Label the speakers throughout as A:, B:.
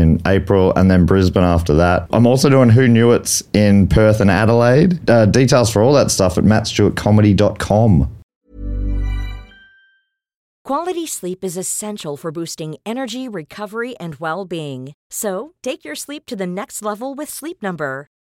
A: in April, and then Brisbane after that. I'm also doing Who Knew It's in Perth and Adelaide. Uh, details for all that stuff at mattstewartcomedy.com.
B: Quality sleep is essential for boosting energy, recovery, and well being. So, take your sleep to the next level with Sleep Number.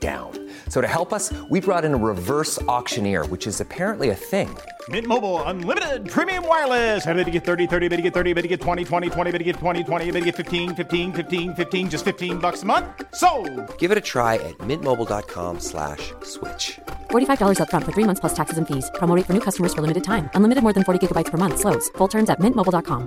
C: down. So to help us, we brought in a reverse auctioneer, which is apparently a thing.
D: Mint Mobile unlimited premium wireless. Ready to get 30, 30, bet you get 30, bet you get 20, 20, 20, bet you get 20, 20, bet you get 15, 15, 15, 15 just 15 bucks a month. So,
C: Give it a try at mintmobile.com slash switch.
E: $45 upfront for three months plus taxes and fees. Promo rate for new customers for limited time. Unlimited more than 40 gigabytes per month. Slows. Full terms at mintmobile.com.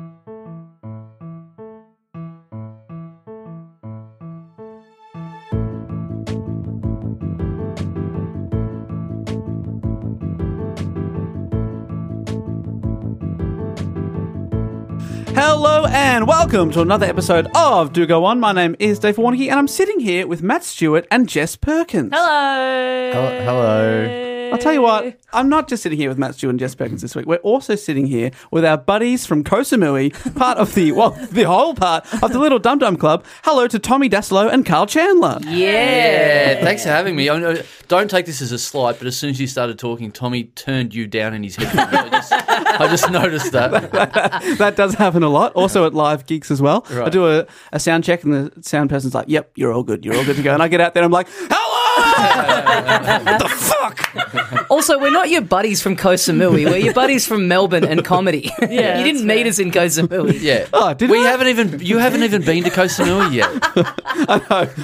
F: Hello and welcome to another episode of Do Go On. My name is Dave Warnicky and I'm sitting here with Matt Stewart and Jess Perkins.
G: Hello.
A: Hel- hello.
F: I'll tell you what, I'm not just sitting here with Matt Stewart and Jess Perkins this week. We're also sitting here with our buddies from Kosamui, part of the, well, the whole part of the Little Dum Dum Club. Hello to Tommy Daslow and Carl Chandler.
H: Yeah, thanks for having me. I know, don't take this as a slight, but as soon as you started talking, Tommy turned you down in his head. I just, I just noticed that.
F: that does happen a lot. Also at live gigs as well. I do a, a sound check and the sound person's like, yep, you're all good. You're all good to go. And I get out there and I'm like, hello! what the fuck?
I: Also, we're not your buddies from Koh Samui. We're your buddies from Melbourne and comedy.
G: Yeah,
I: you
G: that's
I: didn't meet us in Koh Samui.
H: Yeah.
F: Oh, did
H: we
F: I?
H: haven't even you haven't even been to Koh Samui yet.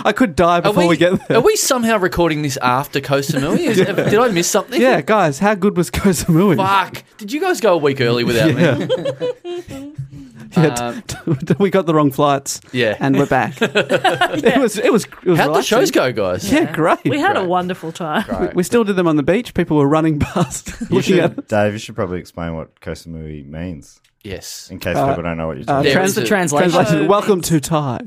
F: I could die before we, get there.
H: Are we somehow recording this after Koh Samui? Is- Did I miss something?
F: yeah, guys, how good was Kosamui?
H: Fuck. Did you guys go a week early without me?
F: Yeah, t- we got the wrong flights.
H: Uh, Yeah.
F: and we're back. It was it was. It was
H: How'd the
F: relaxing.
H: shows go, guys?
F: Yeah, great.
G: We
F: We,
G: had a wonderful time.
F: we still did them on the beach. People were running past,
A: You
F: looking at.
A: should, Dave, you should probably explain what Kosamui means
H: Yes.
A: in case people don't know what you're talking
F: Uh,
H: There
F: trans-
H: is a-
I: translation.
F: translation. Welcome to Thai.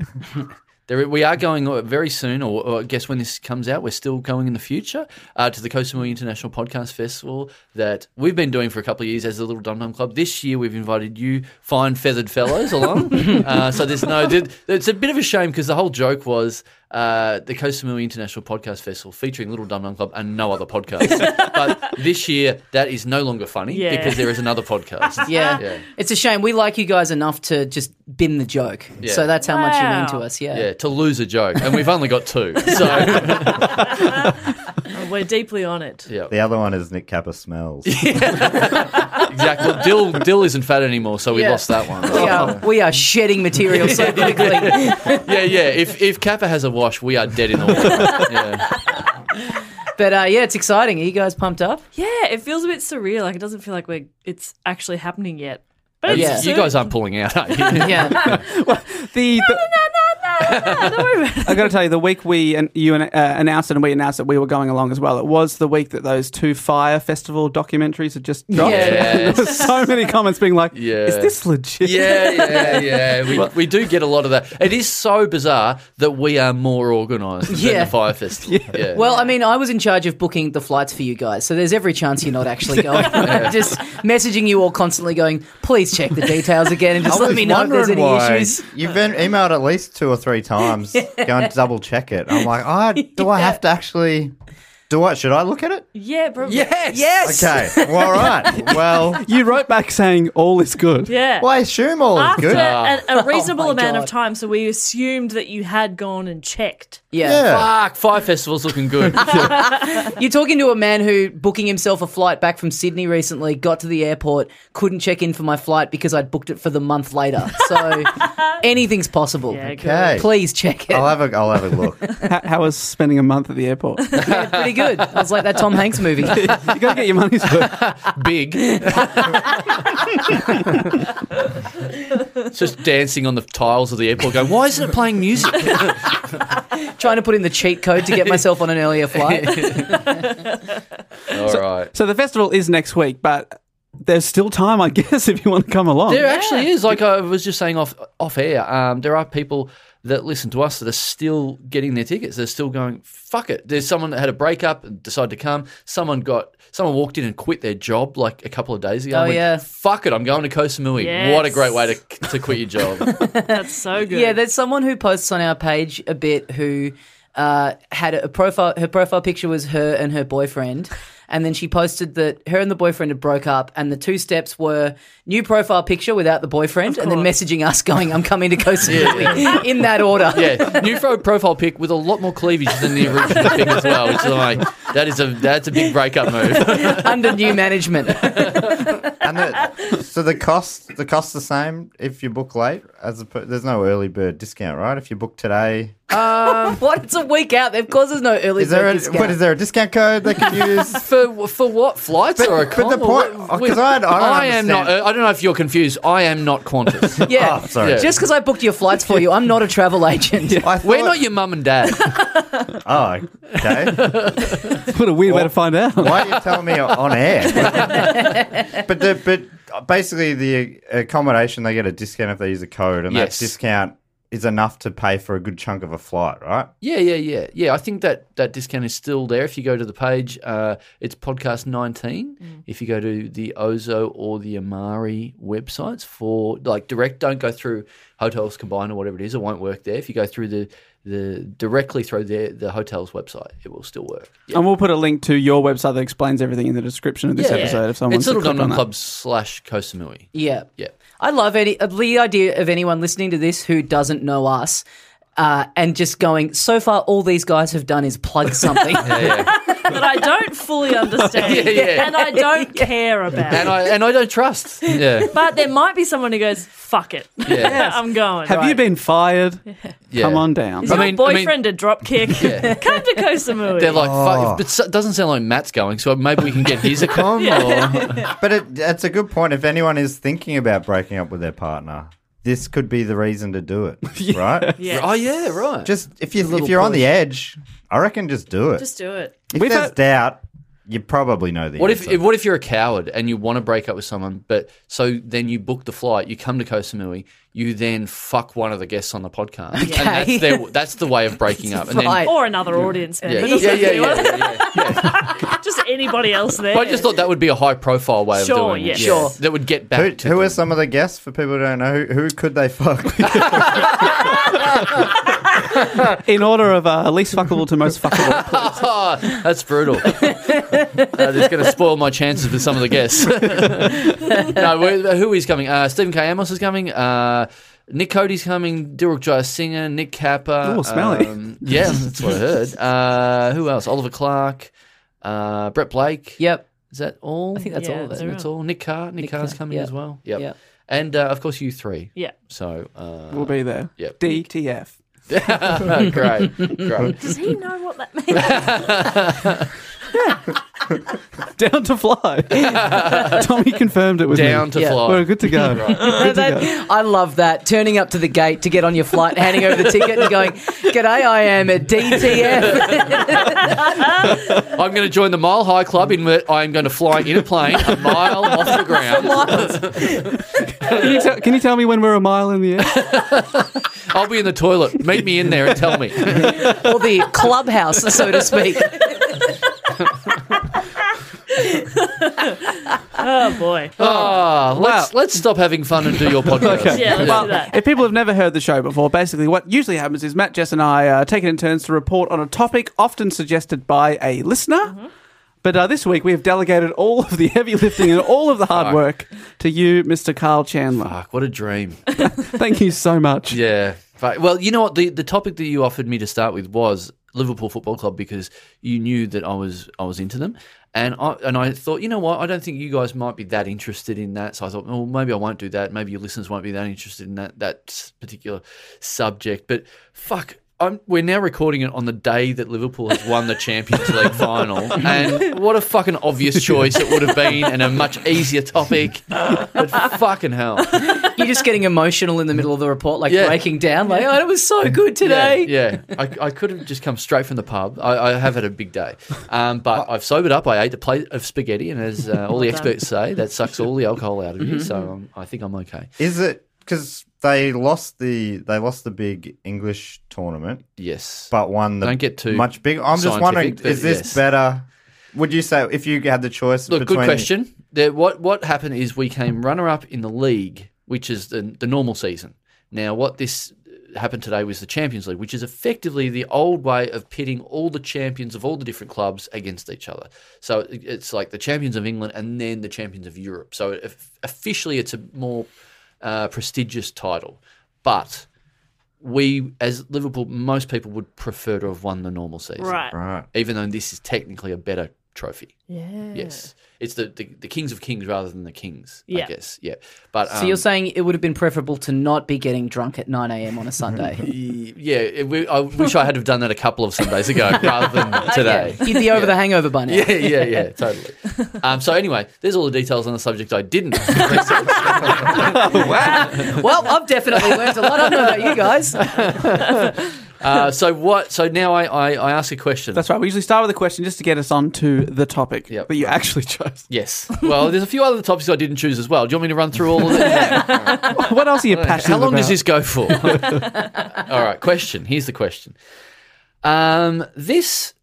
H: There, we are going uh, very soon, or, or I guess when this comes out, we're still going in the future uh, to the Koh Samui International Podcast Festival that we've been doing for a couple of years as the Little Dum Dum Club. This year, we've invited you fine feathered fellows along. uh, so there's no, there, it's a bit of a shame because the whole joke was uh, the Koh Samui International Podcast Festival featuring Little Dum Dum Club and no other podcast. but this year, that is no longer funny
G: Yeah.
H: because there is another podcast.
I: Yeah.
H: Yeah.
I: it's a shame. We like you guys enough to just bin the joke.
H: Yeah.
I: So that's how much you mean to
G: Wow.
I: us. Yeah.
H: Yeah, to lose a joke, and we've only got two. So
G: We're deeply on it.
H: yeah.
A: The other one is Nick Kappa smells.
H: Exactly. Well, Dill Dill isn't fat anymore, so we
I: Yeah.
H: lost that one. Oh.
I: We are, we are shedding material so quickly.
H: yeah, yeah. If if Kappa has a wash, we are dead in the water. Yeah.
I: But uh, yeah, it's exciting. Are you guys pumped up?
G: Yeah, it feels a bit surreal. Like it doesn't feel like we're it's actually happening yet. But it's
I: Yeah.
H: You
G: soon.
H: guys aren't pulling out, are you?
I: Yeah.
F: The, the I got to tell you, the week we and you uh, announced it and we announced that we were going along as well. It was the week that those two fire festival documentaries had just dropped.
H: Yes.
F: there were so many comments being like,
H: Yeah.
F: "Is this legit?"
H: Yeah, yeah, yeah. We, we do get a lot of that. It is so bizarre that we are more organised
I: Yeah.
H: than the Fire Festival. Yeah.
I: Well, I mean, I was in charge of booking the flights for you guys, so there's every chance you're not actually going. just messaging you all constantly, going, "Please check the details again, and just
J: I
I: let
J: was
I: me know if there's
J: wondering
I: any
J: why.
I: issues."
J: You've been emailed at least two or three times going to double check it. I'm like, oh, do I have to actually do I Should I look at it?
G: Yeah, bro.
I: Yes.
G: Yes.
J: Okay. Well, all right. Well,
F: you wrote back saying all is good.
G: Yeah. Oh
J: Well, I assume all
G: After
J: is good.
G: a, a reasonable
I: my
G: amount
I: God.
G: of time, so we assumed that you had gone and checked.
H: Fuck, Fire Festival's looking good.
I: You're talking to a man who, booking himself a flight back from Sydney recently, got to the airport, couldn't check in for my flight because I'd booked it for the month later. So anything's possible.
J: Okay.
I: Please check it.
J: I'll have a I'll have a look.
F: How, how was spending a month at the airport? you
I: Yeah, pretty good. I was like that Tom Hanks movie.
F: got to get your money's worth.
H: Big. It's just dancing on the tiles of the airport going, why isn't it playing music?
I: Trying to put in the cheat code to get myself on an earlier flight.
H: All right.
F: So the festival is next week, but there's still time, I guess, if you want to come along.
H: There actually is. Like I was just saying off off air, um, there are people that listen to us that are still getting their tickets. They're still going, fuck it. There's someone that had a breakup and decided to come. Someone got someone walked in and quit their job like a couple of days ago. and
I: Oh,
H: went,
I: yeah.
H: Fuck it. I'm going to Koh Samui. What a
G: Yes.
H: great way to to quit your job.
G: That's so good.
I: Yeah, there's someone who posts on our page a bit who uh, had a profile. Her profile picture was her and her boyfriend, and then she posted that her and the boyfriend had broke up, and the two steps were new profile picture without the boyfriend, and then messaging us going, "I'm coming to Koh Samui," in that order.
H: yeah. New fro- profile pic with a lot more cleavage than the original pic as well, which is like that is a that's a big breakup move.
I: Under new management,
J: And the, so the cost the cost the same if you book late as a, per- there's no early bird discount, right? If you book today,
I: what? It's a week out. Of course, there's no early
J: is there
I: bird
J: a,
I: discount.
J: what is there a discount code they can use?
H: For for what flights
J: But-
H: or a
J: but the
H: con-
J: point-
H: what-
J: 'cause I- I don't
H: am not.
J: understand.
H: I don't know if you're confused. I am not Qantas.
I: Yeah.
J: Oh, sorry.
H: Yeah.
I: Just because I booked your flights for you, I'm not a travel agent.
J: I thought,
H: We're not your mum and dad.
J: Oh, okay.
F: What a
H: Oh.
F: weird way to find out.
J: Why are you telling me on air? but the, but basically the accommodation they get a discount if they use a code, and
H: Yes.
J: that discount is enough to pay for a good chunk of a flight, right?
H: yeah, yeah, yeah, yeah. I think that that discount is still there. If you go to the page, uh, it's podcast nineteen.
F: Mm.
H: If you go to the Ozo or the Amari websites for like direct, don't go through hotels combined or whatever it is. It won't work there. If you go through the the directly through the the hotel's website, it will still work.
F: And we'll put a link to your website that explains everything in the description of this
H: Yeah.
F: episode. If someone wants
H: It's
F: to
H: Little
F: click on
H: Gunman
F: that.
H: Club slash Kosamui.
I: Yeah.
H: Yeah.
I: I love any uh, the idea of anyone listening to this who doesn't know us. Uh, and just going, so far, all these guys have done is plug something.
G: But I don't fully understand.
H: Yeah, yeah.
G: And I don't care about
H: and
G: it.
H: I and I don't trust. Yeah,
G: But there might be someone who goes, fuck it.
H: Yes.
G: I'm going.
F: Have you been fired?
H: yeah.
F: Come on down.
G: Is your
H: I mean- I mean-
G: boyfriend a dropkick? Come to Koh Samui.
H: They're like,
J: Oh.
H: fuck, but it doesn't sound like Matt's going, so maybe we can get his account.
J: But it, it's a good point. If anyone is thinking about breaking up with their partner, this could be the reason to do it, right?
G: Yes.
H: Oh yeah, right.
J: Just if you if you're on the edge, I reckon just do it.
G: Just do it.
J: if
F: We've
J: there's
F: had-
J: doubt, you probably know the
H: what if
J: answer.
H: what if you're a coward and you want to break up with someone, but so then you book the flight, you come to Koh Samui, you then fuck one of the guests on the podcast, and
I: Okay.
H: that's their, that's the way of breaking up, and then.
I: Right.
G: Or another audience member.
H: Yeah,
G: Doesn't
H: yeah, yeah,
G: have to be
H: yeah,
G: one-
H: yeah, yeah.
G: Just anybody else there.
H: But I just thought that would be a high profile way
G: Sure,
H: of doing
G: yeah.
H: it.
G: Sure.
H: That would get back
J: who,
H: to
J: who
H: them.
J: are some of the guests for people who don't know? Who, who could they fuck?
F: In order of uh, least fuckable to most fuckable.
H: Oh, that's brutal. uh, that's going to spoil my chances with some of the guests. no, we- who is coming? Uh, Stephen K. Amos is coming. Uh, Nick Cody's coming. Dilruk Jaya Singer, Nick Kappa.
F: Ooh, smelly.
H: yeah, that's what I heard. Uh, who else? Oliver Clark, uh, Brett Blake.
I: Yep.
H: Is that all? I think
G: that's Yeah, all of that's
H: That's,
G: it.
H: all. Nick Carr. Nick, Carr's
I: Carr,
H: coming
I: yeah.
H: as well. Yep.
I: Yeah.
H: And uh, of course, you three.
G: Yeah.
H: So uh,
F: We'll be there.
H: Yep.
F: DTF.
H: great, great.
G: Does he know what that means?
F: Down to fly. Tommy confirmed it was
H: Down
F: me.
H: to Yeah. fly.
F: We're good to go. Good to go.
I: That- I love that. Turning up to the gate to get on your flight, handing over the ticket, and going, "G'day, I am a DTF."
H: I'm going to join the Mile High Club in that I'm going to fly in a plane a mile off the ground.
F: Can you, tell, can you tell me when we're a mile in the air?
H: I'll be in the toilet. Meet me in there and tell me.
I: or the clubhouse, so to speak.
G: oh boy.
H: Ah, let's let's stop having fun and do your podcast.
F: Well, if people have never heard the show before, basically what usually happens is Matt, Jess, and I uh, take it in turns to report on a topic often suggested by a listener.
H: Mm-hmm.
F: But uh, this week we have delegated all of the heavy lifting and all of the hard
H: Fuck.
F: work to you, Mr. Carl Chandler.
H: Fuck, what a dream.
F: Thank you so much.
H: Yeah. Right. Well, you know what? The the topic that you offered me to start with was Liverpool Football Club because you knew that I was I was into them, and I and I thought, you know what? I don't think you guys might be that interested in that. So I thought, well, maybe I won't do that. Maybe your listeners won't be that interested in that that s- particular subject. But fuck. I'm, we're now recording it on the day that Liverpool has won the Champions League final, and what a fucking obvious choice it would have been, and a much easier topic. But fucking hell,
I: You're just getting emotional in the middle of the report, like
H: Yeah.
I: breaking down, like, "Oh, it was so good today."
H: Yeah, yeah. I, I could have just come straight from the pub. I, I have had a big day, um, but I've sobered up. I ate a plate of spaghetti, and as uh, all the
J: Oh. Well done. Mm-hmm.
H: experts say, that sucks all the alcohol out of you. So um, I think I'm okay.
J: Is it because they lost the they lost the big English tournament?
H: Yes,
J: but won the
H: Don't get too
J: much bigger. I'm just
H: scientific,
J: wondering,
H: but
J: is this
H: yes.
J: better? Would you say if you had the choice?
H: Look,
J: between
H: good question. There, what what happened is we came runner up in the league, which is the the normal season. Now, what this uh, happened today was the Champions League, which is effectively the old way of pitting all the champions of all the different clubs against each other. So it- it's like the champions of England and then the champions of Europe. So it, officially, it's a more uh, prestigious title, but. We, as Liverpool, most people would prefer to have won the normal season.
G: Right.
J: Right.
H: Even though this is technically a better trophy.
G: Yeah.
H: Yes. It's the, the, the kings of kings rather than the kings,
I: Yeah.
H: I guess. Yeah. But um,
I: so you're saying it would have been preferable to not be getting drunk at 9 a.m. on a Sunday?
H: y- yeah, it- we, I wish I had have done that a couple of Sundays ago rather than today.
I: You'd be over the hangover by now.
H: Yeah, yeah, yeah, totally. Um, so anyway, there's all the details on the subject I didn't.
I: well, I've definitely learned a lot. I don't know about you guys.
H: Uh, so what? So now I, I, I ask a question.
F: That's right. We usually start with a question just to get us on to the topic that you actually chose.
H: Yes. Well, there's a few other topics I didn't choose as well. Do you want me to run through all of them?
F: what else are you passionate
H: How long does
F: about?
H: this go for? All right, question. Here's the question. Um, this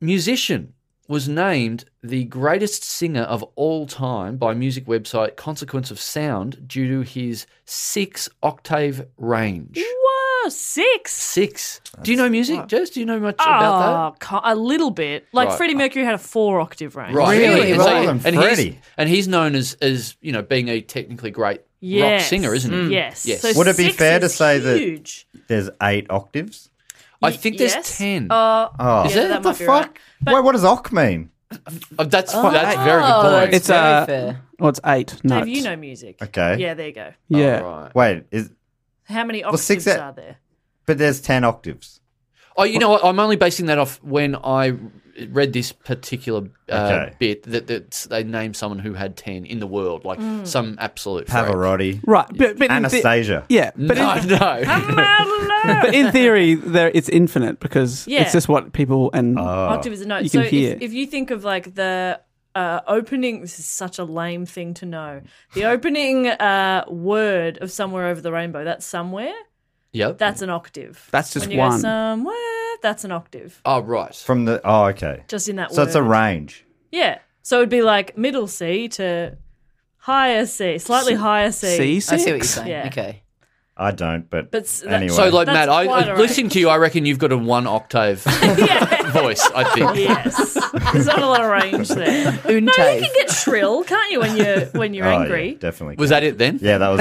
H: musician was named the greatest singer of all time by music website Consequence of Sound due to his six octave range.
G: Whoa, six.
H: Six. Do you know music, Jess? Do you know much
G: Oh,
H: about
G: co- a little bit. Like
H: Right.
G: Freddie Mercury had a four octave range.
H: that? Right. And, so-
J: Well done,
H: and he's,
J: Freddie.
H: and he's known as, as you know being a technically great rock
G: Yes.
H: singer, isn't he?
G: Mm. Yes.
H: Yes.
G: So
J: Would it be
G: six
J: fair
G: is
J: to say
G: huge.
J: that there's eight octaves?
H: I think there's
G: yes.
H: ten.
G: Uh,
J: Oh,
G: Is yeah, it? that
J: the
G: might be right.
J: fuck? Wait, what does ock mean?
H: Oh, that's Oh. that's very good point.
F: it's uh, Well, it's eight. No.
G: Dave, you know music.
J: Okay.
G: Yeah, there you go.
F: Yeah.
J: Wait, is
G: How many
J: Well,
G: octaves
J: six
G: are
J: out-
G: there?
J: but there's ten octaves.
H: Oh, you know what? I'm only basing that off when I read this particular uh,
J: Okay.
H: bit that, that they named someone who had 10 in the world, like
G: Mm.
H: some absolute freak.
J: Pavarotti,
F: Right. But, but in the-
J: Anastasia.
F: yeah. But
H: no,
F: in,
H: no.
F: but in theory, there it's infinite because
G: Yeah.
F: it's just what people and
J: Oh.
G: Octave is a note.
F: You
G: so
F: can hear.
G: If, if you think of like the uh, opening, this is such a lame thing to know. The opening uh, word of "Somewhere Over the Rainbow" that's somewhere.
H: yep.
G: That's an octave.
F: That's just
G: when you Go
F: one.
G: somewhere. That's an octave.
H: oh, right.
J: From the oh, okay.
G: Just in that
J: So it's a
G: word.
J: range.
G: Yeah. So it'd be like middle C to higher C, slightly higher C.
F: C
I: I see what you're
F: six.
I: saying.
G: Yeah.
I: Okay.
J: I don't, but,
G: But s- that-
J: anyway.
H: So, like,
G: That's
H: Matt, I,
G: quite all
H: I
G: right.
H: listening to you, I reckon you've got a one octave voice, I think.
G: Yes. There's not a lot of range there. No, you
I: Untave.
G: can get shrill, can't you, when you're when you're
J: Oh, yeah,
G: angry?
J: definitely.
H: Was that it then?
J: Yeah, that was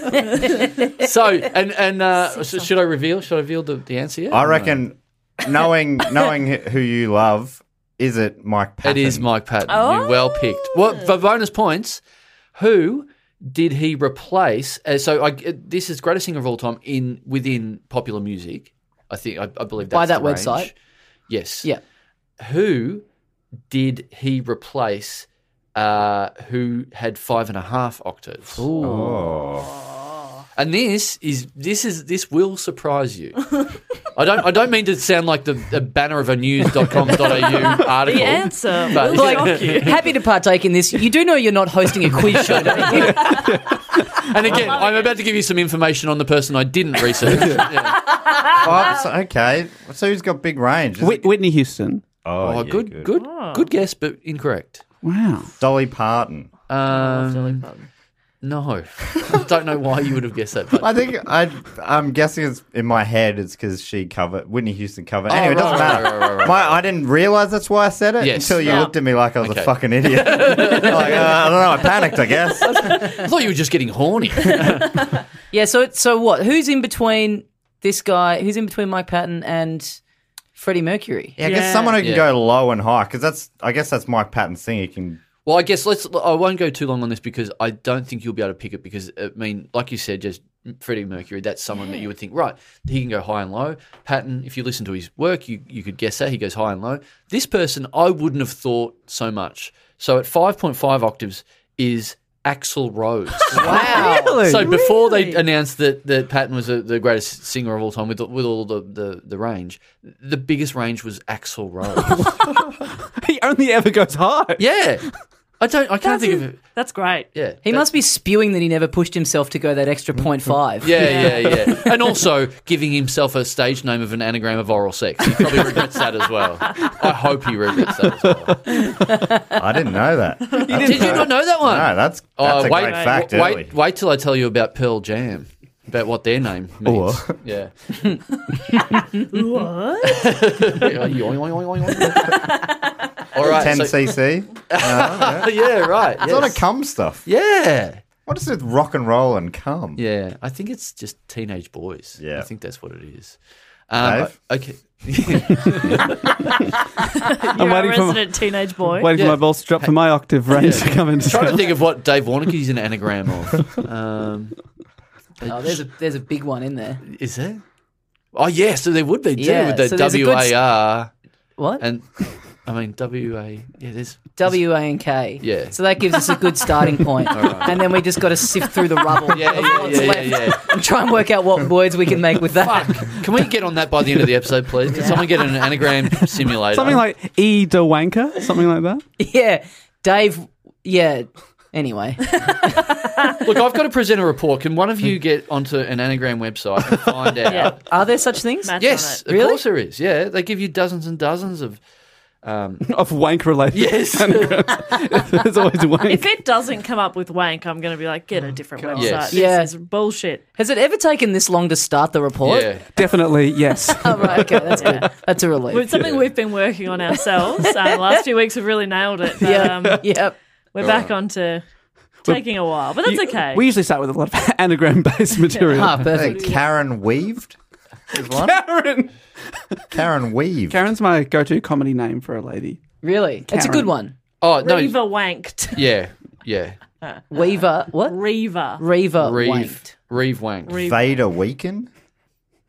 J: it. Absolutely furious.
H: So, and, and uh, so should I reveal? Should I reveal the, the answer yet?
J: I reckon knowing knowing who you love is it Mike Patton?
H: It is Mike Patton. You're well picked. Well, for bonus points, who did he replace? Uh, so I, uh, this is greatest singer of all time in within popular music. I think I, I believe that's
I: By that
H: the range.
I: website?
H: Yes.
I: Yeah.
H: Who did he replace? Uh, who had five and a half octaves? Oh. And this is this is this will surprise you. I don't I don't mean to sound like the, the banner of a news.com.au article.
I: The
G: answer
H: but-
I: happy to partake in this. You do know you're not hosting a quiz show. don't you?
H: and again, I'm about to give you some information on the person I didn't research.
J: Oh, so- okay. So who's got big range?
F: Whitney Houston.
J: Oh,
H: Oh,
J: yeah,
H: good, good, good, guess, but incorrect.
F: Wow.
J: Dolly Parton.
H: Um, no, I don't know why you would have guessed that. But
J: I think I, I'm guessing it's in my head. It's because she covered Whitney Houston covered.
H: Oh,
J: Anyway, it doesn't
H: right,
J: matter.
H: right, right, right, right,
J: My, I didn't realize that's why I said it
H: Yes.
J: until you
H: Yeah.
J: looked at me like I was
H: Okay.
J: a fucking idiot. like, uh, I don't know. I panicked. I guess.
H: I thought you were just getting horny.
I: yeah. So so what? Who's in between this guy? Who's in between Mike Patton and Freddie Mercury?
J: Yeah, I guess someone who can
H: Yeah.
J: go low and high because that's. I guess that's my Patton thing. He can.
H: Well, I guess let's. I won't go too long on this because I don't think you'll be able to pick it. Because I mean, like you said, just Freddie Mercury. That's someone that you would think, right? He can go high and low. Patton, if you listen to his work, you you could guess that he goes high and low. This person, I wouldn't have thought so much. So at five point five octaves is Axl Rose.
I: Wow.
H: So before they announced that, that Patton was the the greatest singer of all time with the, with all the, the, the range, the biggest range was Axl Rose.
F: He only ever goes high.
H: yeah, I don't. I can't
G: That's
H: think
G: his-
H: of it.
G: That's great.
H: Yeah,
I: He
H: that-
I: must be spewing that he never pushed himself to go that extra point five.
H: Mm-hmm. Yeah, yeah, yeah. and also giving himself a stage name of an anagram of oral sex. He probably regrets that as well. I hope he regrets that as well.
J: I didn't know that.
H: Did you not know that one? Oh,
J: No, that's that's a
H: wait,
J: great fact.
H: w-
J: early.
H: wait, wait till I tell you about Pearl Jam, about what their name means.
J: Or-
H: Yeah.
G: What?
H: Yoink, yoink, yoink, yoink. All right.
J: 10
H: so-
J: cc.
H: yeah, right.
J: It's a lot
H: yes.
J: of cum stuff.
H: yeah.
J: What is it? with Rock and roll and cum.
H: Yeah, I think it's just teenage boys.
J: Yeah.
H: I think that's what it is. Um,
J: Dave?
H: okay.
G: You're
F: waiting
G: a
F: for my-
G: resident teenage boy.
F: Waiting for my balls to drop for my octave range to come into
H: trying to think of what Dave Warnicky's an anagram of. Um,
I: Oh, there's a there's a big one in there.
H: is there? Oh yeah, so there would be too
I: Yeah,
H: with the
I: so there's a
H: W
I: good s-
H: A R
I: What?
H: and I mean W A. Yeah, there's
I: W A and K.
H: Yeah.
I: So that gives us a good starting point.
H: right.
I: And then we just got to sift through the rubble
H: Yeah,
I: of
H: yeah,
I: what's
H: yeah, yeah,
I: left
H: yeah.
I: and try and work out what words we can make with that.
H: Fuck. Can we get on that by the end of the episode, please? Can someone get an anagram simulator?
F: Something like E de wanker, something like that.
I: Yeah. Dave. Yeah. Anyway.
H: Look, I've got to present a report. Can one of you get onto an anagram website and find out?
G: Yeah.
I: Are there such things?
G: Matt's
H: Yes,
G: on
H: of course there is. Yeah, they give you dozens and dozens of. Um,
F: Of wank related.
H: yes.
F: There's always
G: it.
F: wank.
G: If it doesn't come up with wank, I'm going to be like, get a different website.
H: Yes.
G: This
I: Yeah.
G: is bullshit.
I: Has it ever taken this long to start the report?
H: yeah.
F: Definitely, yes.
I: Oh, right. Okay. That's good. That's a relief.
G: It's something we've been working on ourselves. Um, last few weeks, we've really nailed it. But,
I: yeah.
G: um,
I: yep.
G: we're back onto taking a while, but that's
F: You-
G: okay.
F: We usually start with a lot of anagram based material.
H: Oh.
I: Ah,
J: I think
I: perfect.
J: Karen Weaved is one.
F: Karen.
J: Karen Weaved.
F: Karen's my go to comedy name for a lady.
I: Really? It's a good
F: Karen.
I: one.
H: Oh no.
G: Reva wanked.
H: Yeah. Yeah.
I: Weaver. What?
G: Reva.
I: Reaver.
H: Reeve.
I: Uh, wanked.
H: Reeve Wank.
J: Vader Weaken.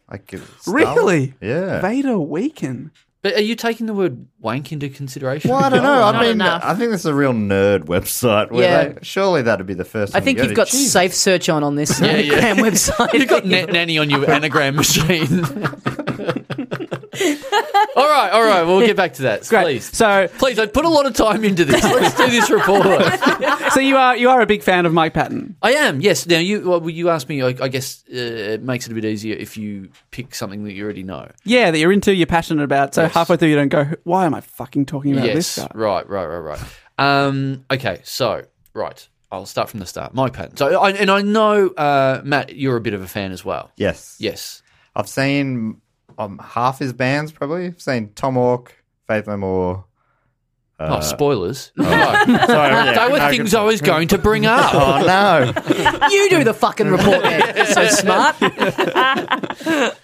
J: I could start.
F: Really?
J: Yeah.
F: Vader Weaken.
H: But are you taking the word wank into consideration?
J: well, I don't know. I mean,
G: enough.
J: I think this is a real nerd website. Where
I: Yeah.
J: they, surely that'd be the first.
I: I
J: thing
I: think
J: you go to.
I: you've got
J: Jesus.
I: safe search on on this
H: Yeah, yeah.
I: Instagram website.
H: You've got net nanny on your anagram machine. all right, all right. We'll get back to that.
F: Great.
H: Please.
F: So,
H: Please, I put a lot of time into this. Let's do this report.
F: so you are you are a big fan of Mike Patton.
H: I am, yes. Now, you well, you asked me, I, I guess uh, it makes it a bit easier if you pick something that you already know.
F: Yeah, that you're into, you're passionate about. So halfway through, you don't go, "Why am I fucking talking about this
H: yes,
F: guy?"
H: right, right, right, right. Um, okay, so right, I'll start from the start. Mike Patton. So, I, and I know uh, Matt, you're a bit of a fan as well.
J: Yes.
H: Yes.
J: I've seen um, half his bands probably. I've seen Tom Hawk, Faith No More.
H: oh, spoilers. No.
J: Sorry,
H: They were things I was going to bring up.
J: Oh no!
I: You do the fucking report. man. so smart.
H: All right,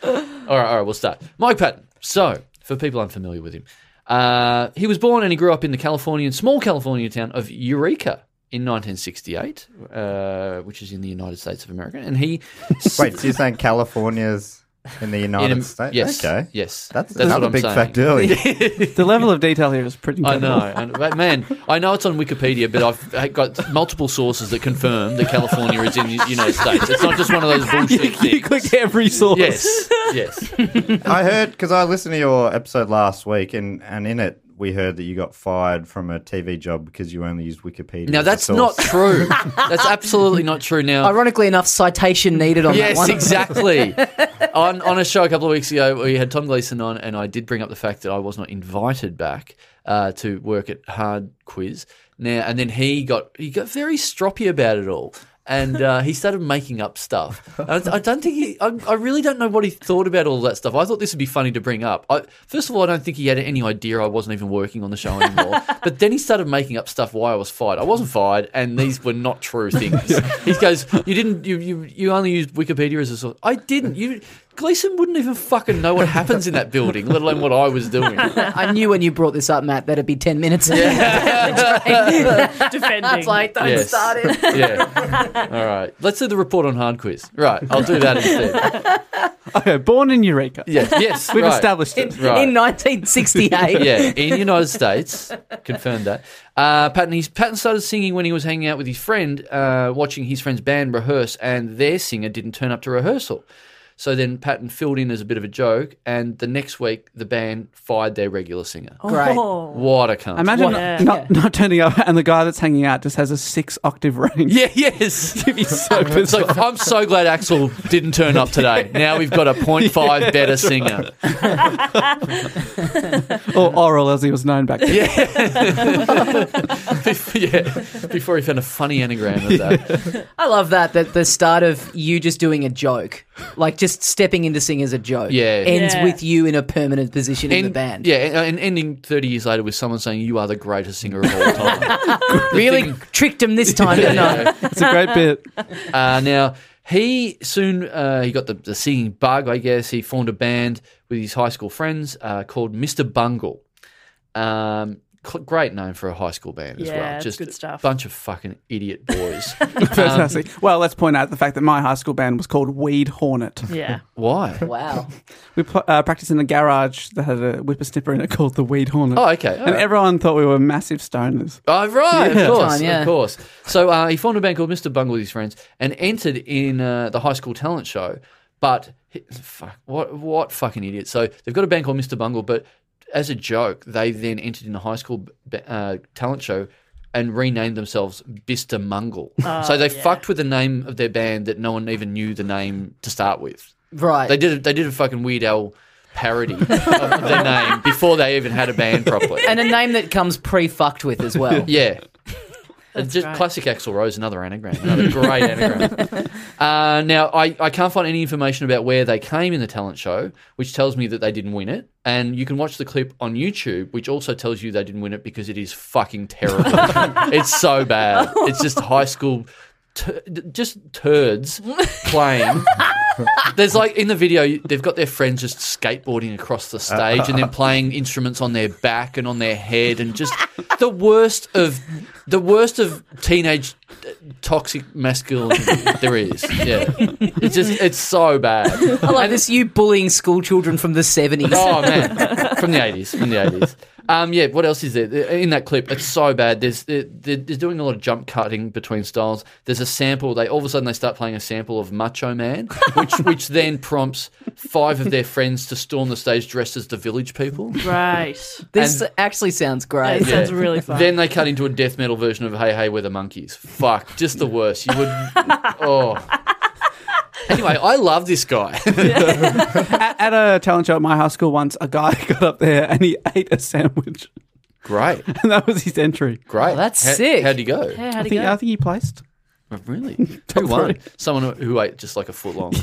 H: all right, we'll start. Mike Patton. So, for people unfamiliar with him, uh, he was born and he grew up in the Californian, small Californian town of Eureka in 1968, uh, which is in the United States of America. And he,
J: Wait, so you're saying California's
A: in the United
H: Am-
A: States.
H: yes,
A: okay.
H: yes.
A: that's,
H: That's
A: another
H: what I'm
A: big
H: saying.
A: fact early.
K: the level of detail here is pretty.
H: I know,
K: incredible.
H: and, but man, I know it's on Wikipedia, but I've I got multiple sources that confirm that California is in the United States. It's not just one of those bullshit things. You
K: clicked every source.
H: Yes, yes.
A: I heard because I listened to your episode last week, and, and in it we heard that you got fired from a TV job because you only used Wikipedia.
H: Now
A: as a
H: that's not
A: source.
H: true. That's absolutely not true. Now,
I: Ironically enough, citation needed on
H: yes,
I: that one.
H: exactly. on on a show a couple of weeks ago, we had Tom Gleason on, and I did bring up the fact that I was not invited back uh, to work at Hard Quiz. Now and then he got he got very stroppy about it all. And uh, he started making up stuff. And I I don't think he. I, I really don't know what he thought about all that stuff. I thought this would be funny to bring up. I, first of all, I don't think he had any idea I wasn't even working on the show anymore. but then he started making up stuff why I was fired. I wasn't fired, and these were not true things. he goes, "You didn't. You, you you only used Wikipedia as a source. I didn't. You Gleason wouldn't even fucking know what happens in that building, let alone what I was doing."
I: I knew when you brought this up, Matt, that it'd be 10 minutes.
G: defending.
I: It's like, don't
H: Yes.
I: start it.
H: yeah. All right. Let's do the report on hard quiz. Right. I'll do that instead.
K: Okay, born in Eureka.
H: Yeah, yes,
K: we've
H: right.
K: established
I: In,
K: it.
H: Right.
I: in 1968.
H: yeah, in the United States, confirmed that. Uh, Patton, he's, Patton started singing when he was hanging out with his friend, uh, watching his friend's band rehearse, and their singer didn't turn up to rehearsal. So then Patton filled in as a bit of a joke, and the next week the band fired their regular singer.
G: Oh,
I: Great.
H: What a cunt!
K: Imagine
H: What a-
K: not, not, not turning up, and the guy that's hanging out just has a six octave range.
H: yeah, yes. It's like, I'm so glad Axel didn't turn up today. Now we've got a 0.5 better singer.
K: or oral, as he was known back then.
H: Yeah. Bef- yeah. Before he found a funny anagram of that.
I: I love that, that the start of you just doing a joke, like just stepping into sing as a joke,
H: Yeah.
I: ends
G: Yeah.
I: with you in a permanent position in the
H: End-
I: band.
H: Yeah, and, and ending 30 years later with someone saying, You are the greatest singer of all time.
I: Really tricked him this time, didn't I?
H: Yeah.
K: It's a great bit.
H: Uh, now, he soon uh, he got the, the singing bug, I guess. He formed a band with his high school friends uh, called Mr. Bungle. Um, cl- great name for a high school band as
G: Yeah,
H: well.
G: it's
H: Just
G: good stuff.
H: a bunch of fucking idiot boys. Um,
K: Fantastic. well, let's point out the fact that my high school band was called Weed Hornet.
G: Yeah.
H: Why?
I: Wow.
K: We pl- uh, practiced in a garage that had a whippersnipper in it called the Weed Hornet.
H: Oh, okay.
K: And everyone thought we were massive stoners.
H: Oh, right,
K: Yeah.
H: of course,
I: Time, yeah.
H: of course. So uh, he formed a band called Mr. Bungle with his friends and entered in uh, the high school talent show. But he- fuck, what what fucking idiot! So they've got a band called Mr. Bungle, but as a joke, they then entered in the high school b- uh, talent show and renamed themselves Mr. Mungle.
I: Oh,
H: so they fucked with the name of their band that no one even knew the name to start with.
I: Right.
H: They did a, they did a fucking Weird Al parody of their name before they even had a band properly.
I: and a name that comes pre-fucked with as well.
H: Yeah. It's just
G: right.
H: classic Axl Rose, another anagram, another great anagram. Uh, now, I, I can't find any information about where they came in the talent show, which tells me that they didn't win it. And you can watch the clip on YouTube, which also tells you they didn't win it because it is fucking terrible. it's so bad. It's just high school, tur just turds playing. There's like in the video, they've got their friends just skateboarding across the stage and then playing instruments on their back and on their head and just the worst of the worst of teenage uh, toxic masculinity there is. Yeah, it's just it's so bad.
I: I like this you bullying school children from the 70s.
H: Oh man, from the eighties, from the eighties. Um, yeah. What else is there in that clip? It's so bad. There's they're, they're doing a lot of jump cutting between styles. There's a sample. They all of a sudden they start playing a sample of Macho Man, which which then prompts five of their friends to storm the stage dressed as the Village People.
G: Right.
I: This actually sounds great.
G: It sounds really fun.
H: Then they cut into a death metal version of Hey Hey We're the Monkeys. Fuck, just the worst. You would. Oh. Anyway, I love this guy.
K: at, at a talent show at my high school once, a guy got up there and he ate a sandwich.
H: Great,
K: And that was his entry.
H: great.
I: Oh, that's
H: How-
I: sick.
H: How'd he go?
G: Yeah,
K: I
G: how'd it
K: think,
G: go?
K: I think he placed.
H: Oh, Really? Who won? Someone who ate just like a foot long.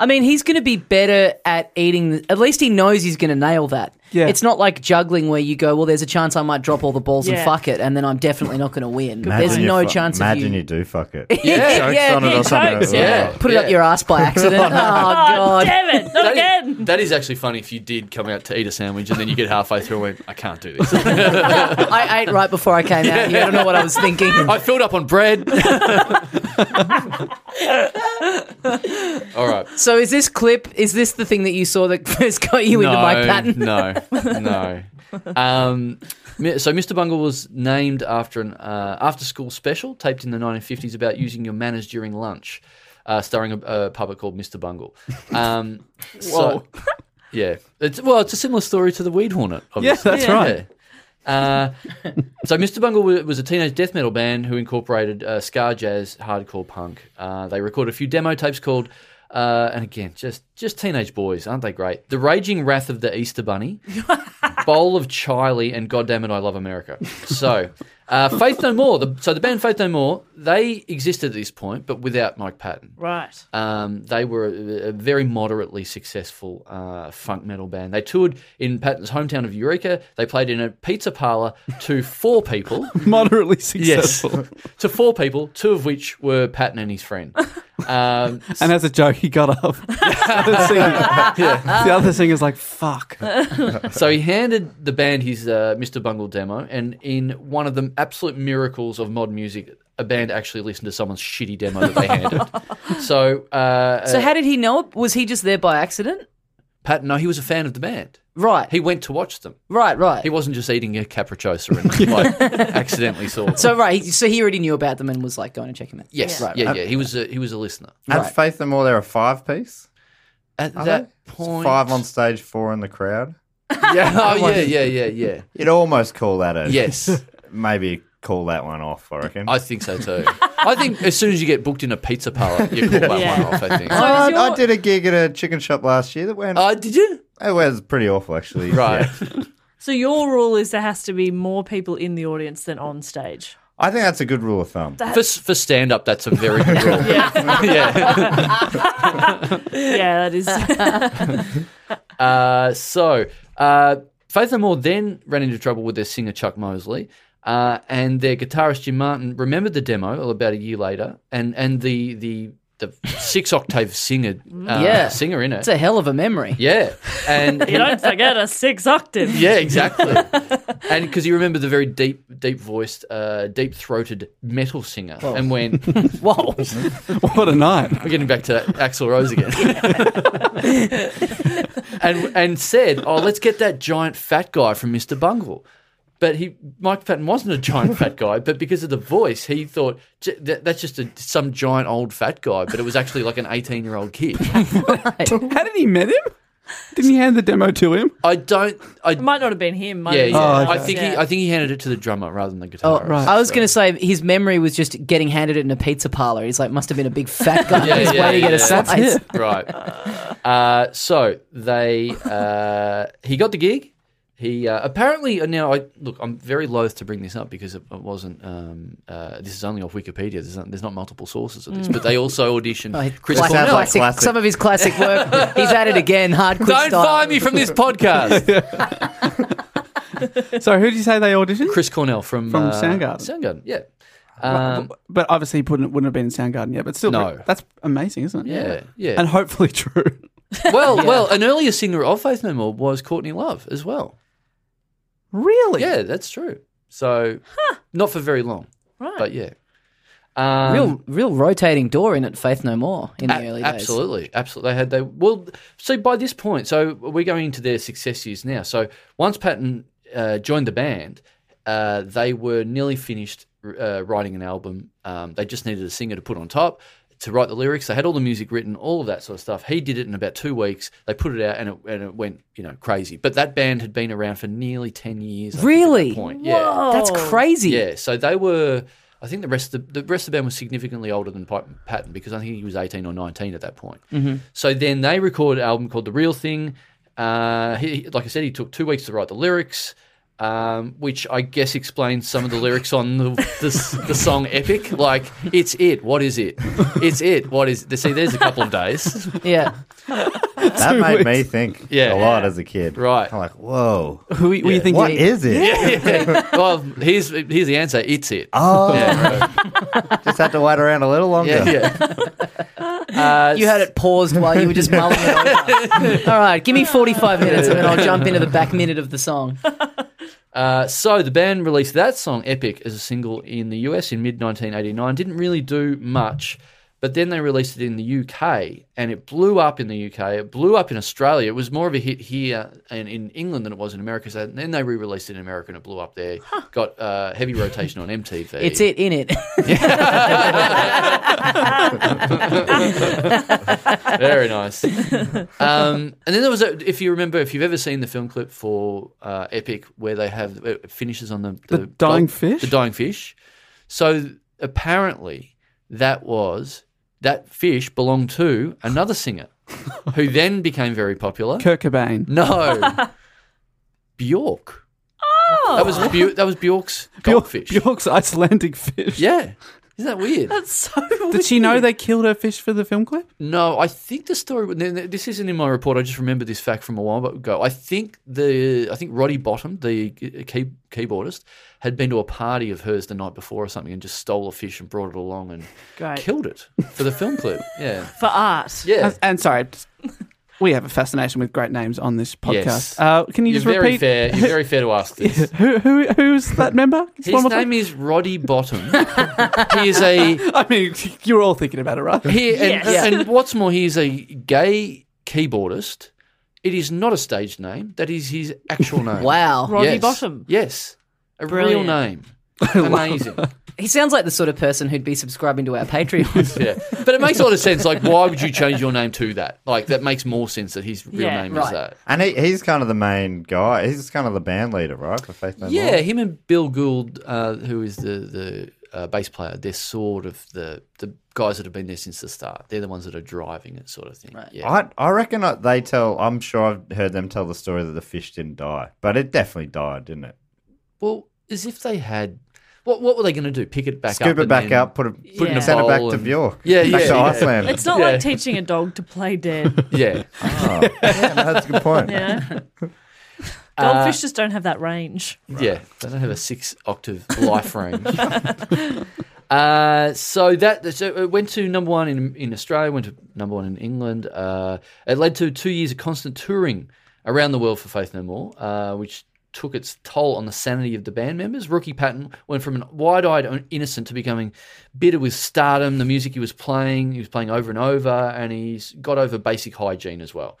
I: I mean, he's going to be better at eating. The, at least he knows he's going to nail that.
K: Yeah.
I: It's not like juggling where you go, well, there's a chance I might drop all the balls and
G: Yeah.
I: fuck it, and then I'm definitely not going to win. there's
A: you
I: no
A: fu-
I: chance of
A: Imagine
I: you.
A: you do fuck it.
I: Yeah,
A: Jokes
I: yeah,
A: on it
G: yeah,
A: or something.
G: jokes,
H: yeah.
I: Put it
H: Yeah.
I: up your ass by accident. oh,
G: Oh,
I: God.
G: damn it! Not
H: Don't-
G: again.
H: that is actually funny if you did come out to eat a sandwich and then you get halfway through and went, I can't do this.
I: I ate right before I came out. here. I don't know what I was thinking.
H: I filled up on bread. All right.
I: So is this clip? Is this the thing that you saw that first got you into my pattern?
H: No, no. Um, mi- so Mr. Bungle was named after an uh, after-school special taped in the 1950s about using your manners during lunch, uh, starring a, a puppet called Mr. Bungle. Um, so- yeah. It's, well, it's a similar story to the Weed Hornet. Obviously.
K: that's Yeah. right.
H: Uh, so Mr. Bungle wa- was a teenage death metal band who incorporated uh, ska, jazz, hardcore punk. Uh, they recorded a few demo tapes called, uh, and again, just just teenage boys, aren't they great? The Raging Wrath of the Easter Bunny, Bowl of Chiley, and Goddamn It, I Love America. So uh, Faith No More. The, so the band Faith No More, they existed at this point, but without Mike Patton.
G: Right.
H: Um, they were a, a very moderately successful uh, funk metal band. They toured in Patton's hometown of Eureka. They played in a pizza parlor to four people.
K: Moderately
H: yes,
K: successful.
H: to four people, two of which were Patton and his friend. Um,
K: And as a joke, he got up. the, singer, the other singer's like, fuck.
H: so he handed the band his uh, Mr. Bungle demo, and in one of the absolute miracles of mod music, a band actually listened to someone's shitty demo that they handed. so, uh,
I: So how did he know? Was he just there by accident?
H: Patton? No, he was a fan of the band.
I: Right.
H: He went to watch them.
I: Right, right.
H: He wasn't just eating a capricciosa and like accidentally saw. Them.
I: So right, he- so he already knew about them and was like going to check him out.
H: yes,
I: right,
H: yeah,
I: right.
H: yeah. He was a, he was a listener.
A: At Faith No More, they're a five piece.
H: At
A: Are
H: that
A: they? It's
H: point,
A: five on stage, four in the crowd.
H: Yeah, oh, yeah, yeah, yeah, yeah.
A: You'd almost call that a
H: Yes.
A: Maybe call that one off. I reckon.
H: I think so too. I think as soon as you get booked in a pizza parlor, you call that
G: Yeah.
H: one off. I think.
G: So does
A: I,
G: your-
A: Oh, I did a gig at a chicken shop last year that went.
H: Uh, did you?
A: it was pretty awful, actually.
H: Right.
A: Yeah.
G: So your rule is there has to be more people in the audience than on stage.
A: I think that's a good rule of thumb.
H: For, for stand up, that's a very good rule. yeah.
G: Yeah, that is.
H: Uh, so, uh, Faith No More then ran into trouble with their singer Chuck Mosley, uh, and their guitarist Jim Martin remembered the demo about a year later, and and the the the six octave singer uh,
I: Mm. Yeah.
H: singer in it.
I: It's a hell of a memory.
H: yeah, and
G: you don't forget a six octave.
H: yeah, exactly. and because you remember the very deep, deep voiced, uh, deep throated metal singer, and when
I: Whoa.
K: What a night.
H: We're getting back to Axl Rose again. and and said, "Oh, let's get that giant fat guy from Mr. Bungle." But he, Mike Patton wasn't a giant fat guy, but because of the voice, he thought "J- that, that's just a, some giant old fat guy. But it was actually like an eighteen-year-old kid.
K: How did he met him? Didn't he hand the demo to him?
H: I don't. I
G: It might not have been him. Might
H: yeah.
G: have
H: yeah.
G: been someone
H: Oh, I
G: else,
H: think he.
G: yeah.
H: I think he handed it to the drummer rather than the
I: Oh,
H: guitarist.
K: right.
I: I was going to say his memory was just getting handed it in a pizza parlor. He's like, must have been a big fat guy on his way to get a slice.
H: right. Uh, so they uh, he got the gig. He uh, apparently now I look. I'm very loath to bring this up because it, it wasn't. Um, uh, this is only off Wikipedia. There's not, there's not multiple sources of this, but they also auditioned
I: Oh,
H: Chris
I: like
H: Cornell.
I: classic-
A: classic.
I: Some of his classic work. He's at it again, hardcore
H: Don't
I: style.
H: fire me from this podcast.
K: So who did you say they auditioned?
H: Chris Cornell from
K: From
H: uh,
K: Soundgarden.
H: Soundgarden, yeah. Um,
K: but obviously, he wouldn't, wouldn't have been in Soundgarden yet. But still,
H: No.
K: that's amazing, isn't it?
H: Yeah, yeah.
K: And hopefully true.
H: well, well, an earlier singer of Faith No More was Courtney Love as well.
K: Really?
H: Yeah, that's true. So not for very long, right? But yeah, um,
I: Real, real rotating door in at Faith No More in the
H: A-
I: early days.
H: Absolutely, absolutely. They had they well. See, by this point, so we're going into their success years now. So once Patton uh, joined the band, uh, they were nearly finished uh, writing an album. Um, they just needed a singer to put on top to write the lyrics. They had all the music written, all of that sort of stuff. He did it in about two weeks. They put it out, and it, and it went you know crazy. But that band had been around for nearly ten years. I think, at that
I: Really?
H: point. Yeah.
G: Whoa.
I: That's crazy.
H: Oh. Yeah, so they were. I think the rest of the, the rest of the band was significantly older than Pat- Patton because I think he was eighteen or nineteen at that point.
I: Mm-hmm.
H: So then they recorded an album called The Real Thing. Uh, he, he- like I said, he took two weeks to write the lyrics, um, which I guess explains some of the lyrics on the, the s- the song "Epic." Like it's it. What is it? It's it. What is? See, there's a couple of days.
I: Yeah.
J: That made me think
H: Yeah.
J: a lot as a kid.
H: Right.
J: I'm like, whoa.
F: Who,
H: were you thinking?
J: What is it?
H: well, here's here's the answer. It's it.
J: Oh.
H: Yeah,
J: Just had to wait around a little longer.
H: yeah. yeah. Uh,
I: you had it paused while you were just mulling it over. All right, give me 45 minutes and then I'll jump into the back minute of the song.
H: Uh, so the band released that song "Epic" as a single in the US in mid 1989. Didn't really do much, but then they released it in the UK and it blew up in the UK. It blew up in Australia. It was more of a hit here and in England than it was in America. So then they re-released it in America and it blew up there. Got uh, heavy rotation on MTV.
I: It's it, in it.
H: Very nice. Um, and then there was, a, if you remember, if you've ever seen the film clip for uh, Epic, where they have it finishes on the the,
F: dying
H: gold-
F: fish?
H: the dying fish. So apparently, that was that fish belonged to another singer, who then became very popular.
F: Kurt Cobain.
H: No, Bjork. Oh, that was Bjor- that was Bjork's
F: Bjork,
H: goldfish.
F: Bjork's Icelandic fish.
H: Yeah, isn't that weird?
G: That's so.
F: Did she know they killed her fish for the film clip?
H: No, I think the story. This isn't in my report. I just remembered this fact from a while ago. I think the I think Roddy Bottom, the key, keyboardist, had been to a party of hers the night before or something, and just stole a fish and brought it along and
G: Great.
H: killed it for the film clip. Yeah,
G: For art.
H: yeah.
F: And, and sorry, just- we have a fascination with great names on this podcast.
H: Yes.
F: Uh, can you
H: You're
F: just
H: very
F: repeat?
H: fair. You're very fair to ask this.
F: Who, who, who's that member? Just
H: His
F: one more time.
H: name is Roddy Bottom. he is a
F: I mean, you're all thinking about it, right?
H: He and,
G: Yes.
H: and what's more, he is a gay keyboardist. It is not a stage name. That is his actual name.
I: Wow.
G: Roddy
H: yes.
G: Bottom.
H: Yes. A
G: Brilliant.
H: real name. Amazing.
I: He sounds like the sort of person who'd be subscribing to our Patreon.
H: yeah. But it makes a lot of sense. Like, why would you change your name to that? Like, that makes more sense that his real
G: Yeah,
H: name is
I: right.
H: that.
J: And he, he's kind of the main guy. He's kind of the band leader, right? For Faith No
H: yeah,
J: More.
H: him and Bill Gould, uh, who is the, the uh, bass player, they're sort of the, the guys that have been there since the start. They're the ones that are driving it, sort of thing. Yeah.
J: I, I reckon I- they tell, I'm sure I've heard them tell the story that the fish didn't die, but it definitely died, didn't it?
H: Well, as if they had. What, what were they going to do? Pick it back up?
J: Scoop it
H: and
J: back
H: then-
J: up, put it,
G: Put it in a
J: send it back
H: bowl
J: to
H: and-
J: Bjork.
H: Yeah,
J: back
H: yeah,
J: to
H: yeah.
J: Iceland.
G: It's not
H: Yeah.
G: like teaching a dog to play dead.
H: Yeah.
J: Oh. yeah, no, that's a good point.
G: You know? Goldfish just don't have that range.
H: Yeah. They don't have a six octave life range. Uh, so that so it went to number one in, in Australia, went to number one in England. Uh, it led to two years of constant touring around the world for Faith No More, uh, which took its toll on the sanity of the band members. Rookie Patton went from an wide-eyed innocent to becoming bitter with stardom. The music he was playing, he was playing over and over, and he's got over basic hygiene as well.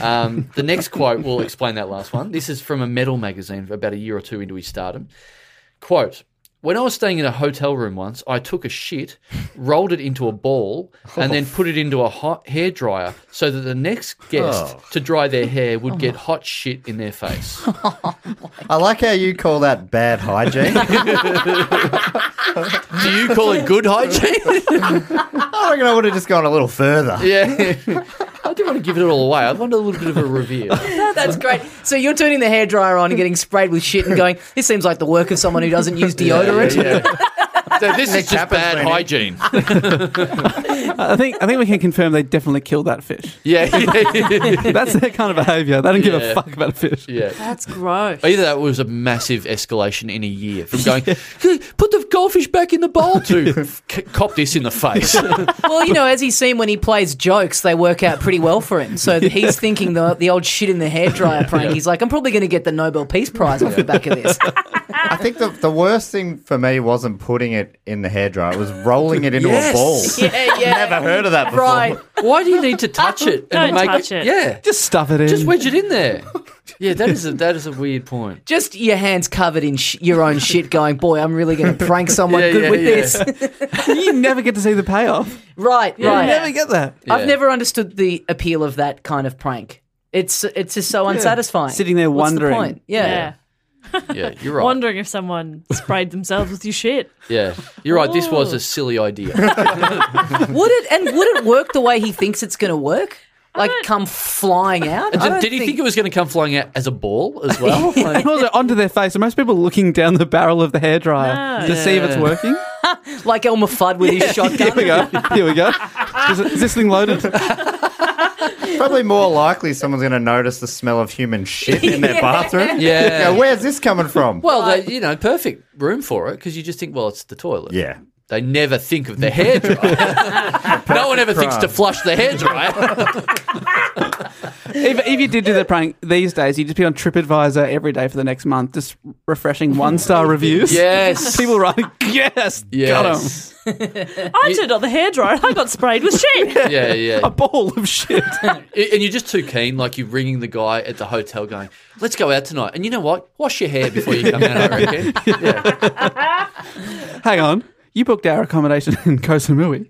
H: Um, the next quote will explain that last one. This is from a metal magazine about a year or two into his stardom. Quote When I was staying in a hotel room once, I took a shit, rolled it into a ball, and then put it into a hot hair dryer so that the next guest
J: Oh.
H: to dry their hair would get hot shit in their face.
J: I like how you call that bad hygiene.
H: Do you call it good hygiene?
J: I reckon I would have just gone a little further.
H: yeah. I didn't want to give it all away. I wanted a little bit of a reveal.
I: That's great. So you're turning the hairdryer on and getting sprayed with shit and going, this seems like the work of someone who doesn't use deodorant.
H: Yeah, yeah. So this is just
J: Tapper's
H: bad
J: been in.
H: hygiene.
F: I think I think we can confirm they definitely killed that fish.
H: yeah.
F: That's their kind of behaviour. They don't give a
H: Yeah.
F: fuck about a fish.
H: yeah.
G: That's gross.
H: Either that was a massive escalation in a year from going, put the goldfish back in the bowl to c- cop this in the face.
I: Well, you know, as he's seen when he plays jokes, they work out pretty well for him. So he's thinking the, the old shit in the hairdryer prank. He's like, I'm probably going to get the Nobel Peace Prize off the back of this.
J: I think the, the worst thing for me wasn't putting it in the hairdryer, it was rolling it into
H: Yes.
J: a ball.
I: yeah, yeah.
J: Never heard of that before.
I: Right.
H: Why do you need to touch it?
G: Don't touch it.
H: Yeah.
F: Just stuff it in.
H: Just wedge it in there. Yeah, that is a, that is a weird point.
I: Just your hands covered in sh- your own shit going, boy, I'm really going to prank someone
H: Yeah,
I: good
H: yeah,
I: with
H: yeah.
I: this.
F: you never get to see the payoff.
I: Right, right.
F: You never get that.
H: Yeah.
I: I've never understood the appeal of that kind of prank. It's it's just so unsatisfying.
F: Sitting there
I: What's the
F: wondering.
I: point? Yeah.
G: yeah.
H: Yeah, you're right.
G: Wondering if someone sprayed themselves with your shit.
H: yeah, you're right. This was a silly idea.
I: Would it and would it work the way he thinks it's going to work? Like come flying out? I
H: Did,
I: don't
H: did he think, it was going to come flying out as a ball as well? Like,
F: And also onto their face. Are most people looking down the barrel of the hairdryer to see if it's
H: Yeah.
F: working?
I: like Elmer Fudd with his shotgun?
F: Here we go. Here we go. Is, it, is this thing loaded?
J: probably more likely someone's going to notice the smell of human shit in their
H: Yeah.
J: bathroom.
H: Yeah.
J: Go, Where's this coming from?
H: Well, they, you know, perfect room for it because you just think, well, it's the toilet.
J: Yeah.
H: They never think of the hairdryer. no one ever thinks to
F: crime.
H: flush the hairdryer.
F: if, if you did do the prank these days, you'd just be on TripAdvisor every day for the next month, just refreshing one star reviews.
H: Yes.
F: People writing, yes,
H: Yes.
F: got 'em."
G: I turned on the hairdryer and I got sprayed with shit.
H: yeah, yeah. A
F: ball of shit.
H: and you're just too keen, like you're ringing the guy at the hotel going, let's go out tonight. And you know what? Wash your hair before you come out, I reckon.
F: Hang on. You booked our accommodation in Kosamui.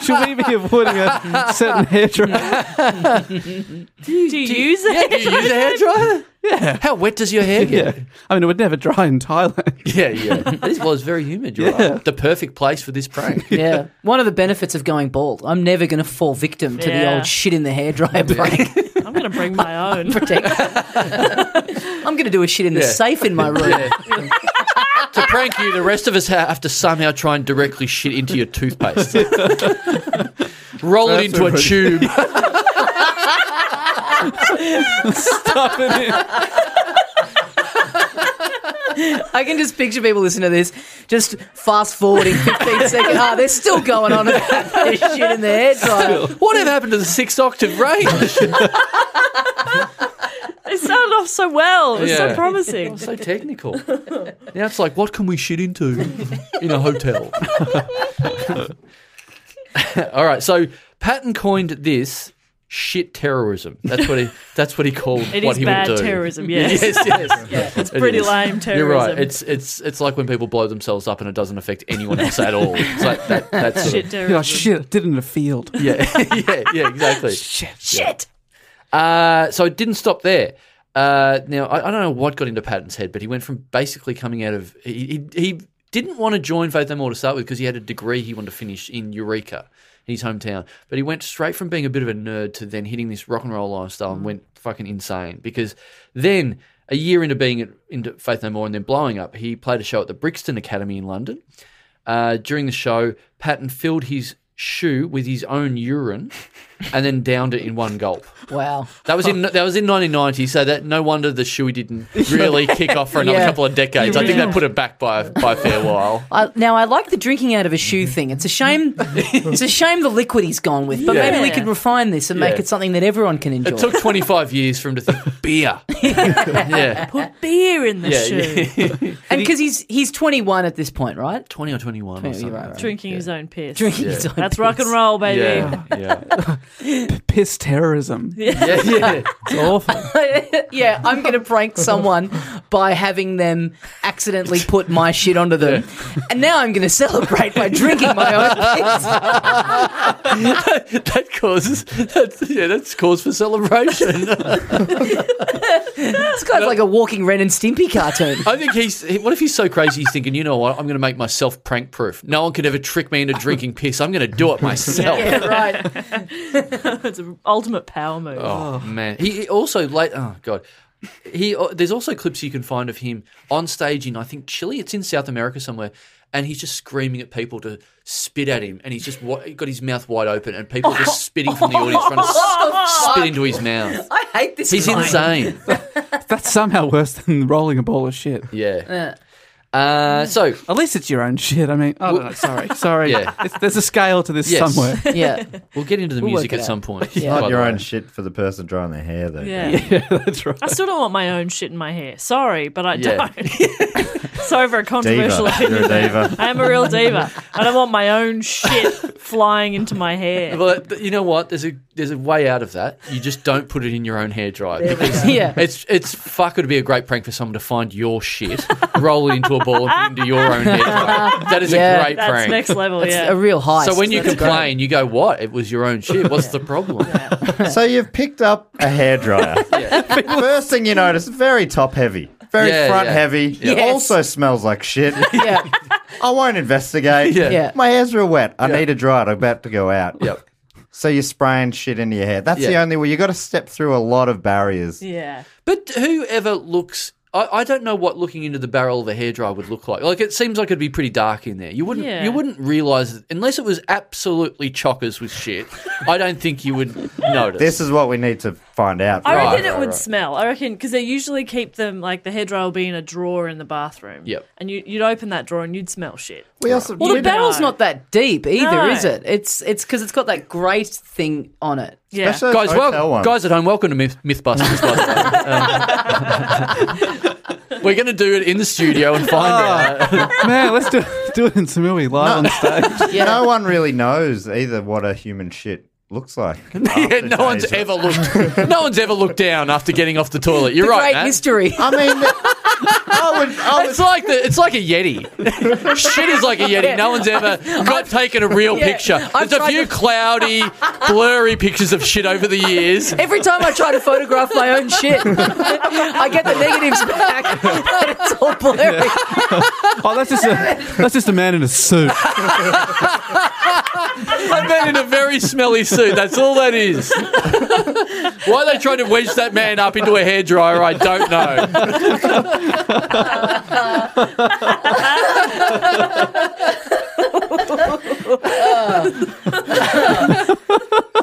F: Should we be avoiding a certain hairdryer?
G: Do you, use a
H: yeah, do you use a hairdryer?
F: yeah.
H: How wet does your hair get?
F: Yeah. I mean, it would never dry in Thailand.
H: Yeah, yeah. This was very humid. You're
F: Yeah.
H: right. The perfect place for this prank.
I: Yeah. One of the benefits of going bald. I'm never going to fall victim to the
G: Yeah.
I: old shit in the hairdryer prank.
G: I'm going to bring my own.
I: I'm going to do a shit in the
H: Yeah.
I: safe in my room.
H: Yeah. to prank you, the rest of us ha- have to somehow try and directly shit into your toothpaste. Roll it
F: That's
H: into a
F: already-
H: tube.
F: Stuff it in.
I: I can just picture people listening to this, just fast forwarding 15 seconds. Ah, they're still going on about this shit in the hairdryer.
H: Whatever happened to the six octave range?
G: It sounded off so well. It was
H: Yeah.
G: so promising.
H: so technical. Now it's like, what can we shit into in a hotel? All right, so Patton coined this shit terrorism. That's what he. That's what he called
G: It
H: what
G: is
H: he
G: bad
H: would do.
G: terrorism, yes.
H: yes, yes.
G: Yeah, it's
H: It
G: pretty
H: is.
G: lame
H: You're right.
G: terrorism.
H: It's it's it's like when people blow themselves up and it doesn't affect anyone else at all. It's like that. That's sort
G: Shit
H: of-
G: terrorism.
F: You're like, shit, I did it in a field.
H: yeah, yeah, yeah, exactly.
G: Shit.
H: Uh, so it didn't stop there. Uh, now I, I don't know what got into Patton's head, but he went from basically coming out of he he, he didn't want to join Faith No More to start with because he had a degree he wanted to finish in Eureka, in his hometown. But he went straight from being a bit of a nerd to then hitting this rock and roll lifestyle and went fucking insane because then. A year into being at, into Faith No More and then blowing up, he played a show at the Brixton Academy in London. Uh, during the show, Patton filled his shoe with his own urine and then downed it in one gulp.
I: Wow.
H: That was in that was in 1990, so that no wonder the shoey didn't really kick off for another
I: Yeah.
H: couple of decades. I think that put it back by by a fair while.
I: I, now I like the drinking out of a shoe thing. It's a shame. it's a shame the liquid he's gone with. But maybe we
H: Yeah.
I: could refine this and make
H: Yeah.
I: it something that everyone can enjoy.
H: It took 25 years for him to think beer. yeah,
G: Put beer in the
H: yeah,
G: shoe.
H: yeah.
I: and because he's he's 21 at this point, right?
H: 20 or 21 or
I: Twenty,
H: something.
I: right, right.
G: Drinking his own piss.
I: Drinking his own
G: That's rock and
I: piss.
G: roll, baby.
H: Yeah, yeah,
F: Piss terrorism.
H: yeah, yeah.
F: It's awful.
I: yeah, I'm going to prank someone by having them accidentally put my shit onto them. And now I'm going to celebrate by drinking my own piss.
H: That causes that's, yeah, that's cause for celebration.
I: This guy's like a walking Ren and Stimpy cartoon.
H: I think he's. he- What if he's so crazy? He's thinking, you know what? I'm going to make myself prank proof. No one could ever trick me into drinking piss. I'm going to do it myself.
I: Yeah, right.
G: it's an ultimate power move.
H: Oh, man, he he also late. Oh god, he uh, there's also clips you can find of him on stage in I think Chile. It's in South America somewhere, and he's just screaming at people to spit at him, and he's just wa- got his mouth wide open, and people are just spitting from the audience trying to s- spit into his mouth.
I: I hate this.
H: He's
I: guy.
H: insane.
F: That's somehow worse than rolling a ball of shit.
H: Yeah.
I: Yeah.
H: Uh, so
F: At least it's your own shit. I mean, I don't know. Sorry, sorry.
H: Yeah.
F: It's- there's a scale to this
H: Yes.
F: somewhere.
I: Yeah.
H: we'll get into the
I: We'll
H: music
I: work it
H: at
I: out.
H: some point. by
J: Not
H: the
J: your
H: way.
J: own shit for the person drying their hair, though.
G: Yeah.
F: Yeah, that's right.
G: I still don't want my own shit in my hair. Sorry, but I
H: Yeah.
G: don't. Sorry for a controversial
J: Diva. You're
G: opinion.
J: a diva.
G: I am a real diva. I don't want my own shit flying into my hair.
H: Well, th- you know what? There's a there's a way out of that. You just don't put it in your own hairdryer. because
I: Yeah.
H: It's it's fuck. It'd be a great prank for someone to find your shit, roll it into a ball, and put it into your own hairdryer. That is
I: Yeah.
H: a great
G: That's
H: prank.
G: next level,
I: It's
G: yeah.
I: a real heist.
H: so when you
I: That's
H: complain, you go, "What? It was your own shit. What's the problem?"
J: So you've picked up a hairdryer. First thing you notice, very top heavy, very
H: Yeah,
J: front
H: yeah.
J: heavy.
H: Yeah.
J: It
I: Yes.
J: also smells like shit.
I: great. Yeah.
J: I won't investigate.
H: Yeah.
I: Yeah.
J: My hair's real wet. I
H: Yeah.
J: need to dry it. I'm about to go out.
H: Yep.
J: So you're spraying shit into your hair. That's the
H: Yeah.
J: only way. you got to step through a lot of barriers.
G: Yeah.
H: But whoever looks I, I don't know what looking into the barrel of a hairdryer would look like. Like it seems like it'd be pretty dark in there. You wouldn't
L: Yeah.
H: you wouldn't realize it, unless it was absolutely chockers with shit. I don't think you would notice.
A: This is what we need to find out.
G: I reckon
H: Right,
G: it
H: right,
G: would
H: right.
G: smell. I reckon because they usually keep them like the hairdryer will be in a drawer in the bathroom.
H: Yep.
G: And you, you'd open that drawer and you'd smell shit.
I: We also well, the
G: You'd
I: barrel's
G: know.
I: not that deep either,
G: No.
I: is it? It's it's because it's got that grate thing on it.
H: guys, wel- guys at home, welcome to Myth- MythBusters. by the way. Um, we're going to do it in the studio and find out.
K: Man, let's do, do it in Samui live on stage.
A: No one really knows either what a human shit looks like.
H: Yeah, no one's ever looked. No one's ever looked down after getting off the toilet. You're
I: The
H: right,
I: great
H: Nat.
I: mystery.
A: I mean, I would, I
H: It's like the, it's like a yeti. Shit is like a yeti. No one's ever got taken a real
I: Yeah,
H: picture.
I: I've
H: There's a
I: tried
H: few
I: to-
H: cloudy, blurry pictures of shit over the years.
I: Every time I try to photograph my own shit, I get the negatives back. and it's all blurry.
K: Oh, that's just a that's just a man in a suit.
H: A man in a very smelly suit. That's all that is. Why they tried to wedge that man up into a hairdryer, I don't know.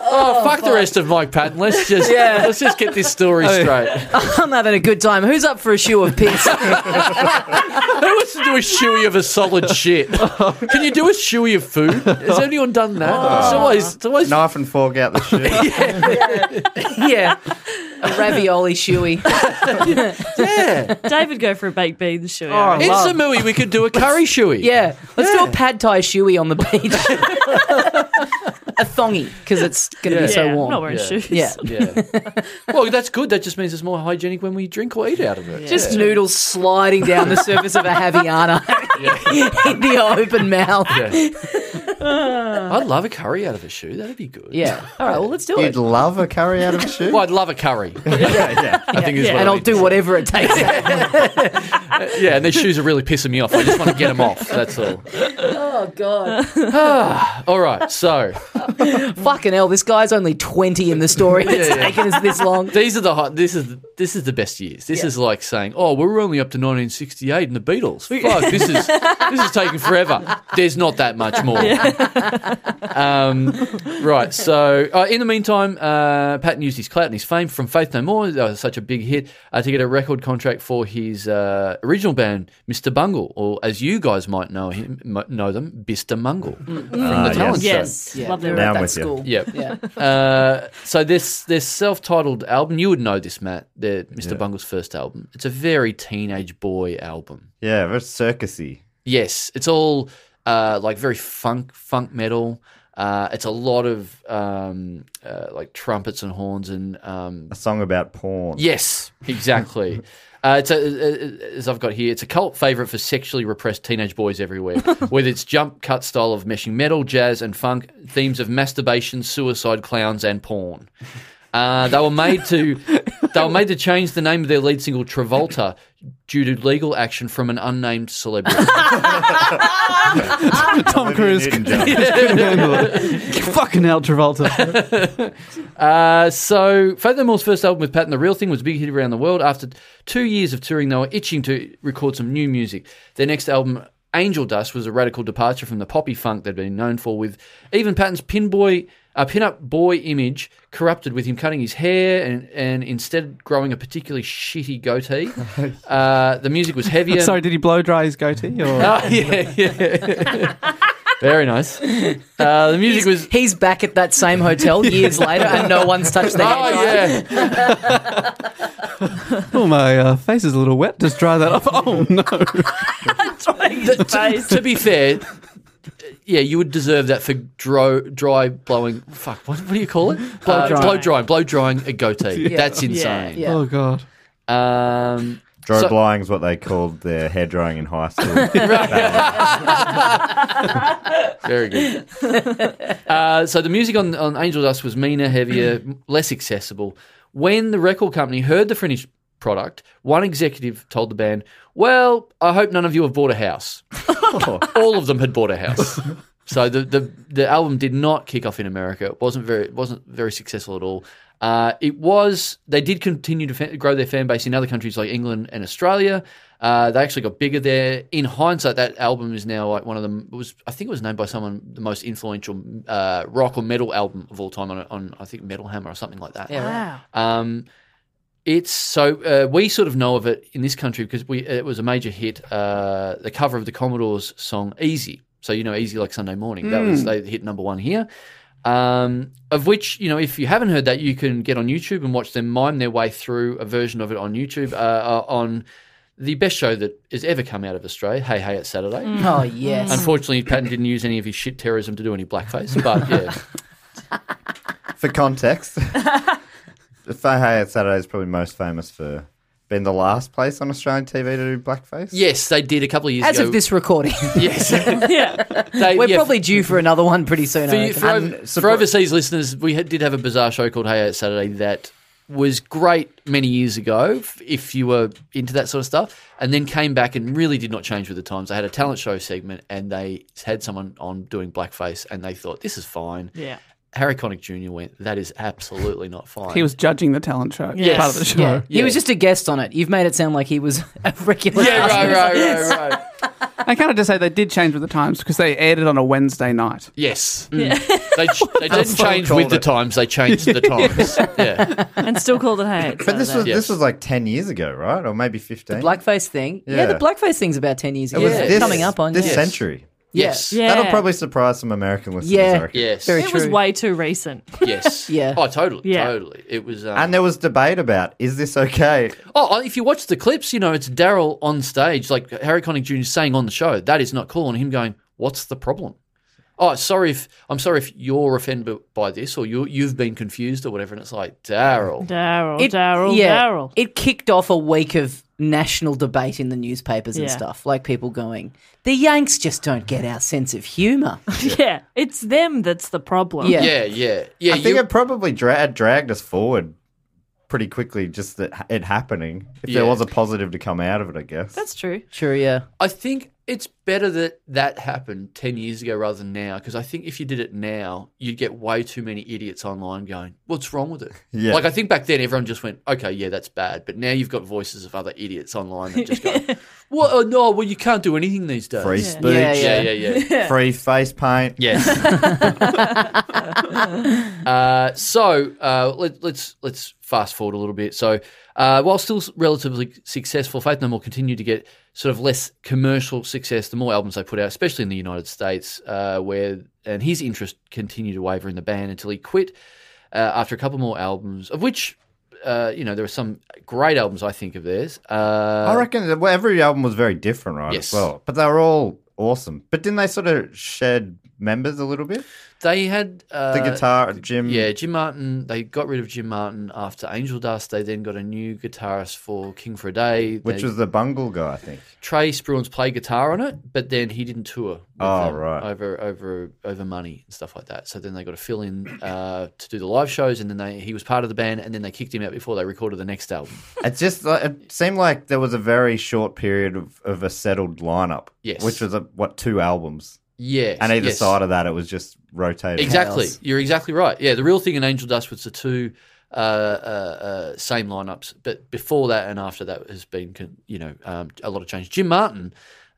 H: Oh, fuck the rest of Mike Patton. Let's just
I: Yeah.
H: let's just get this story
I: Oh, yeah.
H: straight.
I: I'm having a good time. Who's up for a shoe of piss?
H: Who wants to do a shoey of a solid shit? Can you do a shoey of food? Has anyone done that?
I: Oh.
H: It's always it's always
A: knife and fork out the shit.
I: yeah, a ravioli shoey.
H: yeah.
G: David go for a baked beans shoe.
I: I
H: In
I: love-
H: Samui, we could do a curry shoey.
I: Yeah, let's do a pad thai shoey on the beach. a thongy because it's going to
H: Yeah.
I: be so
G: Yeah, I'm
I: warm.
G: not wearing shoes.
I: Yeah.
H: Yeah. well, that's good. That just means it's more hygienic when we drink or eat out of it.
I: Just noodles sliding down the surface of a Haviana in the open mouth. Yeah.
H: I'd love a curry out of a shoe. That'd be good.
I: All right, well, let's do
A: You'd
I: it.
A: love a curry out of a shoe.
H: Well, I'd love a curry. yeah, I think is what
I: And
H: I
I: I'll
H: mean.
I: do whatever it takes.
H: Yeah, and their shoes are really pissing me off. I just want to get them off. That's all.
I: oh, God.
H: All right. So
I: Fucking hell, this guy's only 20 in the story. It's
H: Yeah, yeah.
I: taken us this long.
H: these are the hot. This is this is the best years. This is like saying, oh, we were only up to 1968 and the Beatles. Fuck, this is this is taking forever. There's not that much more. um, right. So, uh, in the meantime, uh, Patton used his clout and his fame from Faith No More, that was such a big hit, uh, to get a record contract for his uh, original band, Mr. Bungle, or as you guys might know him, m- know them, Mr. Mungle from
A: Uh,
H: the Talent Show.
G: Yes.
I: Yeah,
G: Love
I: they
G: them.
I: were
A: Now
I: at
A: I'm
I: that
A: with you.
I: school.
H: Yep.
I: Yeah.
H: Uh, so this this self-titled album, you would know this, Matt. The Mr. Bungle's first album. It's a very teenage boy album.
A: yeah, very circusy.
H: Yes, it's all uh, like very funk funk metal. Uh, it's a lot of um, uh, like trumpets and horns and um,
A: A song about porn.
H: yes, exactly. Uh, it's a, as I've got here, it's a cult favorite for sexually repressed teenage boys everywhere. with its jump cut style of meshing metal, jazz, and funk, themes of masturbation, suicide, clowns, and porn. Uh, they were made to they were made to change the name of their lead single Travolta due to legal action from an unnamed celebrity.
K: Tom
A: Olivia
K: Cruise.
A: Newton-John.
K: couldn't handle it. Fucking hell, Travolta.
H: Uh, so, Faith No More's first album with Pat and the Real Thing was a big hit around the world. After two years of touring, they were itching to record some new music. Their next album, Angel Dust, was a radical departure from the poppy funk they'd been known for, with even Patton's pin boy, uh, pin-up boy image corrupted with him cutting his hair and, and instead growing a particularly shitty goatee. Uh, the music was heavier.
K: Sorry, did he blow dry his goatee? Or?
H: Oh, yeah, yeah. Very nice. Uh, the
I: He's,
H: music was
I: he's back at that same hotel years later and no one's touched the
H: Oh
I: headline.
H: yeah.
K: Oh, my uh, face is a little wet. Just dry that off. Oh, no.
H: Th- to, to be fair, yeah, you would deserve that for dro- dry blowing. Fuck, what, what do you call it? Blow
I: drying.
H: blow drying, blow drying a goatee.
K: Yeah.
H: That's
G: Yeah.
H: insane.
I: Yeah.
K: Oh, God.
H: Um,
A: Dry
H: So-
A: blowing's what they called their hair drying in high school. Back
H: very good. Uh, so the music on, on Angel Dust was meaner, heavier, less accessible. When the record company heard the finished product, one executive told the band, "Well, I hope none of you have bought a house." all of them had bought a house. So the, the the album did not kick off in America. It wasn't very it wasn't very successful at all. Uh, it was they did continue to fa- grow their fan base in other countries like England and Australia. Uh, they actually got bigger there. In hindsight, that album is now like one of them was I think it was named by someone the most influential uh, rock or metal album of all time on on I think Metal Hammer or something like that.
I: Yeah, right.
H: Um, it's so uh, we sort of know of it in this country because we it was a major hit. Uh, the cover of the Commodores song "Easy," so you know "Easy Like Sunday Morning." That was
F: Mm.
H: they hit number one here. Um, of which you know, if you haven't heard that, you can get on YouTube and watch them mime their way through a version of it on YouTube uh, uh, on the best show that has ever come out of Australia. Hey, hey, it's Saturday.
I: Mm. Oh, yes.
H: Unfortunately, Patton didn't use any of his shit terrorism to do any blackface, but yeah.
J: For context, Fay Hey at Saturday is probably most famous for being the last place on Australian TV to do blackface.
H: Yes, they did a couple of years
I: As
H: ago.
I: of this recording,
H: yes,
I: we're
H: yeah,
I: probably due for another one pretty soon.
H: For,
I: I
H: you-
I: reckon.
H: for, over- for overseas listeners, we had, did have a bizarre show called Hey Out Saturday that was great many years ago f- if you were into that sort of stuff, and then came back and really did not change with the times. They had a talent show segment and they had someone on doing blackface, and they thought this is fine.
G: Yeah.
H: Harry Connick Jr. went, that is absolutely not fine.
F: He was judging the talent show.
H: Yes.
F: Part of the show.
H: Yeah.
I: He was just a guest on it. You've made it sound like he was a regular.
H: Yeah, right,
I: guest.
H: right, right, right.
F: I kind of just say they did change with the times because they aired it on a Wednesday night.
H: Yes. Mm. They, ch- they
F: That's what
H: didn't
F: I
H: change
F: called
H: with the
F: it.
H: times, they changed the times. yeah.
G: and still called it hey.
J: But this was this was like ten years ago, right? Or maybe fifteen.
I: The blackface thing. Yeah.
J: Yeah.
I: the blackface thing's about ten years
J: It
I: ago.
J: was
I: It's
J: this,
I: coming up on
J: this
I: yeah.
J: century.
I: Yeah. Yes.
J: that'll
G: Yeah.
J: probably surprise some American listeners. I
I: Yeah.
J: reckon.
G: it was way too recent.
H: Yes.
I: yeah.
H: Oh, totally.
G: Yeah.
H: Totally. It was. Um,
J: and there was debate about is this okay?
H: Oh, if you watch the clips, you know, it's Daryl on stage, like Harry Connick Jr. saying on the show, that is not cool. And him going, what's the problem? Oh, sorry if I'm sorry if you're offended by this or you, you've been confused or whatever. And it's like, Daryl.
G: Daryl,
I: It-
G: Daryl,
I: yeah,
G: Daryl.
I: It kicked off a week of national debate in the newspapers and
G: Yeah.
I: stuff, like people going, "The Yanks just don't get our sense of humour."
G: Yeah, it's them that's the problem.
H: yeah,
G: yeah,
J: I think
G: you-
J: it probably dra- dragged us forward pretty quickly. Just that it happening. If there
H: Yeah.
J: was a positive to come out of it, I guess.
G: That's true.
I: Sure, yeah.
H: I think it's better that that happened 10 years ago rather than now because I think if you did it now, you'd get way too many idiots online going, What's wrong with it?
J: Yeah.
H: Like, I think back then everyone just went, Okay, yeah, that's bad. But now you've got voices of other idiots online that just go, Well, oh, no, well, you can't do anything these days.
J: Free speech.
H: Yeah, yeah, yeah. yeah.
J: Free face paint.
H: Yes. Uh, so uh, let, let's let's fast forward a little bit. So uh, while still relatively successful, Faith No More continued to get sort of less commercial success the more albums they put out, especially in the United States, uh, where and his interest continued to waver in the band until he quit uh, after a couple more albums, of which. Uh, you know, there are some great albums I think of theirs. Uh,
J: I reckon that well, every album was very different, right?
H: Yes.
J: As well, but they were all awesome. But didn't they sort of shed members a little bit?
H: They had uh,
J: the guitar, Jim.
H: Yeah, Jim Martin. They got rid of Jim Martin after Angel Dust. They then got a new guitarist for King for a Day,
J: which
H: They-
J: was the bungle guy, I think.
H: Trey Spruance played guitar on it, but then he didn't tour. With
J: Oh,
H: them
J: right.
H: Over over over money and stuff like that. So then they got to fill in uh, to do the live shows, and then they he was part of the band, and then they kicked him out before they recorded the next album.
J: It's just like, it seemed like there was a very short period of, of a settled lineup.
H: Yes.
J: which was a, what two albums.
H: Yes,
J: and either
H: yes.
J: side of that, it was just rotating.
H: Exactly. You're exactly right. Yeah, the real thing in Angel Dust was the two uh, uh, uh, same lineups, but before that and after that has been, con- you know, um, a lot of change. Jim Martin.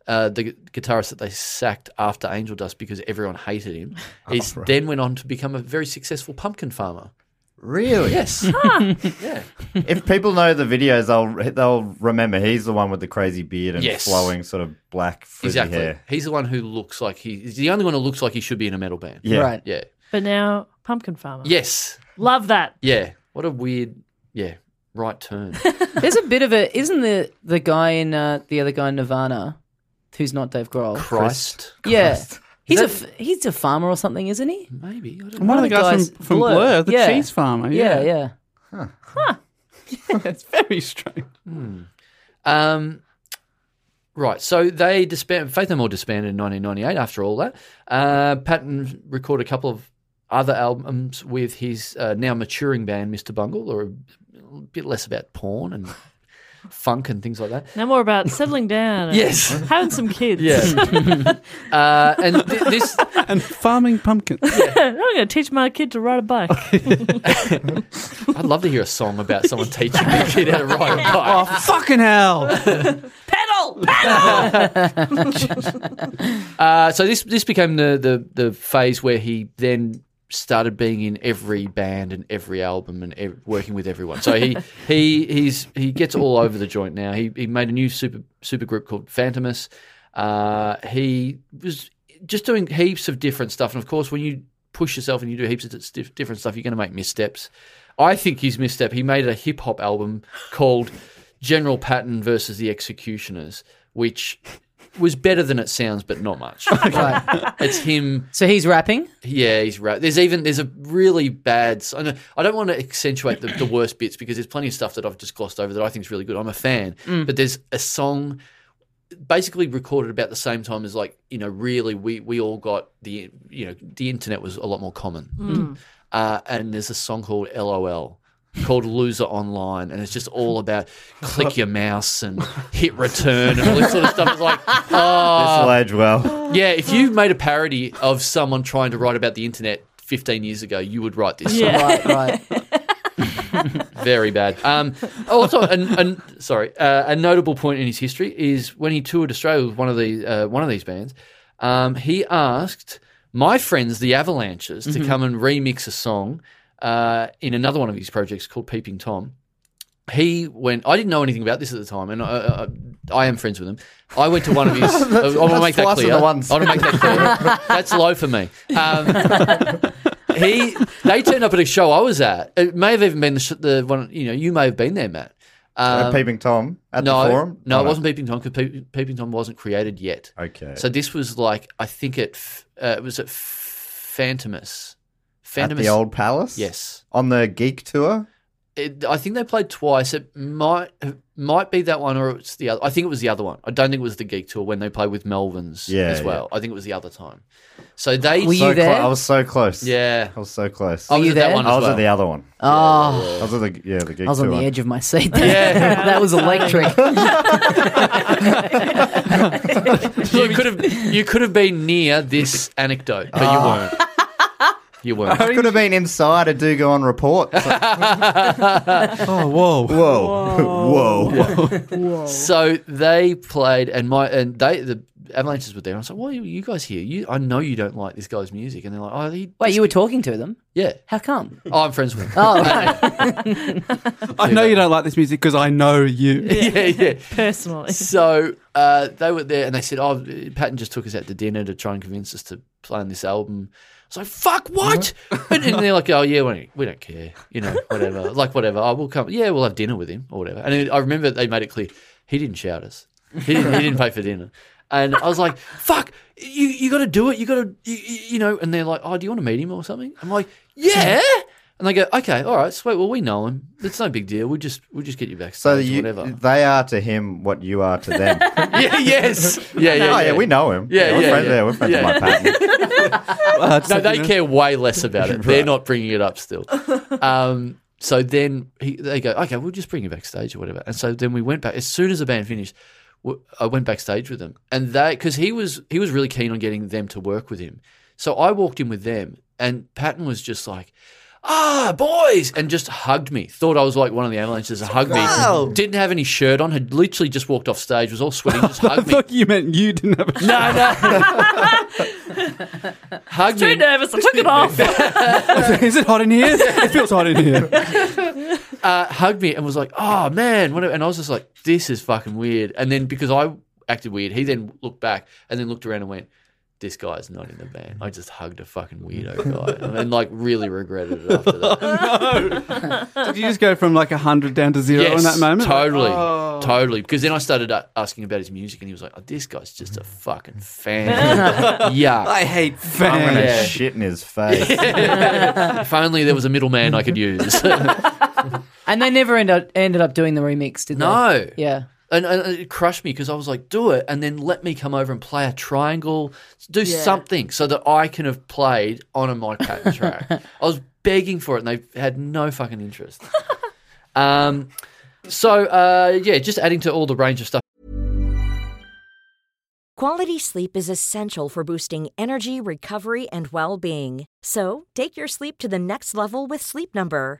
H: Uh, the gu- guitarist that they sacked after Angel Dust because everyone hated him, is then went on to become a very successful pumpkin farmer.
J: Really?
H: Yes. yeah.
J: if people know the videos, they'll they'll remember he's the one with the crazy beard and
H: Yes.
J: flowing sort of black frizzy
H: Exactly.
J: hair.
H: He's the one who looks like he, he's the only one who looks like he should be in a metal band.
J: Yeah.
I: Right.
H: Yeah.
G: But now, Pumpkin Farmer.
H: Yes.
G: Love that.
H: Yeah. What a weird, yeah, right turn.
I: There's a bit of a isn't the the guy in uh, the other guy in Nirvana, who's not Dave Grohl.
H: Christ.
I: Yeah.
H: Christ.
I: He's a f- he's a farmer or something, isn't he?
H: Maybe. I don't
F: And one of the guys from- from Blur, the cheese farmer,
I: Yeah,
F: yeah.
I: yeah.
F: it's very strange.
H: Um, right. So they disband. Faith No More disbanded in 1998. After all that, uh, Patton recorded a couple of other albums with his uh, now maturing band, Mr. Bungle, or a bit less about porn and funk and things like that.
G: Now more about settling down. and
H: Yes.
G: having some kids.
H: Yeah. uh, and th- this
K: and farming pumpkins.
G: I'm going to teach my kid to ride a bike.
H: I'd love to hear a song about someone teaching their kid how to ride a bike.
K: Oh, fucking hell.
G: pedal, pedal.
H: Uh, so this this became the, the the phase where he then started being in every band and every album and ev- working with everyone. So he he he's he gets all over the joint now. He he made a new super super group called Phantomus. Uh, he was just doing heaps of different stuff, and of course, when you push yourself and you do heaps of dis- different stuff, you're going to make missteps. I think he's misstep. He made a hip hop album called General Patton versus the Executioners, which was better than it sounds, but not much. It's him.
I: So he's rapping.
H: Yeah, he's right. There's even there's a really bad. I know- I don't want to accentuate the, the worst bits because there's plenty of stuff that I've just glossed over that I think is really good. I'm a fan, but there's a song basically recorded about the same time as like you know really we we all got the you know the internet was a lot more common uh, and there's a song called lol called loser online and it's just all about click your mouse and hit return and all this sort of stuff it's like oh
A: This'll age well.
H: yeah if you made a parody of someone trying to write about the internet 15 years ago you would write this song.
G: Yeah.
I: Right, right.
H: Very bad. Um, also, an, an, sorry, uh, a notable point in his history is when he toured Australia with one of the uh, one of these bands. Um, he asked my friends, the Avalanches, to
K: Mm-hmm.
H: come and remix a song uh, in another one of his projects called Peeping Tom. He went. I didn't know anything about this at the time, and I, I, I am friends with him. I went to one of his. I, want to
K: that's
H: make that
K: twice of
H: clear.
K: the ones.
H: I want to make that clear. That's low for me. Um, he they turned up at a show I was at. It may have even been the, sh- the one you know you may have been there, Matt.
A: Uh,
H: Um,
A: Peeping Tom at
H: no,
A: the forum.
H: no,
A: Oh,
H: it wasn't Peeping Tom because Peeping Tom wasn't created yet.
A: Okay.
H: So this was like I think it f- uh, it was at Phantomus.
A: at
H: Phantomus.
A: the old palace.
H: Yes.
A: On the geek tour.
H: It, I think they played twice. It might it might be that one or it's the other. I think it was the other one. I don't think it was the Geek Tour when they played with Melvins
A: Yeah,
H: as well. I think it was the other time. So they
I: Were
A: So
I: you there?
A: clo- I was so close.
H: yeah.
A: I was so close.
H: I
I: you
H: was at that
I: there?
H: one as
A: I was
H: well.
A: at the other one.
I: Oh,
A: I was at the yeah the geek
I: I was on
A: tour.
I: the edge of my seat. There.
H: Yeah.
I: that was electric.
H: you could have you could have been near this anecdote, but you weren't. You
A: I
J: Oh.
H: weren't.
A: could have been inside a do go on report. It's like,
K: Oh, whoa.
A: whoa, whoa.
H: So they played, and my and they the Avalanches were there. I was like, "Why are you guys here? You, I know you don't like this guy's music." And they're like, "Oh, he,
I: Wait, you were talking to them?
H: yeah,
I: How come?
H: oh, I'm friends with him."
I: Oh, right.
K: I know you don't like this music because I know you.
H: yeah, yeah.
G: Personally.
H: So uh, they were there, and they said, "Oh, Patton just took us out to dinner to try and convince us to play on this album." I was like, "Fuck what?" and, and they're like, "Oh yeah, we don't, we don't care, you know, whatever, like whatever. I will come. Yeah, we'll have dinner with him or whatever." And then I remember they made it clear he didn't shout us. He didn't, he didn't pay for dinner. And I was like, "Fuck, you you got to do it. You got to, you, you you know." And they're like, "Oh, do you want to meet him or something?" I'm like, "Yeah." And they go, "Okay, all right, sweet. Well, we know him. It's no big deal. We'll just we'll just get you back.
A: So you,
H: whatever."
A: they are to him what you are to them. oh
H: yeah, yes. Yeah, yeah.
A: yeah, we know him.
H: Yeah,
A: we're
H: yeah,
A: friends
H: yeah.
A: there. We're friends
H: Yeah.
A: with my partner.
K: Uh, it's
H: No,
K: like,
H: they
K: you know,
H: care way less about it. They're not bringing it up still. Um, so then he, they go, okay, we'll just bring you backstage or whatever. And so then we went back. As soon as the band finished, w- I went backstage with them, and they because he was he was really keen on getting them to work with him. So I walked in with them, and Patton was just like. Ah, boys, and just hugged me. Thought I was like one of the avalanches. Hugged me. Didn't have any shirt on. Had literally just walked off stage. Was all sweaty. Just
K: I
H: hugged me.
K: thought you meant you didn't have a
H: No, no. hugged
G: Too
H: me.
G: nervous. I took it off.
K: Is it hot in here? It feels hot in here.
H: uh, hugged me and was like, "Oh man," what a-" and I was just like, "This is fucking weird." And then because I acted weird, he then looked back and then looked around and went, "This guy's not in the band." I just hugged a fucking weirdo guy and like really regretted it after that.
K: Did you just go from like 100 down to zero in that moment?
H: totally,
K: Oh.
H: totally. Because then I started uh, asking about his music, and he was like, oh, "This guy's just a fucking fan." yeah.
K: I hate
A: I'm
K: fans.
A: gonna
H: Yeah.
A: shit in his face.
H: if only there was a middleman I could use.
I: and they never ended up, ended up doing the remix, did
H: no.
I: they? Yeah.
H: and, and it crushed me because I was like, do it, and then let me come over and play a triangle, do something so that I can have played on a Mike Patton track. I was begging for it, and they had no fucking interest. um, So, uh, yeah, just adding to all the range of stuff.
B: Quality sleep is essential for boosting energy, recovery, and well being. So, take your sleep to the next level with Sleep Number.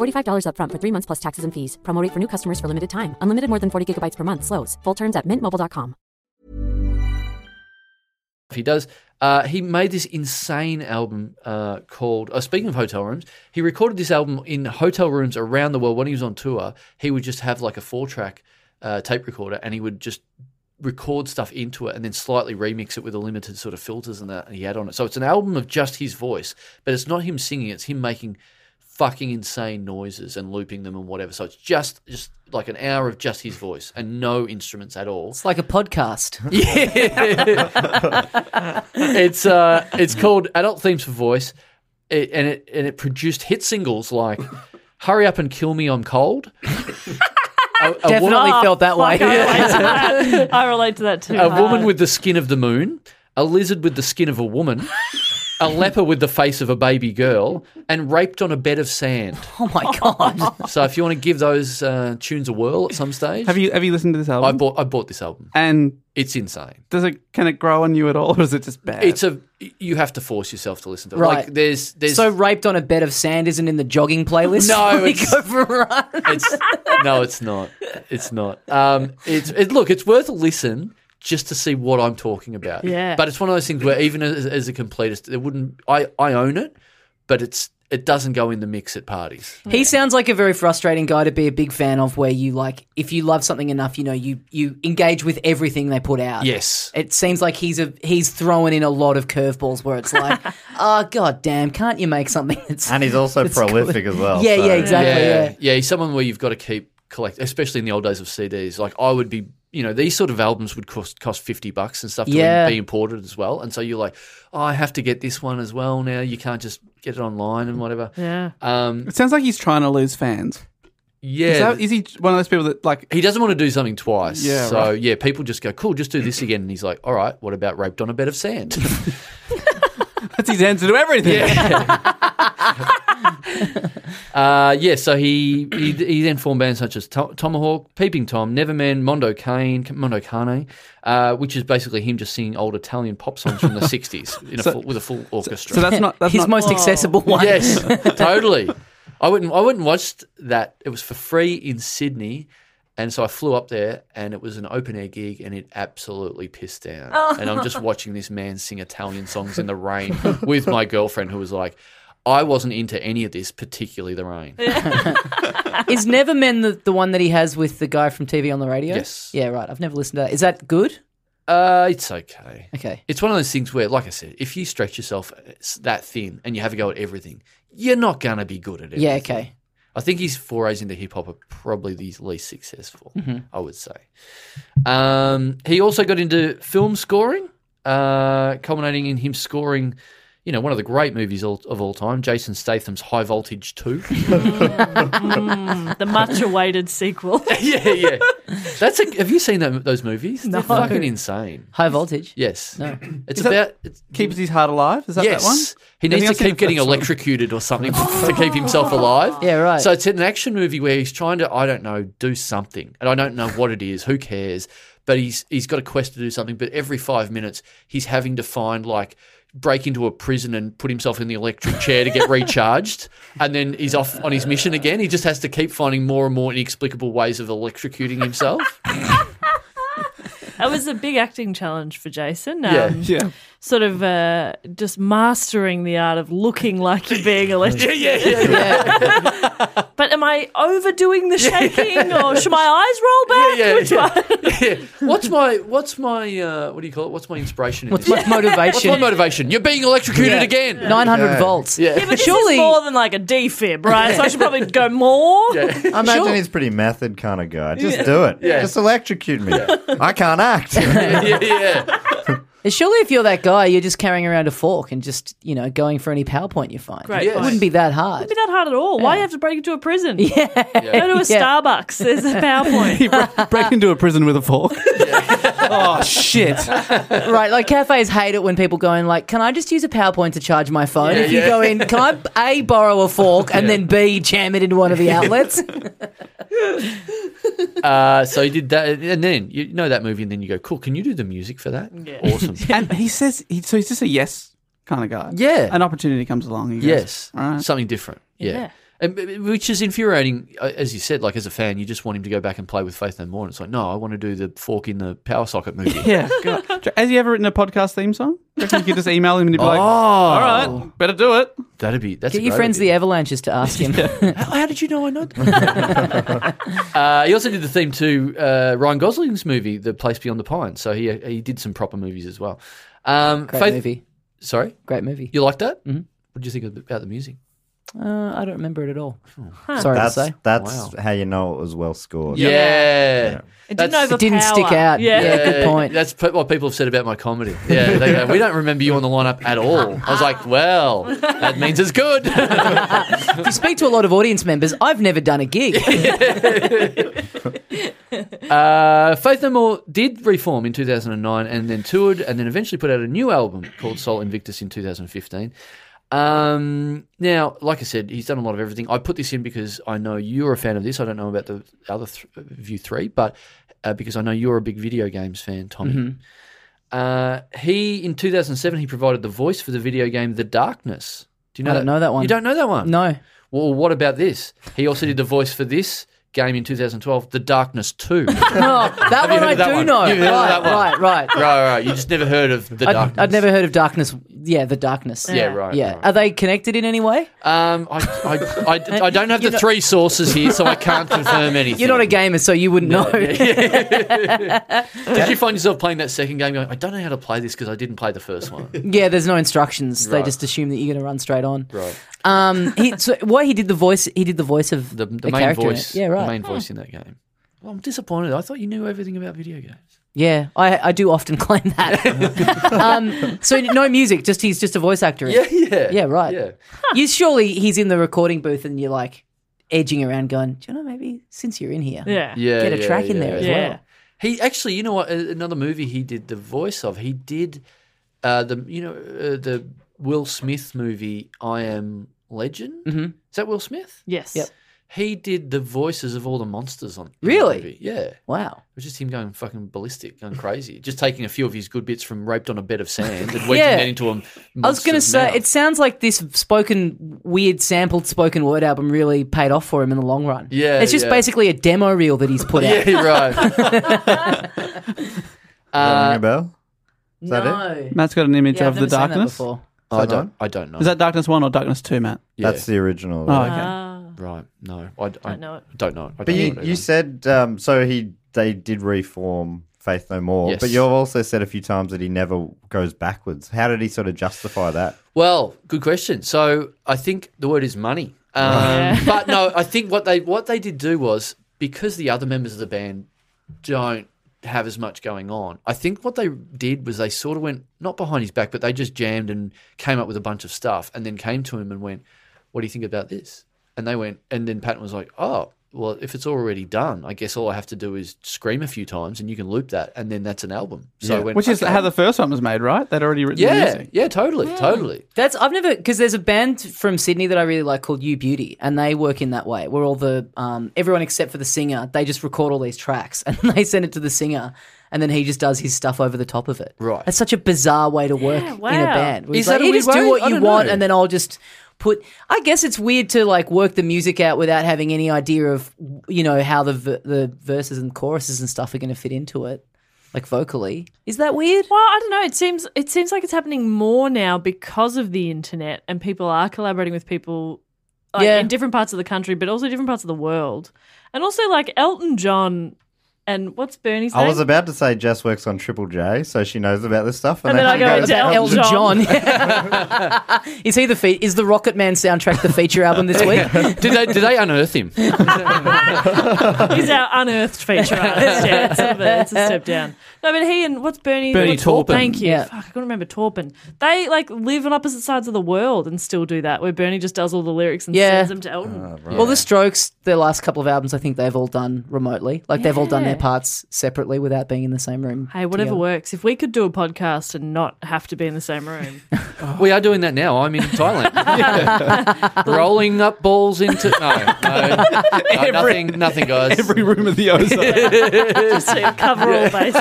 E: $45 upfront for three months plus taxes and fees. Promo rate for new customers for limited time. Unlimited more than 40 gigabytes per month. Slows. Full terms at mintmobile.com.
H: He does. Uh, he made this insane album uh, called. Uh, speaking of hotel rooms, he recorded this album in hotel rooms around the world when he was on tour. He would just have like a four-track uh, tape recorder, and he would just record stuff into it and then slightly remix it with a limited sort of filters and that he had on it. So it's an album of just his voice, but it's not him singing; it's him making fucking insane noises and looping them and whatever. So it's just just like an hour of just his voice and no instruments at all.
I: It's like a podcast.
H: Yeah. it's uh, it's called Adult Themes for Voice, it, and it and it produced hit singles like "Hurry Up and Kill Me, I'm Cold." A- a
I: Definitely
H: woman-
I: felt that way.
G: I relate to that. I relate to that too. Uh,
H: a woman with the skin of the moon, a lizard with the skin of a woman, a leper with the face of a baby girl, and raped on a bed of sand.
I: Oh my god!
H: So if you want to give those uh, tunes a whirl at some stage,
K: Have you have you listened to this
H: I
K: album?
H: bought I bought this album.
K: and
H: It's insane.
K: does it can it grow on you at all, or is it just bad?
H: It's a you have to force yourself to listen to it.
I: Right.
H: Like there's there's
I: so raped on a bed of sand isn't in the jogging playlist.
H: No,
I: we
H: it's-
I: go for a run.
H: it's no, it's not. It's not. Um, it's it, look, it's worth a listen just to see what I'm talking about.
G: Yeah.
H: But it's one of those things where even as, as a completist, it wouldn't. I I own it, but it's it doesn't go in the mix at parties.
I: He sounds like a very frustrating guy to be a big fan of. Where you like, if you love something enough, you know you you engage with everything they put out.
H: Yes.
I: It seems like he's a he's throwing in a lot of curveballs where it's like, oh god damn, can't you make something that's
A: And he's also
I: that's cool?"
A: prolific as well,
I: Yeah,
A: so-
I: yeah, exactly. Yeah.
H: yeah, He's someone where you've got to keep collect, especially in the old days of CDs. Like I would be, you know, these sort of albums would cost cost fifty bucks and stuff to
I: Yeah.
H: be imported as well. And so you're like, oh, I have to get this one as well now. You can't just get it online and whatever.
G: yeah.
H: Um,
K: it sounds like he's trying to lose fans.
H: yeah.
K: Is, that, is he one of those people that like?
H: he doesn't want to do something twice.
K: Yeah,
H: So
K: right.
H: yeah, people just go, cool, just do this again. And he's like, all right, what about raped on a bed of sand?
K: That's his answer to everything.
H: uh, yeah. So he, he he then formed bands such as to- Tomahawk, Peeping Tom, Neverman, Mondo Cane, Mondo Cane, uh, which is basically him just singing old Italian pop songs from the '60s in a full, with a full orchestra.
K: So that's not that's
I: His
K: not, Oh.
I: most accessible one.
H: yes, totally. I went and- I went and watched that. It was for free in Sydney. And so I flew up there, and it was an open air gig, and it absolutely pissed down. And I'm just watching this man sing Italian songs in the rain with my girlfriend, who was like, "I wasn't into any of this, particularly the rain."
I: Is Nevermen the, the one that he has with the guy from TV on the radio?
H: Yes.
I: Yeah, right. I've never listened to that. Is that good?
H: Uh, it's okay.
I: Okay.
H: It's one of those things where, like I said, if you stretch yourself uh, s- that thin and you have a go at everything, you're not gonna be good at it.
I: Yeah, okay.
H: I think his forays into hip hop are probably the least successful, I would say. Um, he also got into film scoring, uh, culminating in him scoring, you know, one of the great movies all, of all time, Jason Statham's High Voltage 2.
G: the much awaited sequel.
H: yeah, yeah. That's a, have you seen that, those movies? They're fucking insane.
I: High voltage.
H: Yes. It's
K: Is that-
H: about. It's,
K: Keeps his heart alive. Is that
H: yes.
K: that one?
H: He
K: Anything
H: needs to
K: else in
H: keep
K: the
H: getting
K: first one?
H: electrocuted or something to keep himself alive.
I: Yeah, right.
H: So it's an action movie where he's trying to, I don't know, do something. And I don't know what it is, who cares? But he's he's got a quest to do something, but every five minutes he's having to find like break into a prison and put himself in the electric chair to get recharged and then he's off on his mission again. He just has to keep finding more and more inexplicable ways of electrocuting himself.
G: It was a big acting challenge for Jason. um,
K: Yeah, yeah.
G: Sort of uh, just mastering the art of looking like you're being electrocuted.
H: yeah,
G: but am I overdoing the shaking, or should my eyes roll back?
H: yeah,
G: Which
H: yeah.
G: one?
H: What's my what's my uh, what do you call it? What's my inspiration? In
I: What's
H: this?
I: my motivation?
H: What's my motivation? You're being electrocuted
I: Yeah.
H: again.
I: 900 Yeah. volts.
H: Yeah.
G: Yeah, but this
I: Surely-
G: is more than like a defib, right? So I should probably go more.
A: I imagine he's pretty method kind of guy. Just
G: Yeah.
A: do it.
G: Yeah.
A: Just electrocute me. I can't act.
H: yeah, yeah.
I: Surely, if you're that guy, you're just carrying around a fork and just you know going for any PowerPoint you find.
G: Great
I: it
G: point.
I: wouldn't be that hard.
G: It'd be that hard at all. Why do you have to break into a prison? Yeah. Go to a
I: Yeah.
G: Starbucks. There's a PowerPoint.
K: Break into a prison with a fork. oh shit!
I: right, like cafes hate it when people go in like, "Can I just use a PowerPoint to charge my phone?"
H: Yeah,
I: if you
H: yeah.
I: go in, can I a borrow a fork and then b jam it into one of the outlets?
H: Uh, so you did that, and then you know that movie, and then you go, "Cool, can you do the music for that? Awesome."
K: and he says, he, so he's just a yes kind of guy.
H: Yeah.
K: An opportunity comes along. He goes,
H: Yes,
K: All right.
H: something different. Yeah.
K: Yeah.
H: And b- b- which is infuriating, uh, as you said. Like as a fan, you just want him to go back and play with Faith No More, and it's like, no, I want to do the fork in the power socket movie.
K: Yeah. God. Has he ever written a podcast theme song? Reckon you could just email him and he'd be like,
H: Oh.
K: all right, better do it.
H: that'd be that's
I: Get
H: a
I: your
H: great
I: friends
H: idea.
I: the Avalanches to ask him.
H: How, how did you know I know? uh, he also did the theme to uh, Ryan Gosling's movie, The Place Beyond the Pines. So he uh, he did some proper movies as well. Um,
I: Great movie.
H: Sorry,
I: Great movie.
H: you liked that? Mm-hmm. What did you think of- about the music?
I: Uh, I don't remember it at all.
G: Huh.
I: Sorry
A: That's
I: to say.
A: that's
H: Wow.
A: how you know it was well scored.
H: Yeah,
G: It didn't
H: That's-
G: overpower.
I: It didn't stick out.
G: Yeah.
I: Yeah. good point.
H: That's pe- what people have said about my comedy. Yeah, they go, we don't remember you on the lineup at all. I was like, well, that means it's good.
I: if you speak to a lot of audience members, I've never done a gig.
H: uh, Faith No More did reform in 2009 and then toured and then eventually put out a new album called Soul Invictus in 2015. Um, now, like I said, he's done a lot of everything. I put this in because I know you're a fan of this. I don't know about the other th- View 3, but uh, because I know you're a big video games fan, Tommy.
I: Mm-hmm.
H: Uh, he, in 2007, he provided the voice for the video game The Darkness. Do you know
I: I don't know that one.
H: You don't know that one?
I: no.
H: Well, what about this? He also did the voice for this game in 2012, The Darkness 2. right,
I: No, Oh, that
H: you
I: one
H: heard
I: I
H: of that
I: do
H: one?
I: know.
H: You've heard of
I: right,
H: that one?
I: right, right,
H: right. You just never heard of The
I: I'd,
H: Darkness.
I: I'd never heard of darkness. Yeah, the darkness.
H: Yeah, right.
I: yeah.
H: right.
I: Are they connected in any way?
H: Um, I, I, I, I don't have the three sources here, so I can't confirm anything.
I: You're not a gamer, so you wouldn't know.
H: Did you find yourself playing that second game going, I don't know how to play this because I didn't play the first one?
I: Yeah, there's no instructions. They
H: Right.
I: just assume that you're going to run straight on.
H: Right.
I: Um, he, so why he did the voice? He did the voice of
H: The, the
I: a
H: main
I: character in it.
H: voice.
I: Yeah, right.
H: The main voice in that game. Well, I'm disappointed. I thought you knew everything about video games.
I: Yeah, I, I do often claim that. um, so no music, just he's just a voice actor. in it.
H: yeah.
I: Yeah, right.
H: Yeah.
I: You surely he's in the recording booth and you're like edging around, going, "Do you know maybe since you're in here,
G: Yeah.
H: Yeah,
I: get a
H: yeah,
I: track in
H: yeah.
I: there as
G: Yeah.
I: well."
H: He actually, you know what? a- Another movie he did the voice of. He did uh, the you know uh, the Will Smith movie I Am Legend.
I: Mhm.
H: Is that Will Smith?
G: Yes.
I: Yep.
H: He did the voices of all the monsters on in that
I: Really?
H: movie. Yeah. It
I: Wow.
H: was just him going fucking ballistic, going crazy, just taking a few of his good bits from "Raped on a Bed of Sand" and wedging
I: Yeah.
H: that into him.
I: I was going to say, it sounds like this spoken, weird, sampled spoken word album really paid off for him in the long run.
H: Yeah,
I: It's just
H: yeah.
I: basically a demo reel that he's put out.
H: yeah, right.
A: Does that ring
H: uh,
A: a bell? Is that it?
K: Matt's got an image
I: Yeah, I've
K: of the
I: never seen that
K: darkness.
I: before.
H: I don't. I don't know.
K: Is that Darkness One or Darkness Two, Matt?
H: Yeah.
A: That's the original.
K: Oh, okay.
G: Ah.
H: right? No, I, I don't
G: know it.
H: Don't know. it. I
A: But
H: don't know
A: you,
H: it either.
A: you said um, so he they did reform Faith No More,
H: Yes.
A: but you've also said a few times that he never goes backwards. How did he sort of justify that?
H: Well, good question. So I think the word is money. Um, but no, I think what they what they did do was because the other members of the band don't have as much going on. I think what they did was they sort of went not behind his back, but they just jammed and came up with a bunch of stuff, and then came to him and went, "What do you think about this?" And they went, and then Patton was like, "Oh." Well, if it's already done, I guess all I have to do is scream a few times, and you can loop that, and then that's an album. So, I went,
K: Which is
H: "Okay."
K: how the first one was made, right? They'd already written the
H: yeah,
K: music.
H: yeah, totally, totally.
I: That's I've never because there's a band from Sydney that I really like called You Beauty, and they work in that way where all the um, everyone except for the singer they just record all these tracks and they send it to the singer, and then he just does his stuff over the top of it.
H: Right.
I: That's such a bizarre way to work
G: wow.
I: in a band. where
H: Is
I: it's like,
H: that a
I: you
H: weird
I: just do
H: way? I
I: what you
H: don't
I: want,
H: know.
I: and then I'll just put. I guess it's weird to like work the music out without having any idea of you know how the v- the verses and choruses and stuff are going to fit into it. like vocally. Is that weird?
G: Well, I don't know. It seems it seems like it's happening more now because of the internet and people are collaborating with people like,
I: Yeah.
G: in different parts of the country, but also different parts of the world. And also like Elton John and what's Bernie's
A: I
G: name?
A: was about to say Jess works on Triple J, so she knows about this stuff.
G: And then I go
A: goes,
G: into Elton
I: Elton John. is he the fe- is the Rocket Man soundtrack the feature album this week?
H: did they did they unearth him?
G: He's our unearthed feature artist. Yeah, it's a, bit- it's a step down. No, but he and what's Bernie?
H: Bernie
G: what's-
H: Taupin.
G: Thank you.
H: Yeah.
G: Fuck, I couldn't remember Taupin. They like live on opposite sides of the world and still do that. Where Bernie just does all the lyrics and
I: Yeah.
G: sends them to Elton.
H: Ah,
I: Well, the Strokes, their last couple of albums, I think they've all done remotely. Like they've all done their
G: Yeah.
I: parts separately without being in the same room.
G: Hey, whatever
I: together.
G: works. If we could do a podcast and not have to be in the same room,
H: We are doing that now. I'm in Thailand. Rolling up balls into no, no, no nothing, nothing, guys.
F: Every room of the ozone.
G: just to cover all bases.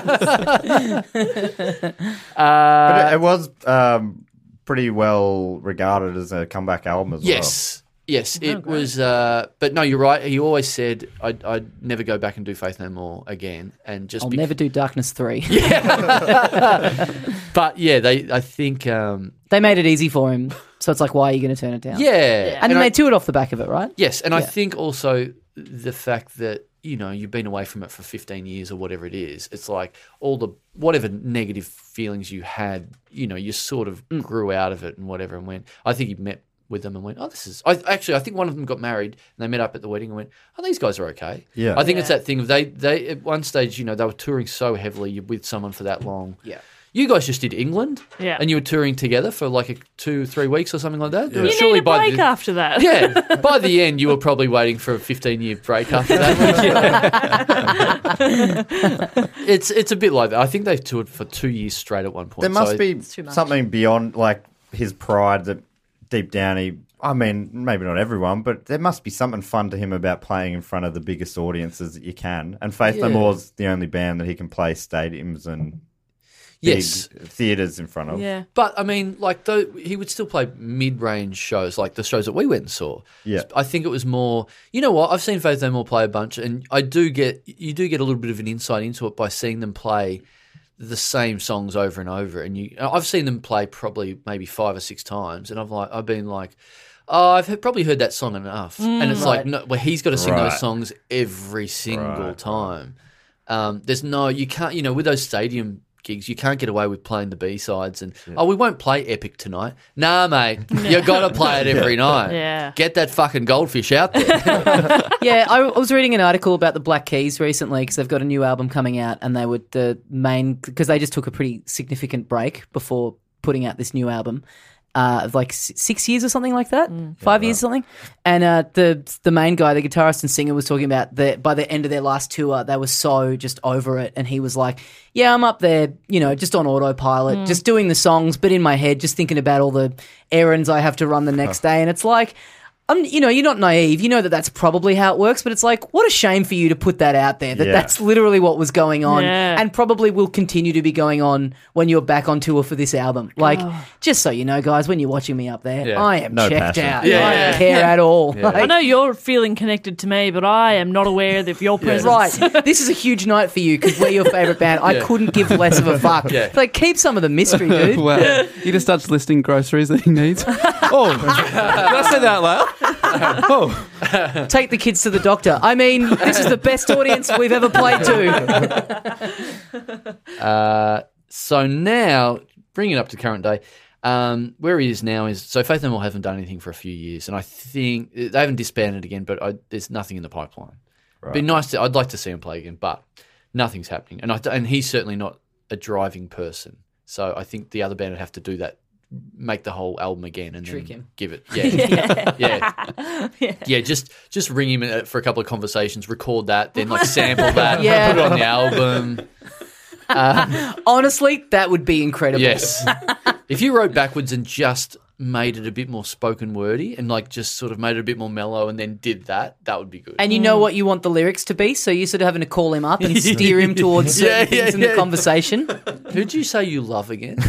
H: Uh,
A: but it, it was um, pretty well regarded as a comeback album as
H: Yes. Yes, it was. Uh, but no, you're right. He always said, I'd, "I'd never go back and do Faith No More again." And just
I: I'll
H: bec-
I: never do Darkness Three.
H: but yeah, they. I think. Um,
I: they made it easy for him, so it's like, why are you going to turn it down?
H: Yeah. Yeah.
I: and,
H: And
I: then
H: I-
I: they do it off the back of it, right?
H: yes, and I
I: Yeah.
H: think also the fact that you know you've been away from it for 15 years or whatever it is. It's like all the whatever negative feelings you had, you know, you sort of
I: Mm.
H: grew out of it and whatever, and went. I think you met with them and went, "Oh, this is." I actually, I think one of them got married and they met up at the wedding and went, "Oh, these guys are okay."
A: Yeah.
H: I think it's that thing of they they at one stage, you know, they were touring so heavily you're with someone for that long.
I: Yeah.
H: You guys just did England,
G: Yeah.
H: and you were touring together for like a, two, three weeks or something like that.
G: you need a
H: by
G: break
H: the-
G: after that.
H: yeah. By the end, you were probably waiting for a 15 year break after that. it's it's a bit like that. I think they've toured for two years straight at one point.
A: There must
H: so-
A: be something beyond like his pride that deep down he. I mean, maybe not everyone, but there must be something fun to him about playing in front of the biggest audiences that you can. And Faith No
H: Yeah.
A: More's the only band that he can play stadiums and
H: Yes.
A: big theaters in front of.
H: But I mean, like though he would still play mid-range shows, like the shows that we went and saw.
A: Yeah.
H: I think it was more. You know what? I've seen Faith No More play a bunch, and I do get you do get a little bit of an insight into it by seeing them play the same songs over and over. And you, I've seen them play probably maybe five or six times, and I've like I've been like. Oh, I've heard, probably heard that song enough, and it's like
I: Right.
H: no, well, he's got to sing
I: Right.
H: those songs every single
I: Right.
H: time. Um, there's no, you can't, you know, with those stadium gigs, you can't get away with playing the B sides and, oh, we won't play Epic tonight. Nah, mate, you got to play it every
I: Yeah.
H: night.
I: Yeah.
H: Get that fucking goldfish out there.
I: yeah, I, I was reading an article about the Black Keys recently because they've got a new album coming out, and they were the main because they just took a pretty significant break before putting out this new album. Uh, of like s- six years or something like that, five years or something, and uh, the the main guy, the guitarist and singer, was talking about that by the end of their last tour, they were so just over it, and he was like, "Yeah, I'm up there, you know, just on autopilot,
G: Mm.
I: just doing the songs, but in my head, just thinking about all the errands I have to run the next day, and it's like, I'm, you know, you're not naive. You know that that's probably how it works, but it's like, what a shame for you to put that out there. That
G: Yeah.
I: that's literally what was going on,
G: Yeah.
I: and probably will continue to be going on when you're back on tour for this album. Like,
G: Oh.
I: just so you know, guys, when you're watching me up there,
G: Yeah.
I: I am
G: No
I: checked
G: passion.
I: out.
G: Yeah.
I: I don't
G: Yeah.
I: care
G: Yeah.
I: at all.
G: I
I: Like-
G: know you're feeling connected to me, but I am not aware of your presence.
I: Right. This is a huge night for you because we're your favourite band. I
K: Yeah.
I: couldn't give less of a fuck.
K: Yeah.
I: Like, keep some of the mystery, dude.
K: wow. He just starts listing groceries that he needs. Oh, did I say that out loud? Oh.
I: Take the kids to the doctor. I mean, this is the best audience we've ever played to.
H: Uh, so now, bring it up to current day. Um, where he is now is so Faith No More haven't done anything for a few years, and I think they haven't disbanded again. But I, there's nothing in the pipeline.
A: Right.
H: Be nice. To, I'd like to see him play again, but nothing's happening, and I, and he's certainly not a driving person. So I think the other band would have to do that, make the whole album again, and
I: Trick
H: then
I: him.
H: give it.
I: Yeah.
H: Yeah, yeah,
G: yeah.
H: Just just ring him uh, for a couple of conversations, record that, then like sample that,
I: Yeah.
H: put it on the album. Um,
I: Honestly, that would be incredible.
H: Yes. if you wrote backwards and just made it a bit more spoken wordy and like just sort of made it a bit more mellow and then did that, that would be good.
I: And you know what you want the lyrics to be, so you're sort of having to call him up and steer him towards certain
H: Yeah, yeah,
I: things in the
H: yeah.
I: conversation.
H: Who'd you say you love again?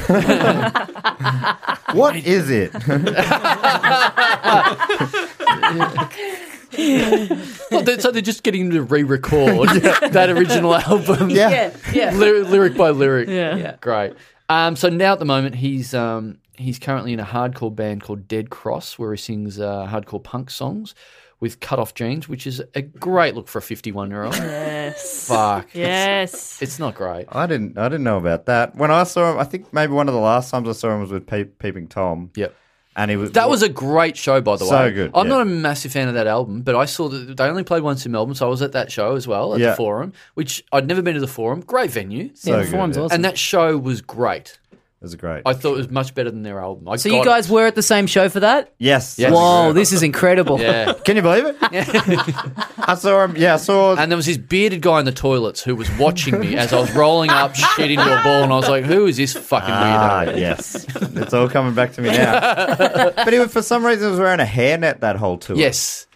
A: What is it?
H: Well, they- so they're just getting to re-record that original album,
I: Yeah. Yeah, yeah.
H: Ly- lyric by lyric.
I: Yeah. Yeah.
H: great. Um, so now at the moment he's um, he's currently in a hardcore band called Dead Cross, where he sings uh, hardcore punk songs with cut off jeans, which is a great look for a fifty-one-year-old.
G: Yes.
H: Fuck.
G: Yes.
H: It's not great.
A: I didn't. I didn't know about that. When I saw him, I think maybe one of the last times I saw him was with Pe- Peeping Tom.
H: Yep.
A: And he was.
H: That was a great show, by the
A: So
H: way.
A: good,
H: I'm
A: yeah.
H: not a massive fan of that album, but I saw that they only played once in Melbourne, so I was at that show as well at
A: Yeah.
H: the Forum, which I'd never been to the Forum. Great venue.
I: So Yeah, the good, Forum's yeah. awesome.
H: And that show was great. It
A: was great.
H: I thought it was much better than their album. I
I: So
H: got
I: you
H: it.
I: guys were at the same show for that?
A: Yes.
I: Whoa, this is incredible.
H: Yeah.
A: Can you believe it? I saw him. Yeah, I saw.
H: And there was this bearded guy in the toilets who was watching me as I was rolling up shit into a ball, and I was like, "Who is this fucking
A: Ah,
H: weirdo?"
A: yes. It's all coming back to me now. but he was, for some reason, was wearing a hairnet that whole tour.
H: Yes.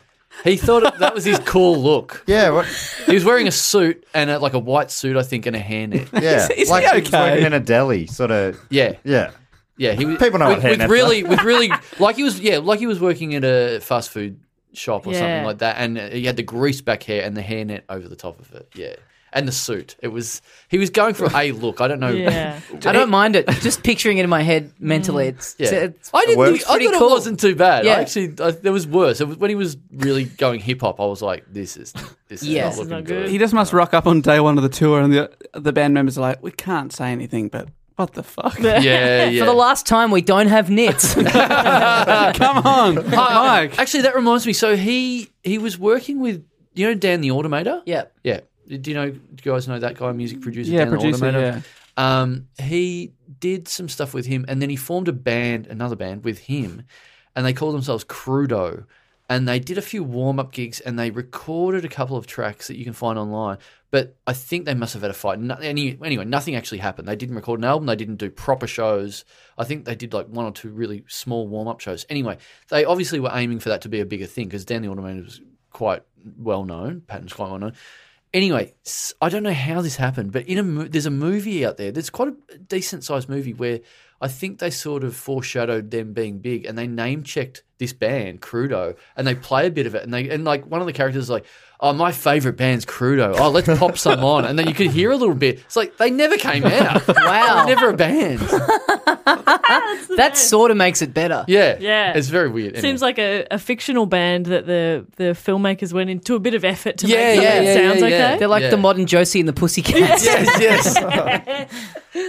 H: He thought it- that was his cool look.
A: Yeah.
H: He was wearing a suit and a, like a white suit, I think, and a hairnet.
A: Yeah. like he was working in a deli, sort of.
H: Yeah.
A: Yeah.
H: Yeah, he was
A: People know
H: with,
A: what hairnets
H: with
A: are.
H: really with really like he was yeah like he was working at a fast food shop or something
A: Yeah.
H: like that, and he had the grease back hair and the hairnet over the top of it. Yeah. And the suit. It was he was going for a look. I don't know.
I: I don't mind it. Just picturing it in my head mentally, it's,
H: Hmm. Yeah.
I: it's
H: I didn't.
I: it's
H: think- I
I: pretty
H: thought
I: cool.
H: it wasn't too bad.
I: Yeah.
H: I actually, I, there was worse. It was, when he was really going hip hop, I was like, "This is this is
K: Yeah.
H: not looking good.
K: He just must rock up on day one of the tour, and the the band members are like, "We can't say anything, but what the fuck?"
H: Yeah, yeah.
I: For the last time, we don't have nits.
K: Come on.
H: Uh, actually, that reminds me. So he he was working with you know Dan the Automator.
I: Yeah.
H: yeah. Do you know? Do you guys know that guy, music producer?
K: Yeah,
H: Dan
K: producer,
H: the Automator. Um, he did some stuff with him, and then he formed a band, another band with him, and they called themselves Crudo. And they did a few warm up gigs, and they recorded a couple of tracks that you can find online. But I think they must have had a fight. No, any, anyway, nothing actually happened. They didn't record an album. They didn't do proper shows. I think they did like one or two really small warm up shows. Anyway, they obviously were aiming for that to be a bigger thing because Dan the Automator was quite well known. Patton's quite well known. Anyway, s- I don't know how this happened, but in a mo- there's a movie out there. There's quite a decent sized movie where I think they sort of foreshadowed them being big, and they name checked this band Crudo, and they play a bit of it, and they and like one of the characters is like, "Oh, my favorite band's Crudo. Oh, let's pop some on," and then you could hear a little bit. It's like they never came out.
I: Wow.
H: They were never a band.
I: that sort of makes it better.
H: Yeah,
G: Yeah.
H: It's very weird. Anyway.
G: Seems like a, a fictional band that the, the filmmakers went into a bit of effort to make
H: Yeah,
G: something
H: yeah,
G: that
H: yeah,
G: sounds
H: yeah,
G: okay.
H: yeah.
I: They're like
H: Yeah.
I: the modern Josie and the Pussycats.
H: Yes,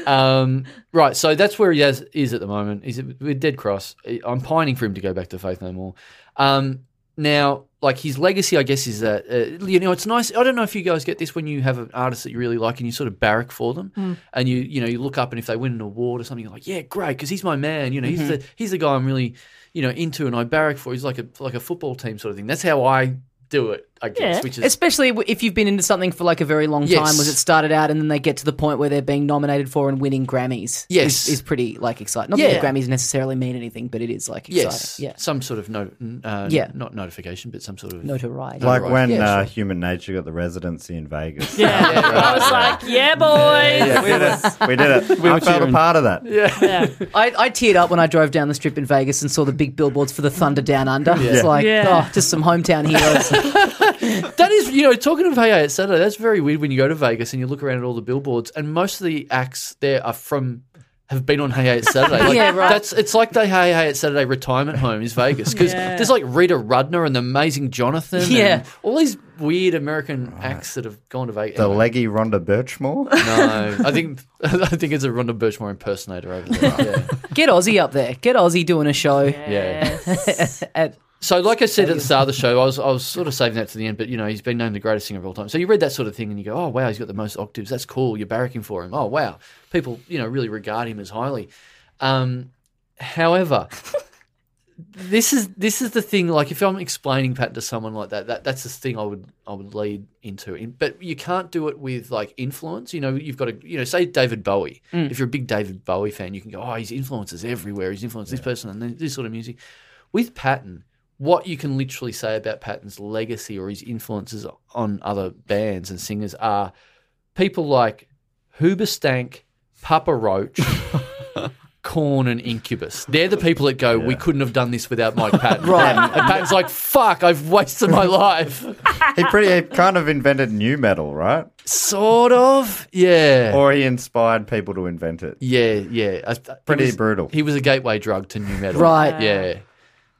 H: um, right, so that's where he has, is at the moment. He's with Dead Cross. I'm pining for him to go back to Faith No More. Um, now, like his legacy, I guess, is that uh, you know it's nice. I don't know if you guys get this when you have an artist that you really like and you sort of barrack for them,
J: Mm.
H: and you you know you look up and if they win an award or something, you're like, yeah, great, because he's my man. You know,
J: Mhm.
H: he's the he's the guy I'm really you know into and I barrack for. He's like a like a football team sort of thing. That's how I do it, I guess. Which is
I: Especially w- if you've been into something for like a very long
H: Yes.
I: time, was it started out and then they get to the point where they're being nominated for and winning Grammys.
H: Yes.
I: Is, is pretty like exciting. Not
H: Yeah.
I: that the Grammys necessarily mean anything, but it is like exciting.
H: Yes,
I: Yeah.
H: some sort of no, n- uh,
I: Yeah.
H: not notification, but some sort of
I: Notoriety.
A: Like when
H: Yeah,
A: uh,
H: sure.
A: Human Nature got the residency in Vegas.
G: Yeah. I was like, yeah, boys.
A: we did it. We did it.
K: We
A: I
K: were
A: felt a
K: cheering.
A: part of that.
H: Yeah.
I: I, I teared up when I drove down the strip in Vegas and saw the big billboards for the Thunder Down Under.
H: Yeah.
I: It's like,
H: Yeah.
I: oh, just some hometown heroes.
H: that is, you know, talking of Hey Hey It's Saturday, that's very weird when you go to Vegas and you look around at all the billboards, and most of the acts there are from. Have been on Hey Hey It's Saturday. Like,
I: Yeah, right.
H: That's it's like the Hey Hey It's Saturday retirement home is Vegas because
I: Yeah.
H: there's like Rita Rudner and the amazing Jonathan. and
I: Yeah.
H: all these weird American acts that have gone to Vegas.
A: The leggy Rhonda Birchmore.
H: no, I think I think it's a Rhonda Birchmore impersonator over there. Yeah.
I: Get Aussie up there. Get Aussie doing a show.
H: Yeah.
I: At-
H: So, like I said at the start of the show, I was I was sort of saving that to the end, but you know he's been named the greatest singer of all time. So you read that sort of thing and you go, oh wow, he's got the most octaves. That's cool. You're barracking for him. Oh wow, people you know really regard him as highly. Um, however, this is this is the thing. Like if I'm explaining Pat to someone like that, that that's the thing I would I would lead into. In- But you can't do it with like influence. You know, you've got to you know say David Bowie.
J: Mm.
H: If you're a big David Bowie fan, you can go, oh, his influence is everywhere. He's influenced this person and then this sort of music. With Patton, what you can literally say about Patton's legacy or his influences on other bands and singers are people like Hoobastank, Papa Roach. Korn and Incubus. They're the people that go, we couldn't have done this without Mike Patton.
J: Right.
H: And Patton's like, fuck, I've wasted my life.
J: he pretty he kind of invented new metal, right?
H: Sort of, yeah.
J: Or he inspired people to invent it.
H: Yeah, yeah. I- I-
J: Pretty
H: he was-
J: brutal.
H: He was a gateway drug to new metal.
I: Right.
H: Yeah.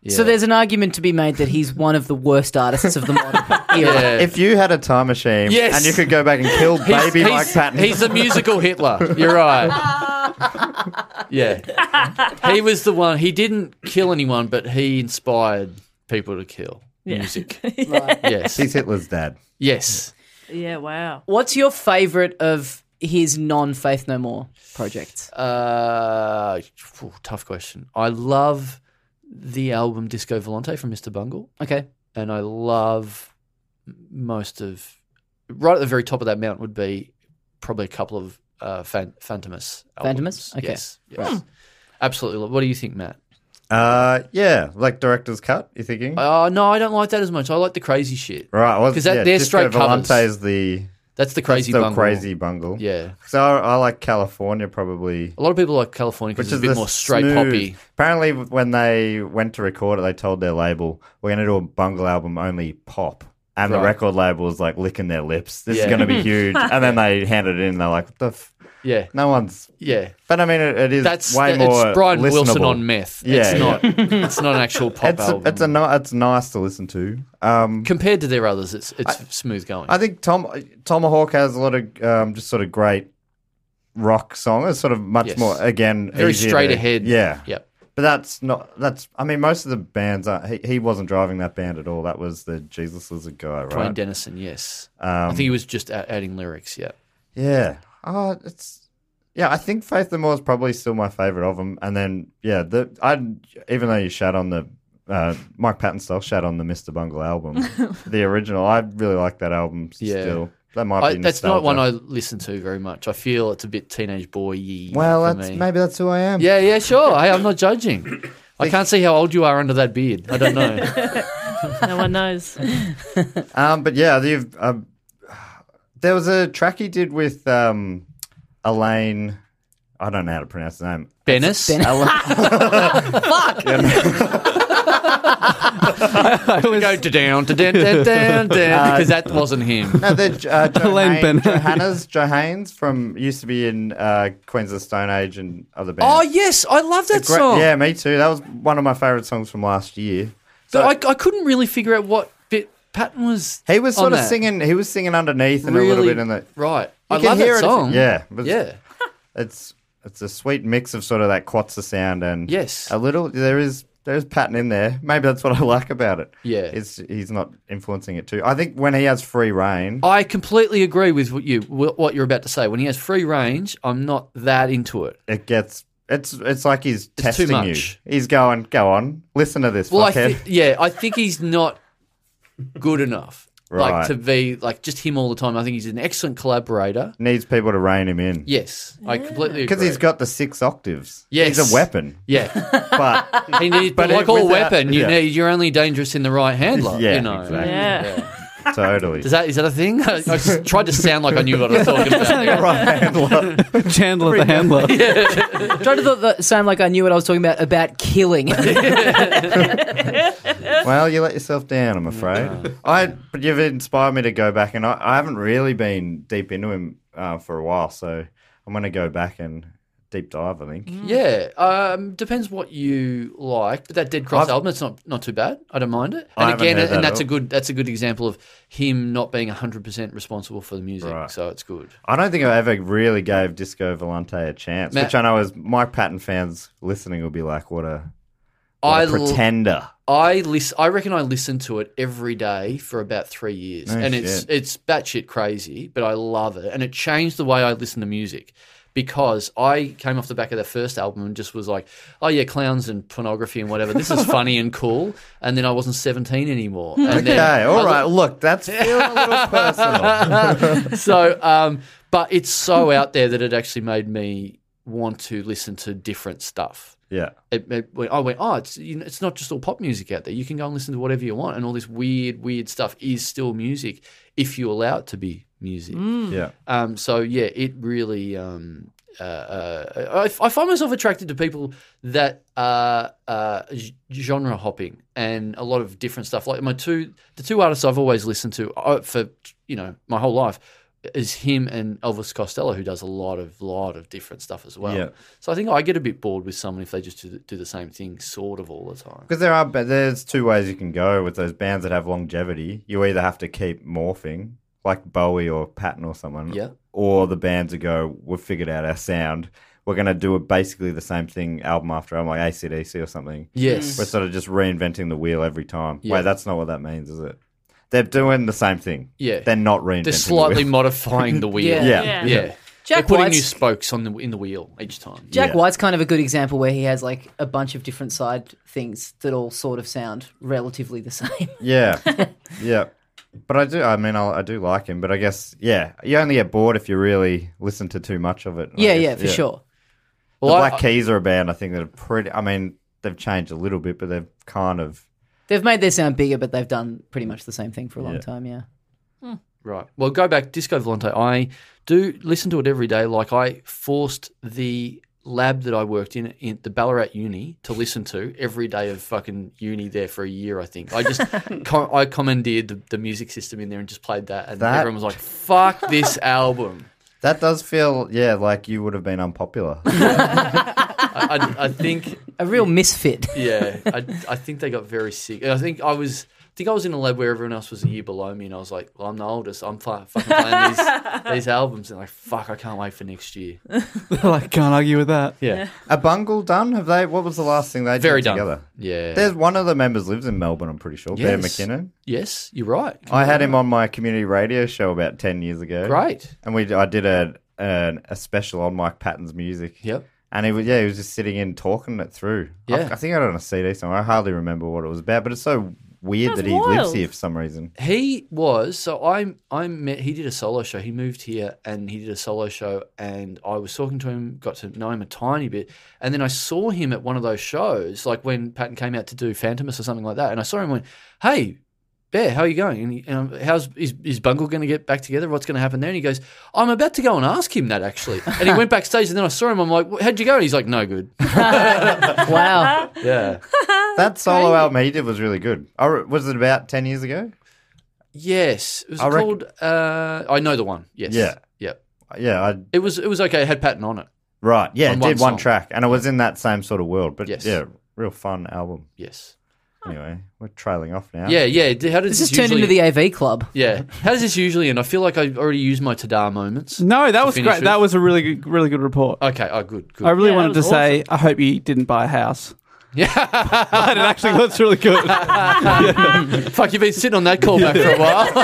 I: So there's an argument to be made that he's one of the worst artists of the modern era.
H: Yeah.
J: If you had a time machine
H: Yes.
J: and you could go back and kill
H: He's-
J: baby
H: he's-
J: Mike Patton,
H: He's a musical Hitler. You're right. Yeah. He was the one. He didn't kill anyone, but he inspired people to kill
I: Yeah.
H: music.
I: Right.
H: Yes.
J: He's Hitler's dad.
H: Yes.
G: Yeah, wow.
I: What's your favourite of his non Faith No More projects?
H: Uh, phew, tough question. I love the album Disco Volante from Mr. Bungle.
I: Okay.
H: And I love most of, right at the very top of that mount would be probably a couple of uh, Fan- Phantomus albums.
I: Phantomus? Okay.
H: Yes. yes.
I: Right.
H: Absolutely. love- What do you think, Matt?
J: uh, yeah, like director's cut. You thinking?
H: Uh, no, I don't like that as much. I like the crazy shit.
J: right, well,
H: Because that,
J: yeah,
H: they're
J: Disco
H: straight covers.
J: Volante's the
H: That's the crazy
J: that's the
H: bungle.
J: crazy bungle.
H: Yeah.
J: So I, I like California probably.
H: A lot of people like California because it's a bit
J: the
H: more straight
J: smooth-
H: poppy.
J: Apparently, when they went to record it, they told their label, "We're going to do a bungle album only pop." And the
H: Right.
J: record label was like licking their lips. This
H: Yeah.
J: is going to be huge. and then they handed it in. They're like, "What the f-
H: Yeah.
J: no one's."
H: Yeah.
J: But I mean, it, it is
H: That's
J: way
H: it's
J: more.
H: Brian Wilson
J: listenable.
H: on meth. it's not it's not an actual pop
J: It's a,
H: album.
J: it's a ni- it's nice to listen to. Um,
H: Compared to their others, it's it's smooth going.
J: I think Tom Tomahawk has a lot of um, just sort of great rock songs. It's sort of much
H: Yes.
J: more again
H: Very
J: easier
H: straight
J: to-
H: ahead.
J: Yeah,
H: Yep.
J: But that's not that's. I mean, most of the bands. Are, he he wasn't driving that band at all. That was the Jesus Lizard guy,
H: Dwayne
J: right?
H: Dennison, yes. I
J: Um,
H: think he was just a- adding lyrics. Yeah.
J: Yeah. Oh, it's yeah. I think Faith No More is probably still my favorite of them. And then yeah, the I even though you shat on the uh, Mike Patton stuff, shat on the Mister Bungle album, the original. I really like that album.
H: Yeah.
J: Still, that might be.
H: I, that's not
J: nostalgia.
H: one I listen to very much. I feel it's a bit teenage boy y.
J: Well, that's maybe that's who I am.
H: Yeah, yeah, sure. Hey, I'm not judging. I can't see how old you are under that beard. I don't know.
G: No one knows.
J: Um, but yeah, you've, um, there was a track he did with um, Elaine. I don't know how to pronounce the name.
H: Bennis?
I: Fuck!
H: I go to down to down down down down
J: Uh,
H: because that wasn't him.
J: No, the uh,
H: Elaine
J: Johannes,
H: Bennett.
J: Johannes Johannes from used to be in uh, Queens of the Stone Age and other bands.
H: Oh yes, I love that
J: Great-
H: song.
J: Yeah, me too. That was one of my favorite songs from last year.
H: But I, I couldn't really figure out what bit Patton was.
J: He was
H: on
J: sort of
H: that.
J: singing. He was singing underneath and a little
H: Really-
J: bit in the.
H: Right,
J: You
H: I
J: can
H: love
J: hear
H: that
J: it-
H: song.
J: Yeah, but-
H: yeah.
J: It's it's a sweet mix of sort of that quatsa sound and
H: Yes.
J: a little there is there is pattern in there. Maybe that's what I like about it.
H: Yeah.
J: it's he's not influencing it too. I think when he has free reign,
H: I completely agree with what you wh- what you're about to say. When he has free range, I'm not that into it.
J: it gets it's it's like he's testing
H: too
J: you.
H: much.
J: He's going, go on, listen to this
H: Well, I
J: fuckhead.
H: thi- yeah, I think he's not good enough.
J: Right.
H: Like to be like just him all the time. I think he's an excellent collaborator.
J: Needs people to rein him in
H: Yes, I completely agree.
J: because he's got the six octaves.
H: Yes.
J: he's a weapon,
H: yeah.
J: but
H: He needs,
J: But
H: but like
J: it-
H: all
J: without-
H: weapon, you
J: yeah.
H: need you're only dangerous in the right hand. Like,
J: Yeah,
H: you know.
J: exactly.
G: Yeah.
J: totally.
H: Is that is that a thing? I, I just tried to sound like I knew what I was talking about. there.
F: Chandler the handler.
I: Tried to th- th- sound like I knew what I was talking about about killing.
J: Well, you let yourself down, I'm afraid. I, but you've inspired me to go back, and I, I haven't really been deep into him uh, for a while, so I'm going to go back and deep dive. I
H: Mm-hmm.
J: think.
H: Yeah, um, depends what you like. But that Dead Cross
J: I've-
H: album, it's not not too bad. I don't mind it.
J: I
H: And
J: haven't
H: again,
J: heard that
H: and that's
J: at
H: a good that's a good example of him not being hundred percent responsible for the music.
J: Right.
H: So it's good.
J: I don't think I ever really gave Disco Volante a chance,
H: Matt-
J: which I know as Mike Patton fans listening will be like, "What a, what
H: I
J: a
H: l-
J: pretender!"
H: I listen. I reckon I listened to it every day for about three years,
J: No
H: and it's
J: shit.
H: it's batshit crazy, but I love it, and it changed the way I listen to music because I came off the back of that first album and just was like, oh yeah, clowns and pornography and whatever. This is funny and cool, and then I wasn't seventeen anymore. And
J: Okay,
H: then
J: all right. Look, that's feeling a little personal.
H: so, um, but it's so out there that it actually made me want to listen to different stuff.
J: Yeah,
H: it, it, when I went, oh, it's you know, it's not just all pop music out there. You can go and listen to whatever you want, and all this weird, weird stuff is still music
J: Hmm.
H: if you allow it to be music.
J: yeah.
H: Um, so yeah, it really um, uh, uh, I, I find myself attracted to people that are uh, g- genre hopping and a lot of different stuff. Like my two, the two artists I've always listened to uh, for you know my whole life is him and Elvis Costello, who does a lot of lot of different stuff as well.
A: Yeah.
H: So I think I get a bit bored with someone if they just do the, do the same thing sort of all the time.
J: Because there are, but there's two ways you can go with those bands that have longevity. You either have to keep morphing, like Bowie or Patton or someone,
H: Yeah.
J: or the bands that go, we've figured out our sound. We're going to do basically the same thing album after album, like ACDC or something.
H: Yes.
J: We're sort of just reinventing the wheel every time.
H: Yeah.
J: Wait, that's not what that means, is it? They're doing the same thing.
H: Yeah.
J: They're not reinventing
H: They're slightly
J: the wheel.
H: modifying the
J: Yeah.
H: wheel.
J: Yeah.
H: yeah.
J: Yeah.
I: Jack
H: They're putting
I: White's-
H: new spokes on the in the wheel each time.
I: Jack White's kind of a good example where he has like a bunch of different side things that all sort of sound relatively the same.
J: Yeah, yeah. But I do. I mean, I, I do like him. But I guess, yeah, you only get bored if you really listen to too much of it. I
I: Yeah,
J: guess,
I: yeah, for sure.
J: The
I: Well, I-
J: Black Keys are a band. I think that are pretty. I mean, they've changed a little bit, but they've kind of.
I: They've made their sound bigger, but they've done pretty much the same thing for a long
J: Yeah.
I: time. Yeah.
H: Right. Well, go back Disco Volante. I do listen to it every day. Like I forced the lab that I worked in in the Ballarat Uni to listen to every day of fucking uni there for a year. I think I just com- I commandeered the, the music system in there and just played that, and
J: That-
H: everyone was like, "Fuck this album."
J: That does feel, yeah, like you would have been unpopular.
H: I, I, I think
I: a real misfit.
H: yeah, I, I think they got very sick. I think I was. I think I was in a lab where everyone else was a year below me, and I was like, "Well, I'm the oldest. I'm fu- fucking playing these, these albums." And like, fuck, I can't wait for next year.
K: I can't argue with that.
H: Yeah.
J: a bungle done? Have they? What was the last thing they
H: Very
J: did
H: done.
J: together?
H: Yeah.
J: There's one of the members lives in Melbourne. I'm pretty sure. Bear
H: Yes.
J: McKinnon.
H: Yes, you're right.
I: Oh,
J: I had him on my community radio show about ten years ago.
H: Great.
J: and we I did a an, a special on Mike Patton's music.
H: Yep.
J: And he was yeah, he was just sitting in talking it through. I-
H: Yeah.
J: I, think I had it on a CD somewhere. I hardly remember what it was about, but it's so weird
H: That's
J: that he lives
H: wild.
J: here for some reason.
H: He was so I I met he did a solo show. He moved here and he did a solo show and I was talking to him, got to know him a tiny bit, and then I saw him at one of those shows, like when Patton came out to do Phantomus or something like that, and I saw him and went, Hey, Bear, how are you going? And, he, and I'm, how's is, is Bungle going to get back together? What's going to happen there? And he goes, I'm about to go and ask him that actually. And he went backstage, and then I saw him. I'm like, "Wh- How'd you go? And he's like, No good.
I: wow.
H: Yeah.
J: that solo album he did was really good. I re- was it about ten years ago?
H: Yes. It was
J: I reckon-
H: called. Uh, I know the one. Yes.
J: Yeah.
H: Yep.
J: Yeah, I
H: It was it was okay. It had Patton on it.
J: right. Yeah,
H: On
J: it
H: one
J: did one
H: song.
J: track, and it was in that same sort of world. But
H: Yes.
J: yeah, real fun album.
H: Yes.
J: Anyway, we're trailing off now.
H: Yeah, yeah. D- How does
I: This
H: this,
I: has turned into
H: usually-
I: the AV club.
H: Yeah. How does this usually end? I feel like I already used my Tadar moments.
K: No, that
H: to
K: was
H: finish
K: great.
H: with.
K: That was a really good, really good report.
H: Okay. Oh, good. Good.
K: I really wanted to say, I hope you didn't buy a house.
H: Yeah.
K: But it actually looks really good.
H: Fuck, you've been sitting on that call back for a while.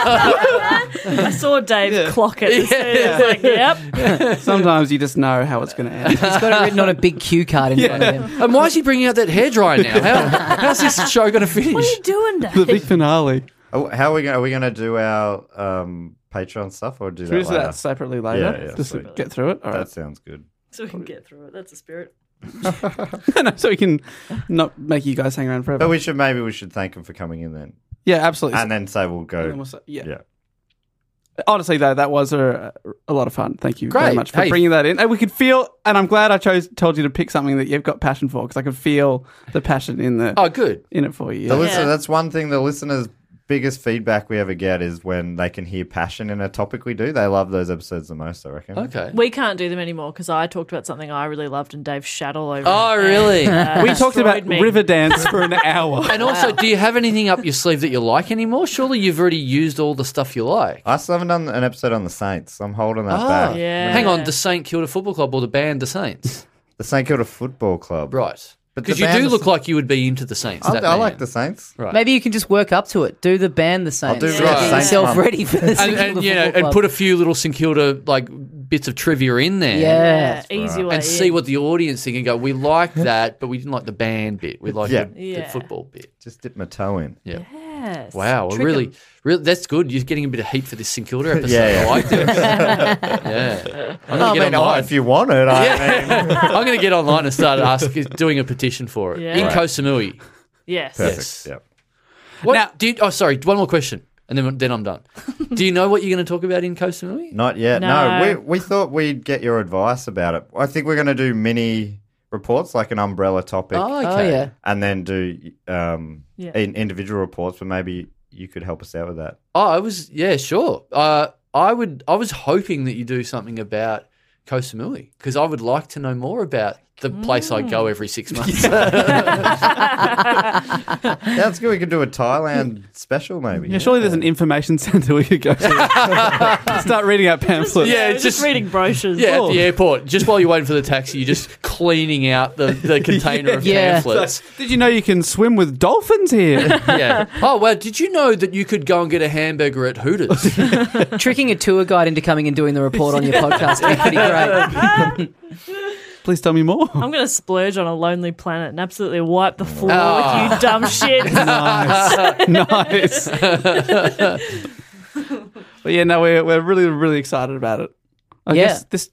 G: I saw Dave clock it. It's like, yep.
K: Sometimes you just know how it's going to end.
I: He's got it written on a big cue card in front of him.
H: and why is he bringing out that hairdryer now? How, how's this show going to
G: What are
H: finish?
G: you doing, Dave?
K: The big finale.
J: Oh, How are we going? Are we going to do our um, Patreon stuff or do
K: Should we
J: that,
K: do that
J: later?
K: separately later?
J: Yeah, yeah,
K: Just to
J: sweet.
K: get through it? All
J: that
K: right.
J: sounds good.
G: So we can get through it. That's a spirit.
K: No, so we can not make you guys hang around forever.
J: But Oh, we should maybe we should thank him for coming in then,
K: yeah, absolutely.
J: and then say we'll go.
K: And then we'll say- yeah.
J: yeah.
K: Honestly, though, that was a, a lot of fun. Thank you very
H: Great.
K: much for
H: Hey.
K: bringing that in. And we could feel, and I'm glad I chose told you to pick something that you've got passion for because I could feel the passion in the
H: Oh, good.
K: in it for you.
J: The
K: Yeah.
J: listener, that's one thing the listeners' biggest feedback we ever get is when they can hear passion in a topic we do. They love those episodes the most, I reckon.
H: Okay.
G: We can't do them anymore because I talked about something I really loved and Dave shat all over.
H: Oh,
G: it.
H: really?
G: Uh,
K: we talked about
G: destroyed me.
K: river dance for an hour.
H: And also, do you have anything up your sleeve that you like anymore? Surely you've already used all the stuff you like.
J: I still haven't done an episode on the Saints. I'm holding that
H: Ah,
J: back.
G: Yeah.
H: Hang on, the St Kilda Football Club or the band the Saints?
J: The St Kilda Football Club.
H: Right.
J: But
H: Because
J: the
H: you
J: band
H: do
J: is-
H: look like you would be into the Saints.
J: I,
H: that
J: I
H: band.
J: like the Saints.
H: Right.
I: Maybe you can just work up to it. Do the band the same.
J: do
I: Get
J: the Saints one.
I: yourself ready for this.
H: and, and you know, and put a few little St Kilda like bits of trivia in there.
I: yeah.
G: Yeah, easy way.
H: And see
G: in.
H: what the audience think and go, we like that, but we didn't like the band bit. We like
J: Yeah.
H: the, the
G: Yeah.
H: football bit.
J: Just dip my toe in.
H: Yeah.
G: Yes.
H: Wow.
G: Trick 'em.
H: Really, really, that's good. You're getting a bit of heat for this St Kilda episode.
J: Yeah, yeah.
H: I like that. yeah. I'm
J: I
H: going to
J: mean,
H: get
J: oh,
H: online.
J: if you want it, I mean,
H: I'm going to get online and start asking, doing a petition for it
G: Yeah.
H: in
G: Right.
H: Kosamui.
G: Yes.
J: perfect.
H: Yes.
J: Yep.
H: What did? Oh, sorry. One more question. and then then I'm done. Do you know what you're going to talk about in Kosamui?
J: Not yet. No,
H: No.
J: we, we thought we'd get your advice about it. I think we're going to do mini reports, like an umbrella topic.
H: Oh, okay. Oh, yeah.
J: And then do um,
H: Yeah.
J: in, individual reports, but maybe you could help us out with that.
H: Oh, I was yeah, sure. Uh, I would. I was hoping that you do something about Kosamui because I would like to know more about the place I go every six months.
J: That's good. We could do a Thailand special, maybe.
F: Yeah, surely there's an information center we could go to. Start reading out pamphlets.
H: Yeah, just,
G: reading brochures.
H: Yeah,
F: Oh.
H: at the airport, just while you're waiting for the taxi, you're just cleaning out the, the container of pamphlets.
F: Like, Did you know you can swim with dolphins here?
H: yeah. Oh well, did you know that you could go and get a hamburger at Hooters?
I: Tricking a tour guide into coming and doing the report on your podcast would be pretty great.
F: Please tell me more.
G: I'm going to splurge on a lonely planet and absolutely wipe the floor
F: Ah.
G: with you dumb shit.
F: nice. but yeah, no, we're, we're really, really excited about it. I
I: Yeah.
F: guess this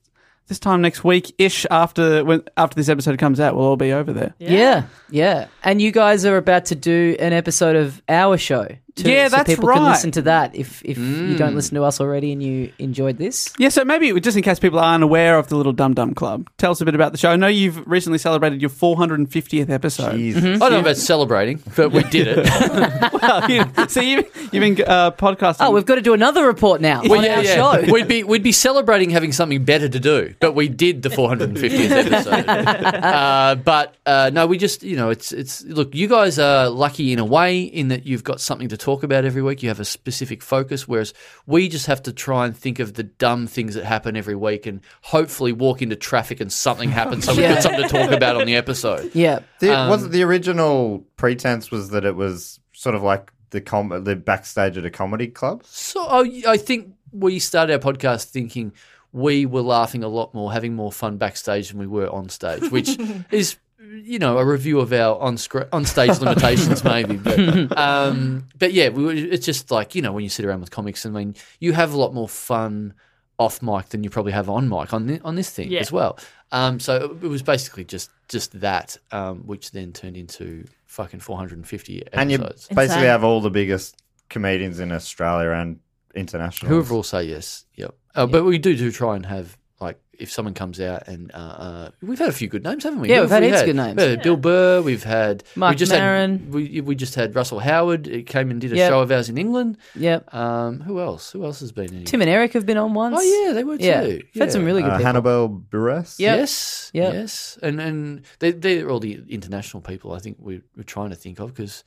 F: this time next week ish after when after this episode comes out, we'll all be over there.
I: Yeah. yeah, And you guys are about to do an episode of our show. Too,
F: Yeah,
I: so
F: that's
I: people can
F: right.
I: listen to that if if you
F: Mm.
I: don't listen to us already and you enjoyed this.
F: Yeah, so maybe just in case people aren't aware of the Little Dum Dum Club, tell us a bit about the show. I know you've recently celebrated your 450th
J: Oh,
F: episode.
H: I don't know about celebrating, but we did it.
F: well, you, so you've, you've been uh, podcasting.
I: Oh, we've got to do another report now
H: Well,
I: on
H: yeah,
I: our
H: yeah.
I: show.
H: We'd be we'd be celebrating having something better to do, but we did the 450th episode. uh, but uh, no, we just you know it's it's look, you guys are lucky in a way in that you've got something to talk about every week. You have a specific focus, whereas we just have to try and think of the dumb things that happen every week and hopefully walk into traffic and something happens so we've
I: Yeah.
H: got something to talk about on the episode.
I: Yeah.
J: The,
H: Um,
J: was the original pretense was that it was sort of like the com- the backstage at a comedy club?
H: So I, I think we started our podcast thinking we were laughing a lot more, having more fun backstage than we were on stage, which is you know a review of our on scr- on stage limitations maybe. But, um, but yeah, we were, it's just like you know when you sit around with comics, I mean you have a lot more fun off mic than you probably have on mic on thi- on this thing
G: Yeah.
H: as well. Um, so it was basically just just that, um, which then turned into fucking 450 episodes.
J: And you basically have all the biggest comedians in Australia and international.
H: Whoever will say yes. Yep. Uh, But we do do try and have like if someone comes out and uh, uh, we've had a few good names, haven't we?
I: Yeah,
H: Who
I: we've
H: have
I: had
H: we
I: heaps of good names.
H: We've had uh, Bill Burr. We've had
I: Mark
H: we just
I: Maron.
H: Had, we we just had Russell Howard. It came and did a
I: Yep.
H: show of ours in England.
I: Yep.
H: Um, who else? Who else has been in?
I: Tim and Eric have been on once.
H: Oh yeah, they were
I: Yeah.
H: too.
I: We've had some really good
J: uh,
I: people.
J: Hannibal Buress.
I: Yep.
H: Yes.
I: Yep.
H: Yes. And and they they're all the international people. I think we we're trying to think of because.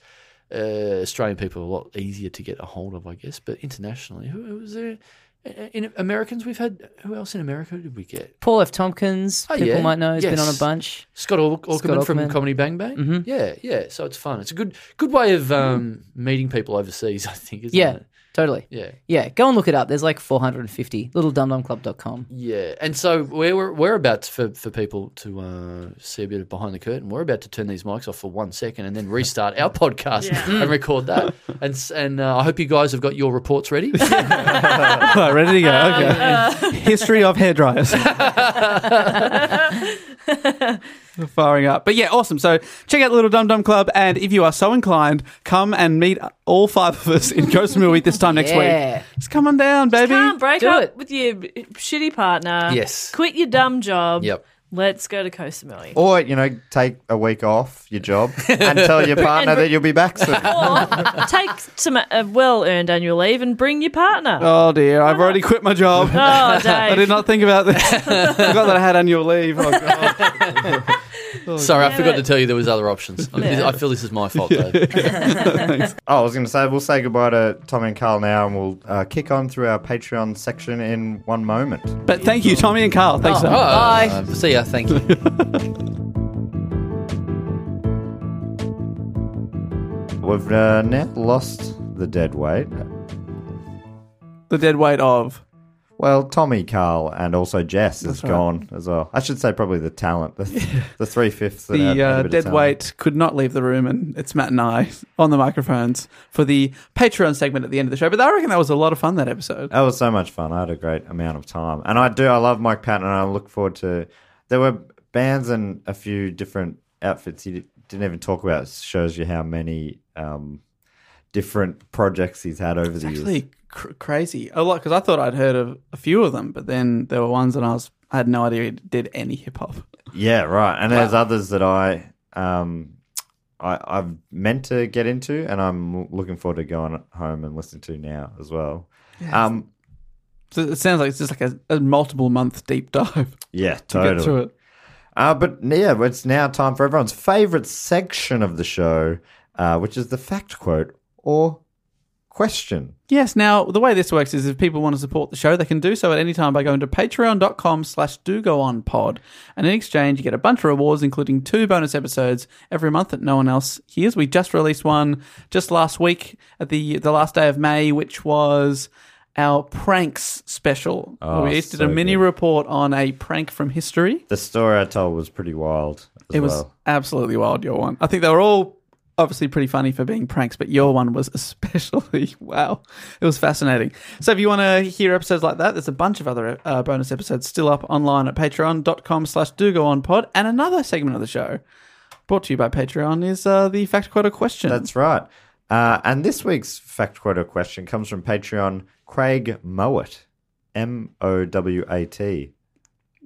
H: Uh, Australian people are a lot easier to get a hold of, I guess, but internationally, who, who was there? In Americans, we've had who else in America did we get?
I: Paul F. Tompkins,
H: Oh,
I: people
H: yeah.
I: might know, has been
H: Yes.
I: on a bunch.
H: Scott Al- Aukerman
I: Scott
H: from
I: Aukerman.
H: Comedy Bang Bang.
I: Mhm.
H: Yeah, yeah. So it's fun. It's a good good way of um, meeting people overseas. I think. Isn't
I: Yeah,
H: It?
I: totally.
H: Yeah.
I: Yeah, go and look it up. There's like 450, littledumdumclub.com.
H: Yeah, and so we're we're- we're about to- for for people to uh, see a bit of behind the curtain. We're about to turn these mics off for one second and then restart our podcast
J: Mm.
H: and record that. And s- and uh, I hope you guys have got your reports ready.
F: Oh, ready to go. Okay. uh, History of hairdryers. Firing up. But yeah, awesome. So check out the Little Dum Dum Club. And if you are so inclined, come and meet all five of us in Kosamui Week this time next
G: Yeah.
F: week. Just come on down, baby.
G: Can't break up with your shitty partner.
J: Yes.
G: Quit your dumb job.
J: Yep.
G: Let's go to Kosamui.
J: Or, you know, take a week off your job and tell your partner
G: And re-
J: that you'll be back soon.
H: Oh.
G: Or take some uh, well earned annual leave and bring your partner.
F: Oh dear, I've already quit my job.
G: Oh, Dave.
F: I did not think about this. I forgot that I had annual leave. Oh, God.
H: Sorry, I
J: Oh, Damn
H: forgot
J: it.
H: to tell you there was other options. I,
J: Yeah.
H: I feel this is my fault, Dave.
J: oh, I was going to say, we'll say goodbye to Tommy and Carl now and we'll uh, kick on through our Patreon section in one moment.
F: But thank you, Tommy and Carl. Thanks.
J: Oh,
F: so much.
J: bye.
H: Uh, see ya. Thank you.
J: We've uh, now lost the dead weight.
F: The dead weight of?
J: Well, Tommy, Carl, and also Jess is
F: That's right.
J: gone as well. I should say probably the talent, the, the three fifths. that had
F: The
J: a
F: uh,
J: bit of
F: dead
J: talent.
F: weight could not leave the room, and it's Matt and I on the microphones for the Patreon segment at the end of the show. But I reckon that was a lot of fun that episode.
J: That was so much fun. I had a great amount of time, and I do. I love Mike Patton, and I look forward to. There were bands and a few different outfits he didn't even talk about. It shows you how many um, different projects he's had over the years.
F: Actually, cr- crazy. A lot because I thought I'd heard of a few of them, but then there were ones that I was I had no idea he did any hip hop.
J: Yeah, right. And there's others that I um I, I've meant to get into, and I'm looking forward to going home and listening to now as well.
F: Yeah.
J: Um,
F: So it sounds like it's just like a, a multiple month deep dive.
J: yeah,
F: to get
J: totally.
F: through it.
J: Uh, but yeah, it's now time for everyone's favorite section of the show, uh, which is the fact quote or question.
F: Yes, now the way this works is if people want to support the show, they can do so at any time by going to patreon.com slash do go on pod. And in exchange, you get a bunch of rewards, including two bonus episodes every month that no one else hears. We just released one just last week at the the last day of May, which was our pranks special.
J: Oh,
F: we each did a
J: so
F: mini
J: good.
F: report on a prank from history.
J: The story I told was pretty wild. As
F: It was
J: well.
F: absolutely wild, your one. I think they were all obviously pretty funny for being pranks, but your one was especially, wow, it was fascinating. So if you want to hear episodes like that, there's a bunch of other uh, bonus episodes still up online at patreon.com slash do go on pod. And another segment of the show brought to you by Patreon is uh, the fact quote or question.
J: That's right. Uh, and this week's fact quote or question comes from Patreon Craig Mowat, M O W A T.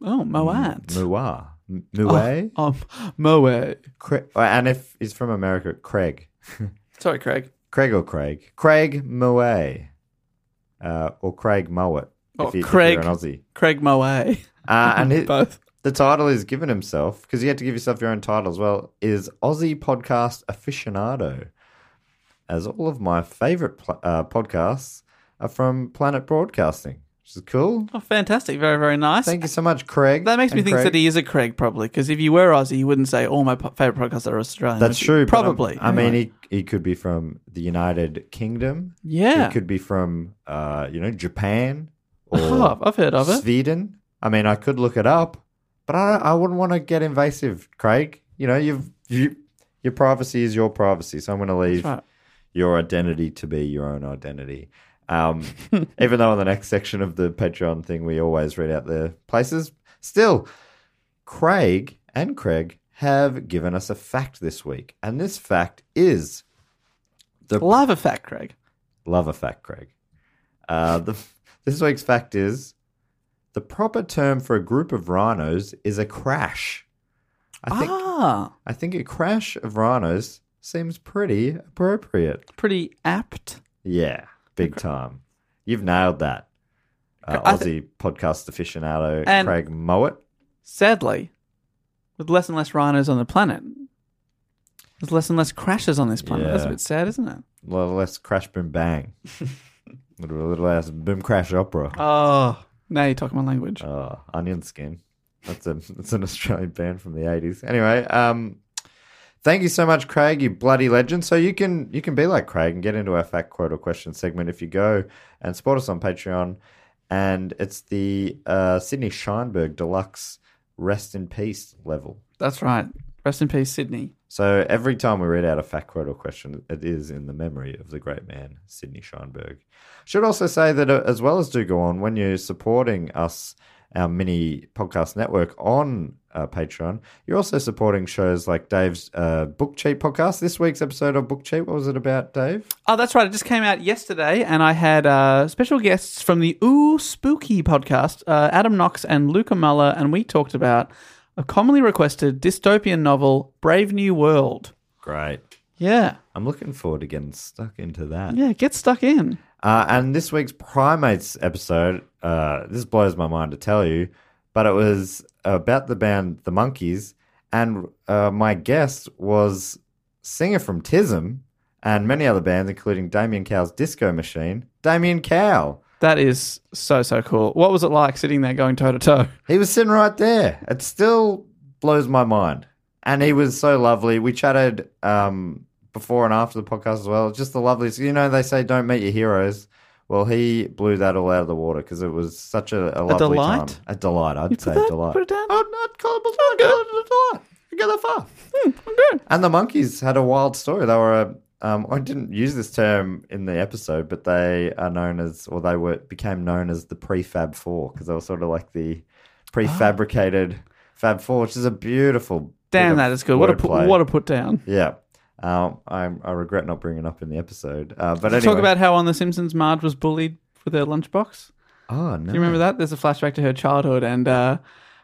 F: Oh, Moat.
J: Mua. M- Mouet?
F: Oh, oh, Moet.
J: Cra- uh, and if he's from America, Craig.
F: Sorry, Craig.
J: Craig or Craig? Craig Mouet. Uh, or Craig Mowat.
F: Oh,
J: if, you,
F: Craig.
J: if you're an Aussie.
F: Craig Moet.
J: Uh, and it,
F: Both.
J: the title he's given himself, because you had to give yourself your own title as well, is Aussie Podcast Aficionado. As all of my favorite pl- uh, podcasts are from Planet Broadcasting, which is cool.
F: Oh, fantastic. Very, very nice.
J: Thank you so much, Craig.
F: That makes me
J: and
F: think
J: Craig.
F: that he is a Craig, probably, because if you were Aussie, you wouldn't say all my po- favorite podcasts are Australian.
J: That's
F: would you?
J: true. but I'm-
F: Probably.
J: I mean,
F: Anyway.
J: he, he could be from the United Kingdom.
F: Yeah.
J: He could be from, uh, you know, Japan or
F: Oh, I've heard of it.
J: Sweden. I mean, I could look it up, but I, I wouldn't want to get invasive, Craig. You know, you've, you, your privacy is your privacy. So I'm going to leave
F: right.
J: your identity to be your own identity. Um, even though in the next section of the Patreon thing, we always read out the places, still, Craig and Craig have given us a fact this week, and this fact is the
F: Love a fact, Craig.
J: love a fact, Craig. Uh, the this week's fact is the proper term for a group of rhinos is a crash. I think
F: Ah,
J: I think a crash of rhinos seems pretty appropriate.
F: pretty apt.
J: Yeah, big time. You've nailed that, uh,
F: I
J: Aussie
F: th-
J: podcast aficionado
F: And-
J: Craig Mowat.
F: Sadly, with less and less rhinos on the planet, there's less and less crashes on this planet. That's a
J: Yeah.
F: bit sad, isn't it?
J: A little less crash, boom, bang. little, little less boom, crash, opera.
F: Oh, now you're talking my language.
J: Oh, Onion Skin. That's a that's an Australian band from the eighties. Anyway, um, thank you so much, Craig. You bloody legend. So you can you can be like Craig and get into our fact quote or question segment if you go and support us on Patreon. And it's the uh, Sydney Scheinberg Deluxe Rest in Peace level.
F: That's right. Rest in peace, Sydney.
J: So every time we read out a fact quote or question, it is in the memory of the great man Sidney Scheinberg. Should also say that uh, as well as do go on when you're supporting us, our mini podcast network on uh, Patreon, you're also supporting shows like Dave's uh, Book Cheat podcast. This week's episode of Book Cheat, what was it about, Dave?
F: Oh, that's right. It just came out yesterday, and I had uh, special guests from the Ooh Spooky podcast, uh, Adam Knox and Luca Muller, and we talked about a commonly requested dystopian novel, Brave New World.
J: Great.
F: Yeah.
J: I'm looking forward to getting stuck into that.
F: Yeah, get stuck in.
J: Uh, and this week's Primates episode, uh, this blows my mind to tell you, but it was about the band The Monkeys. And uh, my guest was singer from Tism and many other bands, including Damien Cow's Disco Machine, Damien Cow.
F: That is so, so cool. What was it like sitting there going toe to toe?
J: He was sitting right there. It still blows my mind. And he was so lovely. We chatted um, before and after the podcast as well. Just the loveliest. You know, they say don't meet your heroes. Well, he blew that all out of the water because it was such a, a lovely
F: delight?
J: time. A delight. I'd say delight.
F: Put it down.
J: Oh, not callable. Not good. Go that far.
F: Hmm.
J: And the monkeys had a wild story. They were a. Um, I didn't use this term in the episode, but they are known as, or they were became known as the prefab four because they were sort of like the prefabricated Fab Four, which is a beautiful.
F: Damn,
J: bit of
F: that is good. What a, put,
J: wordplay.
F: what a put down.
J: Yeah. Um, I, I regret not bringing it up in the episode. Uh, but
F: Did you
J: anyway,
F: talk about how on The Simpsons Marge was bullied with her lunchbox.
J: Oh
F: Do
J: no!
F: you remember that? There's a flashback to her childhood, and uh,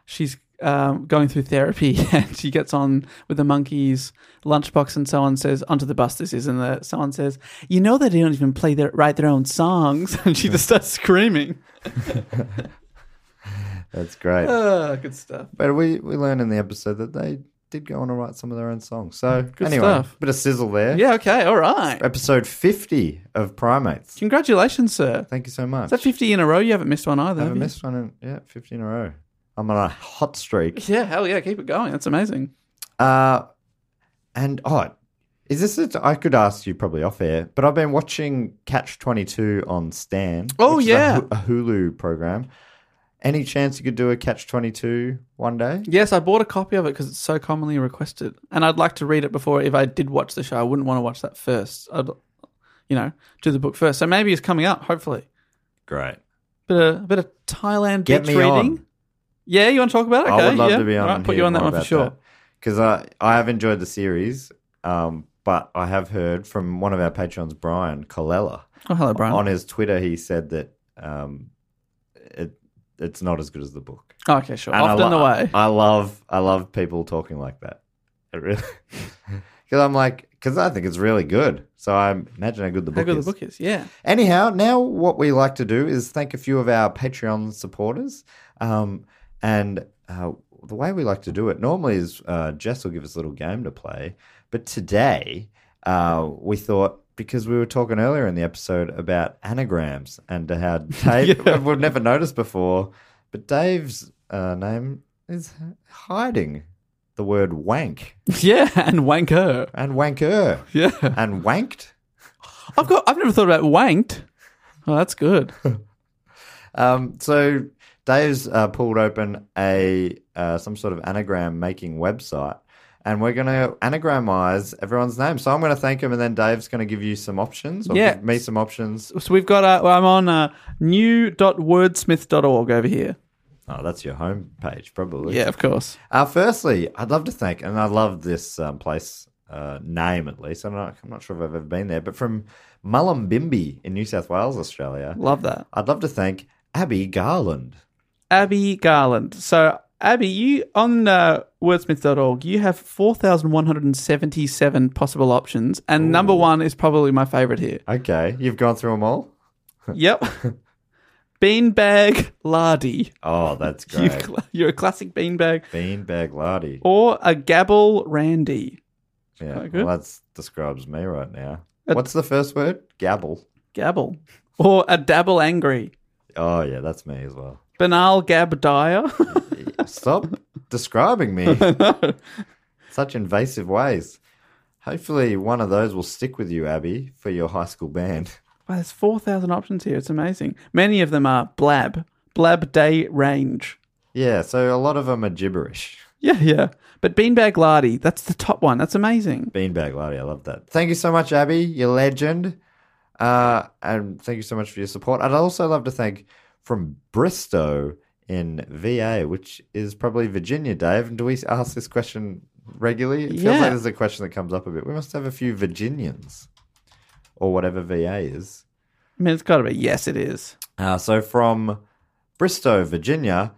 F: she's um, going through therapy, and she gets on with the monkey's lunchbox, and someone says, "Onto the bus this is," and the, someone says, "You know they don't even play their write their own songs," and she just starts screaming.
J: That's great.
F: Ah, good stuff.
J: But we, we learned in the episode that they did go on to write some of their own songs. So
F: Good
J: anyway,
F: stuff.
J: bit of sizzle there.
F: Yeah. Okay. All right.
J: Episode 50 of Primates.
F: Congratulations, sir.
J: Thank you so much.
F: Is that 50 in a row? You haven't missed one either.
J: Haven't
F: have you?
J: missed one in yeah, 50 in a row. I'm on a hot streak.
F: Yeah. Hell yeah. Keep it going. That's amazing.
J: Uh, and oh, is this? A, I could ask you probably off air, but I've been watching Catch Twenty Two on Stan.
F: Oh,
J: which is a
F: yeah.
J: Hu- a, Hulu program. Any chance you could do a Catch Twenty Two one day?
F: Yes, I bought a copy of it because it's so commonly requested, and I'd like to read it before. If I did watch the show, I wouldn't want to watch that first. I'd, you know, do the book first. So maybe it's coming up. Hopefully,
J: Great.
F: bit of bit of Thailand
J: Get
F: beach
J: me
F: reading.
J: on.
F: Yeah, you want to talk about it? Okay,
J: I would love
F: yeah.
J: to be on.
F: All right,
J: and
F: put
J: hear
F: you on that one
J: more
F: for
J: about
F: sure.
J: Because I I have enjoyed the series, um, but I have heard from one of our patrons, Brian Colella.
F: Oh, hello, Brian.
J: On his Twitter, he said that um, it it's not as good as the book.
F: Oh, okay, sure.
J: And I
F: Often
J: lo-
F: the way.
J: I love I love people talking like that. It really because I'm like because I think it's really good. So I imagine how good the book
F: How good
J: is.
F: the book is? Yeah.
J: Anyhow, now what we like to do is thank a few of our Patreon supporters. Um, and uh, the way we like to do it normally is uh, Jess will give us a little game to play. But today uh, we thought, because we were talking earlier in the episode about anagrams and how Dave, we've never noticed before, but Dave's uh, name is hiding the word wank
F: yeah, and wanker.
J: and wanker.
F: Yeah.
J: And wanked.
F: I've got. I've never thought about wanked. Oh, that's good.
J: Um, so Dave's uh, pulled open a uh, some sort of anagram making website, and we're going to anagramize everyone's name. So I'm going to thank him, and then Dave's going to give you some options, or
F: Yeah.
J: give me some options.
F: So we've got. Uh, well, I'm on uh, new.wordsmith.org over here.
J: Oh, that's your home page, probably.
F: Yeah, of course.
J: Uh, firstly, I'd love to thank, and I love this um, place uh, name at least. I'm not, I'm not sure if I've ever been there, but from Mullumbimby in New South Wales, Australia.
F: Love that.
J: I'd love to thank Abby Garland.
F: Abby Garland. So, Abby, you on uh, wordsmith.org, you have 4,177 possible options, and number one is probably my favorite here.
J: Okay, you've gone through them all.
F: yep. Beanbag Lardy.
J: Oh, that's
F: You
J: great.
F: cla- You're a classic beanbag.
J: Beanbag Lardy.
F: Or a Gabble Randy.
J: Yeah,
F: Quite good.
J: well, that describes me right now. What's the first word? Gabble.
F: Gabble. Or a Dabble Angry.
J: Oh, yeah, that's me as well.
F: Banal Gab Dyer.
J: Stop describing me in such invasive ways. Hopefully, one of those will stick with you, Abby, for your high school band.
F: Wow, there's 4,000 options here. It's amazing. Many of them are Blab, Blab Day Range.
J: Yeah, so a lot of them are gibberish.
F: Yeah, yeah. But Beanbag Lardy, that's the top one. That's amazing.
J: Beanbag Lardy, I love that. Thank you so much, Abby. You're a legend. Uh, and thank you so much for your support. I'd also love to thank from Bristow in VA, which is probably Virginia, Dave. And do we ask this question regularly? It feels
F: Yeah.
J: like there's a question that comes up a bit. We must have a few Virginians or whatever VA is.
F: I mean, it's got to be. Yes, it is.
J: Uh, so from Bristow, Virginia,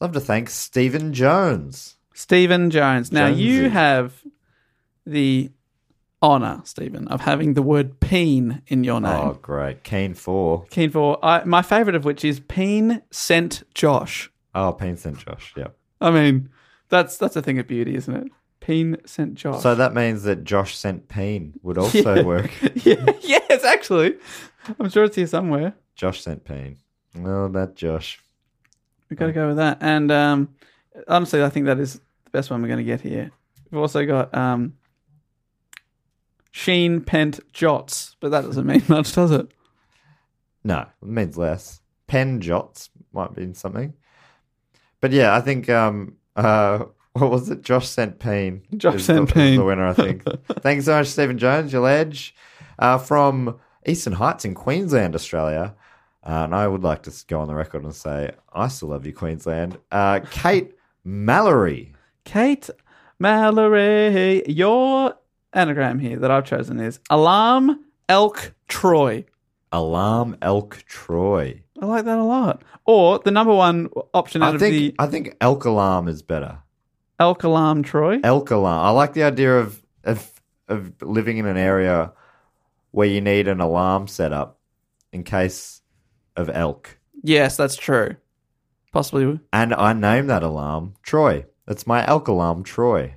J: love to thank Stephen Jones.
F: Stephen Jones. Now, you
J: Jonesy.
F: have the honour, Stephen, of having the word peen in your name.
J: Oh, great. Keen four.
F: Keen for I, my favourite of which is peen sent Josh.
J: Oh, Payne St. Josh. Yep.
F: I mean, that's that's a thing of beauty, isn't it? Peen sent Josh.
J: So that means that Josh sent Peen would also
F: Yeah.
J: work.
F: yeah, yes, actually, I'm sure it's here somewhere.
J: Josh sent Peen. No, that Josh.
F: We've got to go with that. And um, honestly, I think that is the best one we're going to get here. We've also got um, Sheen Pent Jots, but that doesn't mean much, does it?
J: No, it means less. Pen Jots might mean something. But yeah, I think um uh what was it? Josh sent Peen.
F: Josh
J: is
F: sent
J: the, is
F: Peen.
J: the winner, I think. Thanks so much, Stephen Jones, your ledge. Uh, from Eastern Heights in Queensland, Australia. Uh, and I would like to s- go on the record and say, I still love you, Queensland. Uh, Kate Mallory.
F: Kate Mallory, your anagram here that I've chosen is Alarm Elk Troy.
J: Alarm Elk Troy.
F: I like that a lot. Or the number one option out
J: I
F: of
J: think
F: the
J: I think Elk Alarm is better.
F: Elk Alarm Troy.
J: Elk Alarm. I like the idea of of of living in an area where you need an alarm set up in case of elk.
F: Yes, that's true. Possibly.
J: And I named that alarm Troy. That's my elk alarm, Troy.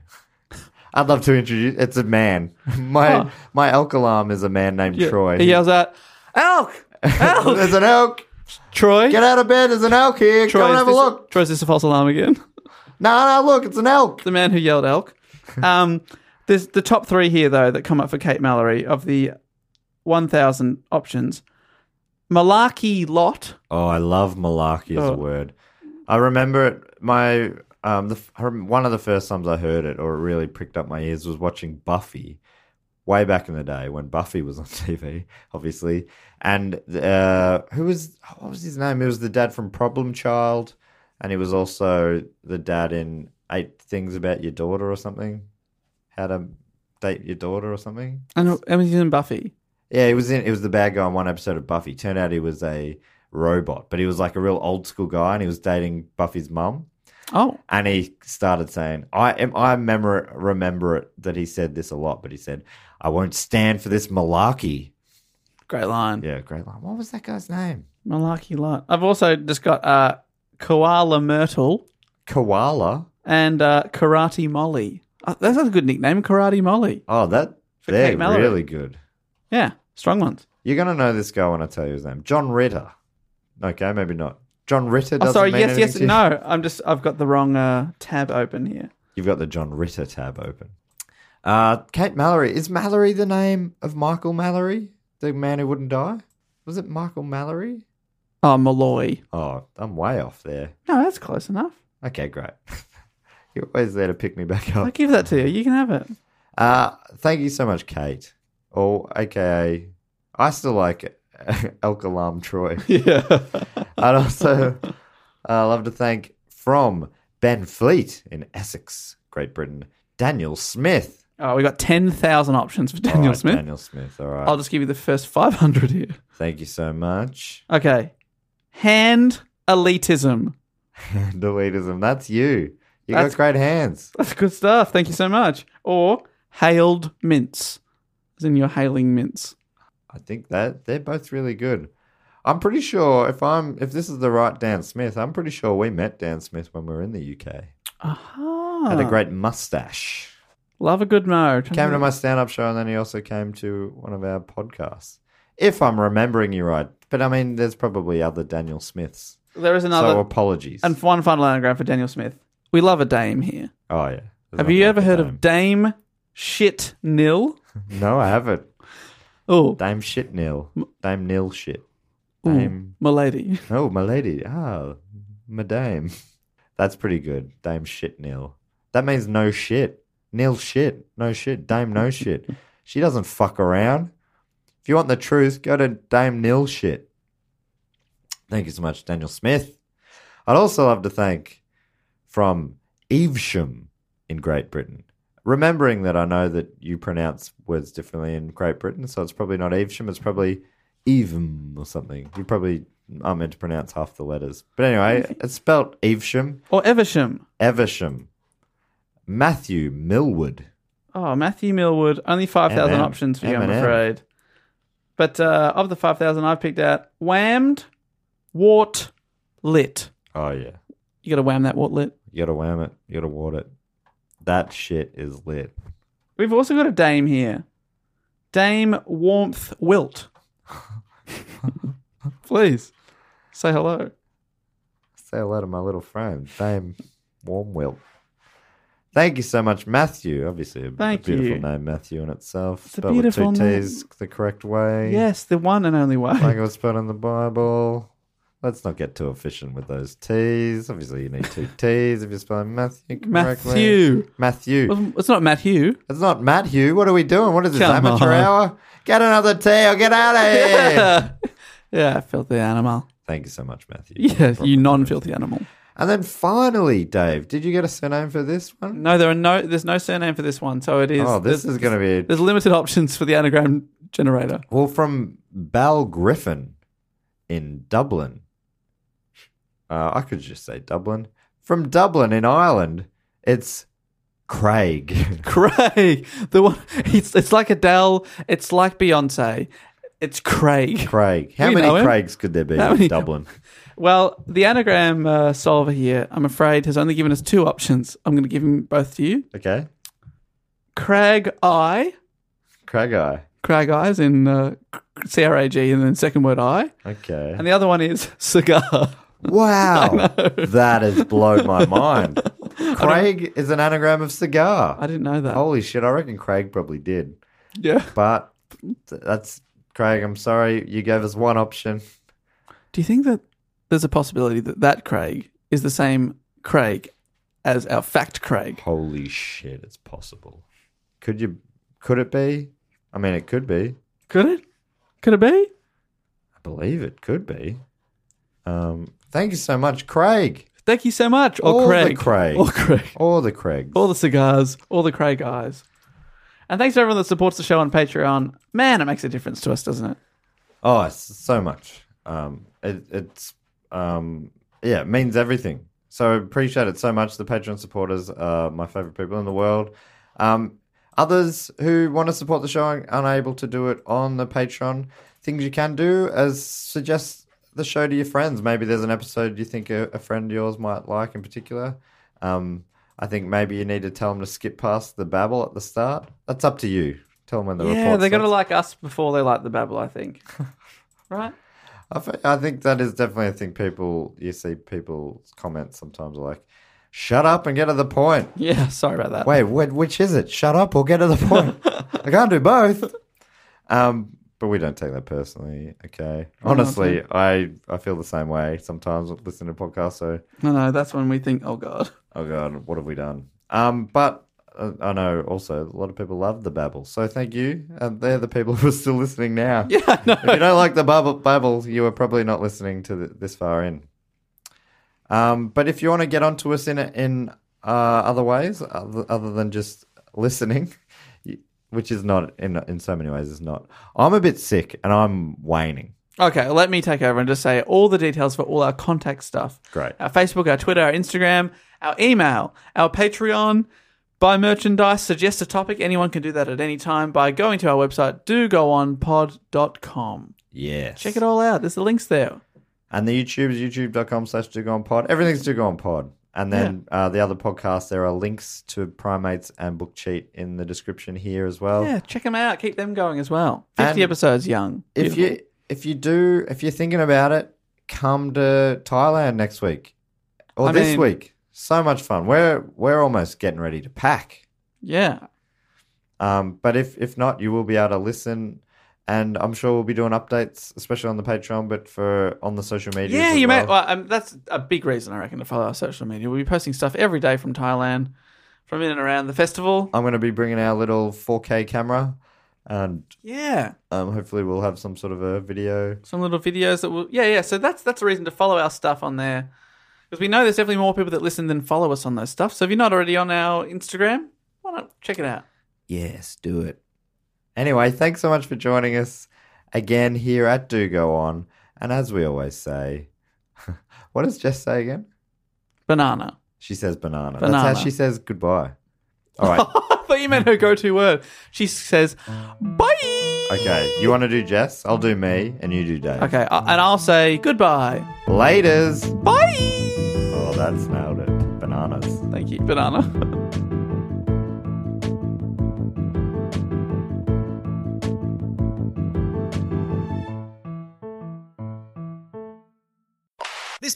J: I'd love to introduce. It's a man. My
F: Huh.
J: my elk alarm is a man named
F: Yeah.
J: Troy.
F: He yells out,
J: Elk! Elk! There's an elk.
F: Troy.
J: Get out of bed. There's an elk here.
F: Troy,
J: Come and
F: is
J: have a
F: this-
J: look.
F: Troy, is this a false alarm again?
J: No, no, look, it's an elk.
F: The man who yelled elk. Um, there's the top three here, though, that come up for Kate Mallory of the 1,000 options. Malarkey Lot.
J: Oh, I love malarkey as
F: Oh.
J: a word. I remember it. My um, the, f- I rem- one of the first times I heard it, or it really pricked up my ears, was watching Buffy, way back in the day when Buffy was on TV, obviously. And uh, who was what was his name? It was the dad from Problem Child, and he was also the dad in Eight Things About Your Daughter or something. How to date your daughter or something.
F: And Emmy's in Buffy.
J: Yeah, he was in. It was the bad guy on one episode of Buffy. Turned out he was a robot, but he was like a real old school guy, and he was dating Buffy's mum.
F: Oh.
J: And he started saying, "I am. I remember remember it that he said this a lot, but he said, I won't stand for this malarkey.'
F: Great line.
J: Yeah, great line. What was that guy's name?
F: Malarkey Lot. I've also just got uh, Koala Myrtle
J: Koala.
F: and uh, Karate Molly. Uh, that's a good nickname, Karate Molly.
J: Oh, that
F: For
J: they're
F: Kate Mallory.
J: really good.
F: Yeah, strong ones.
J: You're gonna know this guy when I tell you his name, John Ritter. Okay, maybe not. John Ritter.
F: Oh,
J: Doesn't
F: sorry.
J: mean
F: Yes,
J: anything
F: yes.
J: to you.
F: No, I'm just, I've got the wrong uh, tab open here.
J: You've got the John Ritter tab open. Uh, Kate Mallory. Is Mallory the name of Michael Mallory, the man who wouldn't die? Was it Michael Mallory?
F: Oh, Malloy.
J: Oh, I'm way off there.
F: No, that's close enough.
J: Okay, great. You're always there to pick me back
F: I'll
J: up.
F: give that to you. You can have it.
J: Uh, thank you so much, Kate. Oh, Or aka, I still like Elk Alarm Troy.
F: Yeah.
J: I'd also uh, love to thank from Ben Fleet in Essex, Great Britain, Daniel Smith.
F: Oh, we got 10,000 options for Daniel
J: All right,
F: Smith.
J: Daniel Smith. All right.
F: I'll just give you the first 500 here.
J: Thank you so much.
F: Okay. Hand elitism.
J: Deletism. That's you. You
F: That's-
J: got great hands.
F: That's good stuff. Thank you so much. Or hailed mints, as in you're hailing mints.
J: I think that they're both really good. I'm pretty sure if I'm if this is the right Dan Smith, I'm pretty sure we met Dan Smith when we were in the UK.
F: Aha.
J: Had a great mustache.
F: Love a good mode.
J: Came to my stand-up show and then he also came to one of our podcasts. If I'm remembering you right. But I mean there's probably other Daniel Smiths.
F: There is another.
J: So apologies.
F: and one final anagram for Daniel Smith. We love a dame here.
J: oh yeah. There's
F: Have
J: nothing
F: you
J: like
F: ever
J: a
F: heard
J: dame.
F: of Dame Shit Nil?
J: No, I haven't.
F: Oh,
J: Dame shit nil. Dame nil shit.
F: Ooh,
J: Dame
F: my lady.
J: Oh, my lady. Ah, madame. That's pretty good. Dame shit nil. That means no shit. Nil shit. No shit. Dame no shit. She doesn't fuck around. If you want the truth, go to Dame nil shit. Thank you so much, Daniel Smith. I'd also love to thank from Evesham in Great Britain. Remembering that I know that you pronounce words differently in Great Britain, so it's probably not Evesham, it's probably Evesham or something. You probably aren't meant to pronounce half the letters. But anyway, it's spelt Evesham,
F: Or Eversham.
J: Evesham. Matthew Millwood.
F: Oh, Matthew Millwood. Only 5,000
J: M&M.
F: options for you, I'm
J: M&M.
F: afraid. But uh, of the 5,000 I've picked out, whammed, wart, lit.
J: Oh, yeah.
F: You got to wham that wart lit.
J: You gotta wham it. You gotta ward it. That shit is lit.
F: We've also got a dame here. Dame Warmth Wilt. Please say hello.
J: Say hello to my little friend, Dame Warmwill. Thank you so much, Matthew. Obviously, a
F: Thank
J: beautiful
F: you.
J: name, Matthew, in itself.
F: a
J: spelled with two
F: beautiful name.
J: T's the correct way.
F: Yes, the one and only way.
J: Like it was spelled in the Bible. Let's not get too efficient with those T's. Obviously, you need two T's if you're spelling Matthew correctly.
F: Matthew.
J: Matthew.
F: Well, It's not Matt Hugh.
J: It's not Matthew. What are we doing? What is this,
F: Come
J: amateur
F: on.
J: hour? Get another T or get out of here.
F: yeah, filthy animal.
J: Thank you so much, Matthew.
F: Yeah, you non filthy animal.
J: And then finally, Dave, did you get a surname for this one?
F: No, there are no. There's no surname for this one, so it is.
J: Oh, this
F: there's-
J: is going to be.
F: There's limited options for the anagram generator.
J: Well, from Bal Griffin in Dublin. Uh, I could just say Dublin. From Dublin in Ireland, it's Craig.
F: Craig, the one. It's it's like Adele. It's like Beyonce. It's Craig.
J: Craig. How
F: You know
J: many
F: him.
J: Craigs could there be
F: How
J: in
F: many-
J: Dublin?
F: Well, the anagram uh, solver here, I'm afraid, has only given us two options. I'm going to give them both to you.
J: Okay.
F: Craig I.
J: Craig I.
F: Craig I is in uh, C R A G, and then second word I.
J: Okay.
F: And the other one is cigar.
J: Wow. that has blown my mind. Craig is an anagram of cigar. I
F: didn't know that.
J: Holy shit, I reckon Craig probably did.
F: Oh, Yeah.
J: But th- that's Craig, I'm sorry you gave us one option.
F: Do you think that there's a possibility that that Craig is the same Craig as our fact Craig?
J: Holy shit, it's possible. Could you could it be? I mean it could be.
F: Could it? Could it be?
J: I believe it could be. Um thank you so much, Craig.
F: Thank you so much. Or
J: All
F: Craig.
J: the Craig.
F: Or Craig.
J: All the Craig.
F: All the cigars. All the Craig eyes. And thanks to everyone that supports the show on Patreon. Man, it makes a difference to us, doesn't it?
J: Oh, s- so much. Um, it, it's um, yeah, it means everything. So I appreciate it so much. The Patreon supporters are my favorite people in the world. Um, others who want to support the show and unable to do it on the Patreon, things you can do is suggest the show to your friends. Maybe there's an episode you think a, a friend of yours might like in particular. Um, I think maybe you need to tell them to skip past the babble at the start. That's up to you. Tell them when the
F: yeah,
J: report
F: they're going to
J: starts.
F: like us before they like the Babel, I think. right?
J: I, thi- I think that is definitely a thing people you see people's comments sometimes are like shut up and get to the point
F: yeah sorry about that
J: wait wh- which is it shut up or get to the point i can't do both um but we don't take that personally okay
F: No, no, it's
J: honestly i i feel the same way sometimes listening to podcasts so
F: No, no, that's when we think, oh, God.
J: oh god what have we done um but uh, I know. Also, a lot of people love the babble, so thank you. And they're the people who are still listening now. Yeah, If you don't like the babble, babble you are probably not listening to th this far in. Um, but if you want to get onto us in in uh, other ways, other, other than just listening, y- which is not in in so many ways is not. I'm a bit sick and I'm waning.
F: Okay, let me take over and just say all the details for all our contact stuff.
J: Great.
F: Our Facebook, our Twitter, our Instagram, our email, our Patreon. Buy merchandise, suggest a topic. Anyone can do that at any time by going to our website, dogoonpod.com.
J: Yes.
F: Check it all out. There's the links there.
J: And the YouTube is youtube.com slash do go on pod. Everything's do go on pod. And then uh, the other podcasts, there are links to primates and book cheat in the description here as well.
F: Yeah, check them out. Keep them going as well. 50
J: Oh. And
F: episodes young.
J: If you if you do if you're thinking about it, come to Thailand next week. Or
F: I
J: this
F: mean-
J: week. So much fun. We're we're almost getting ready to pack.
F: Yeah.
J: Um, but if if not, you will be able to listen and I'm sure we'll be doing updates, especially on the Patreon, but for on the social media.
F: Yeah,
J: as
F: you
J: well.
F: may. Well, um, that's a big reason, I reckon, to follow our social media. We'll be posting stuff every day from Thailand, from in and around the festival.
J: I'm going to be bringing our little 4K camera, and
F: Yeah.
J: um, hopefully we'll have some sort of a video.
F: some little videos that will yeah yeah so that's that's a reason to follow our stuff on there because we know there's definitely more people that listen than follow us on those stuff so if you're not already on our instagram why not check it out
J: Yes, do it. Anyway, thanks so much for joining us again here at Do Go On, and as we always say, what does Jess say again?
F: banana
J: She says banana.
F: Banana.
J: That's how she says goodbye. All right.
F: i thought you meant her go-to word she says bye
J: okay. You want to do Jess? I'll do me, and you do Dave.
F: okay I- and i'll say goodbye
J: Laters.
F: bye
J: Oh, that's nailed it. Bananas.
F: thank you banana
M: This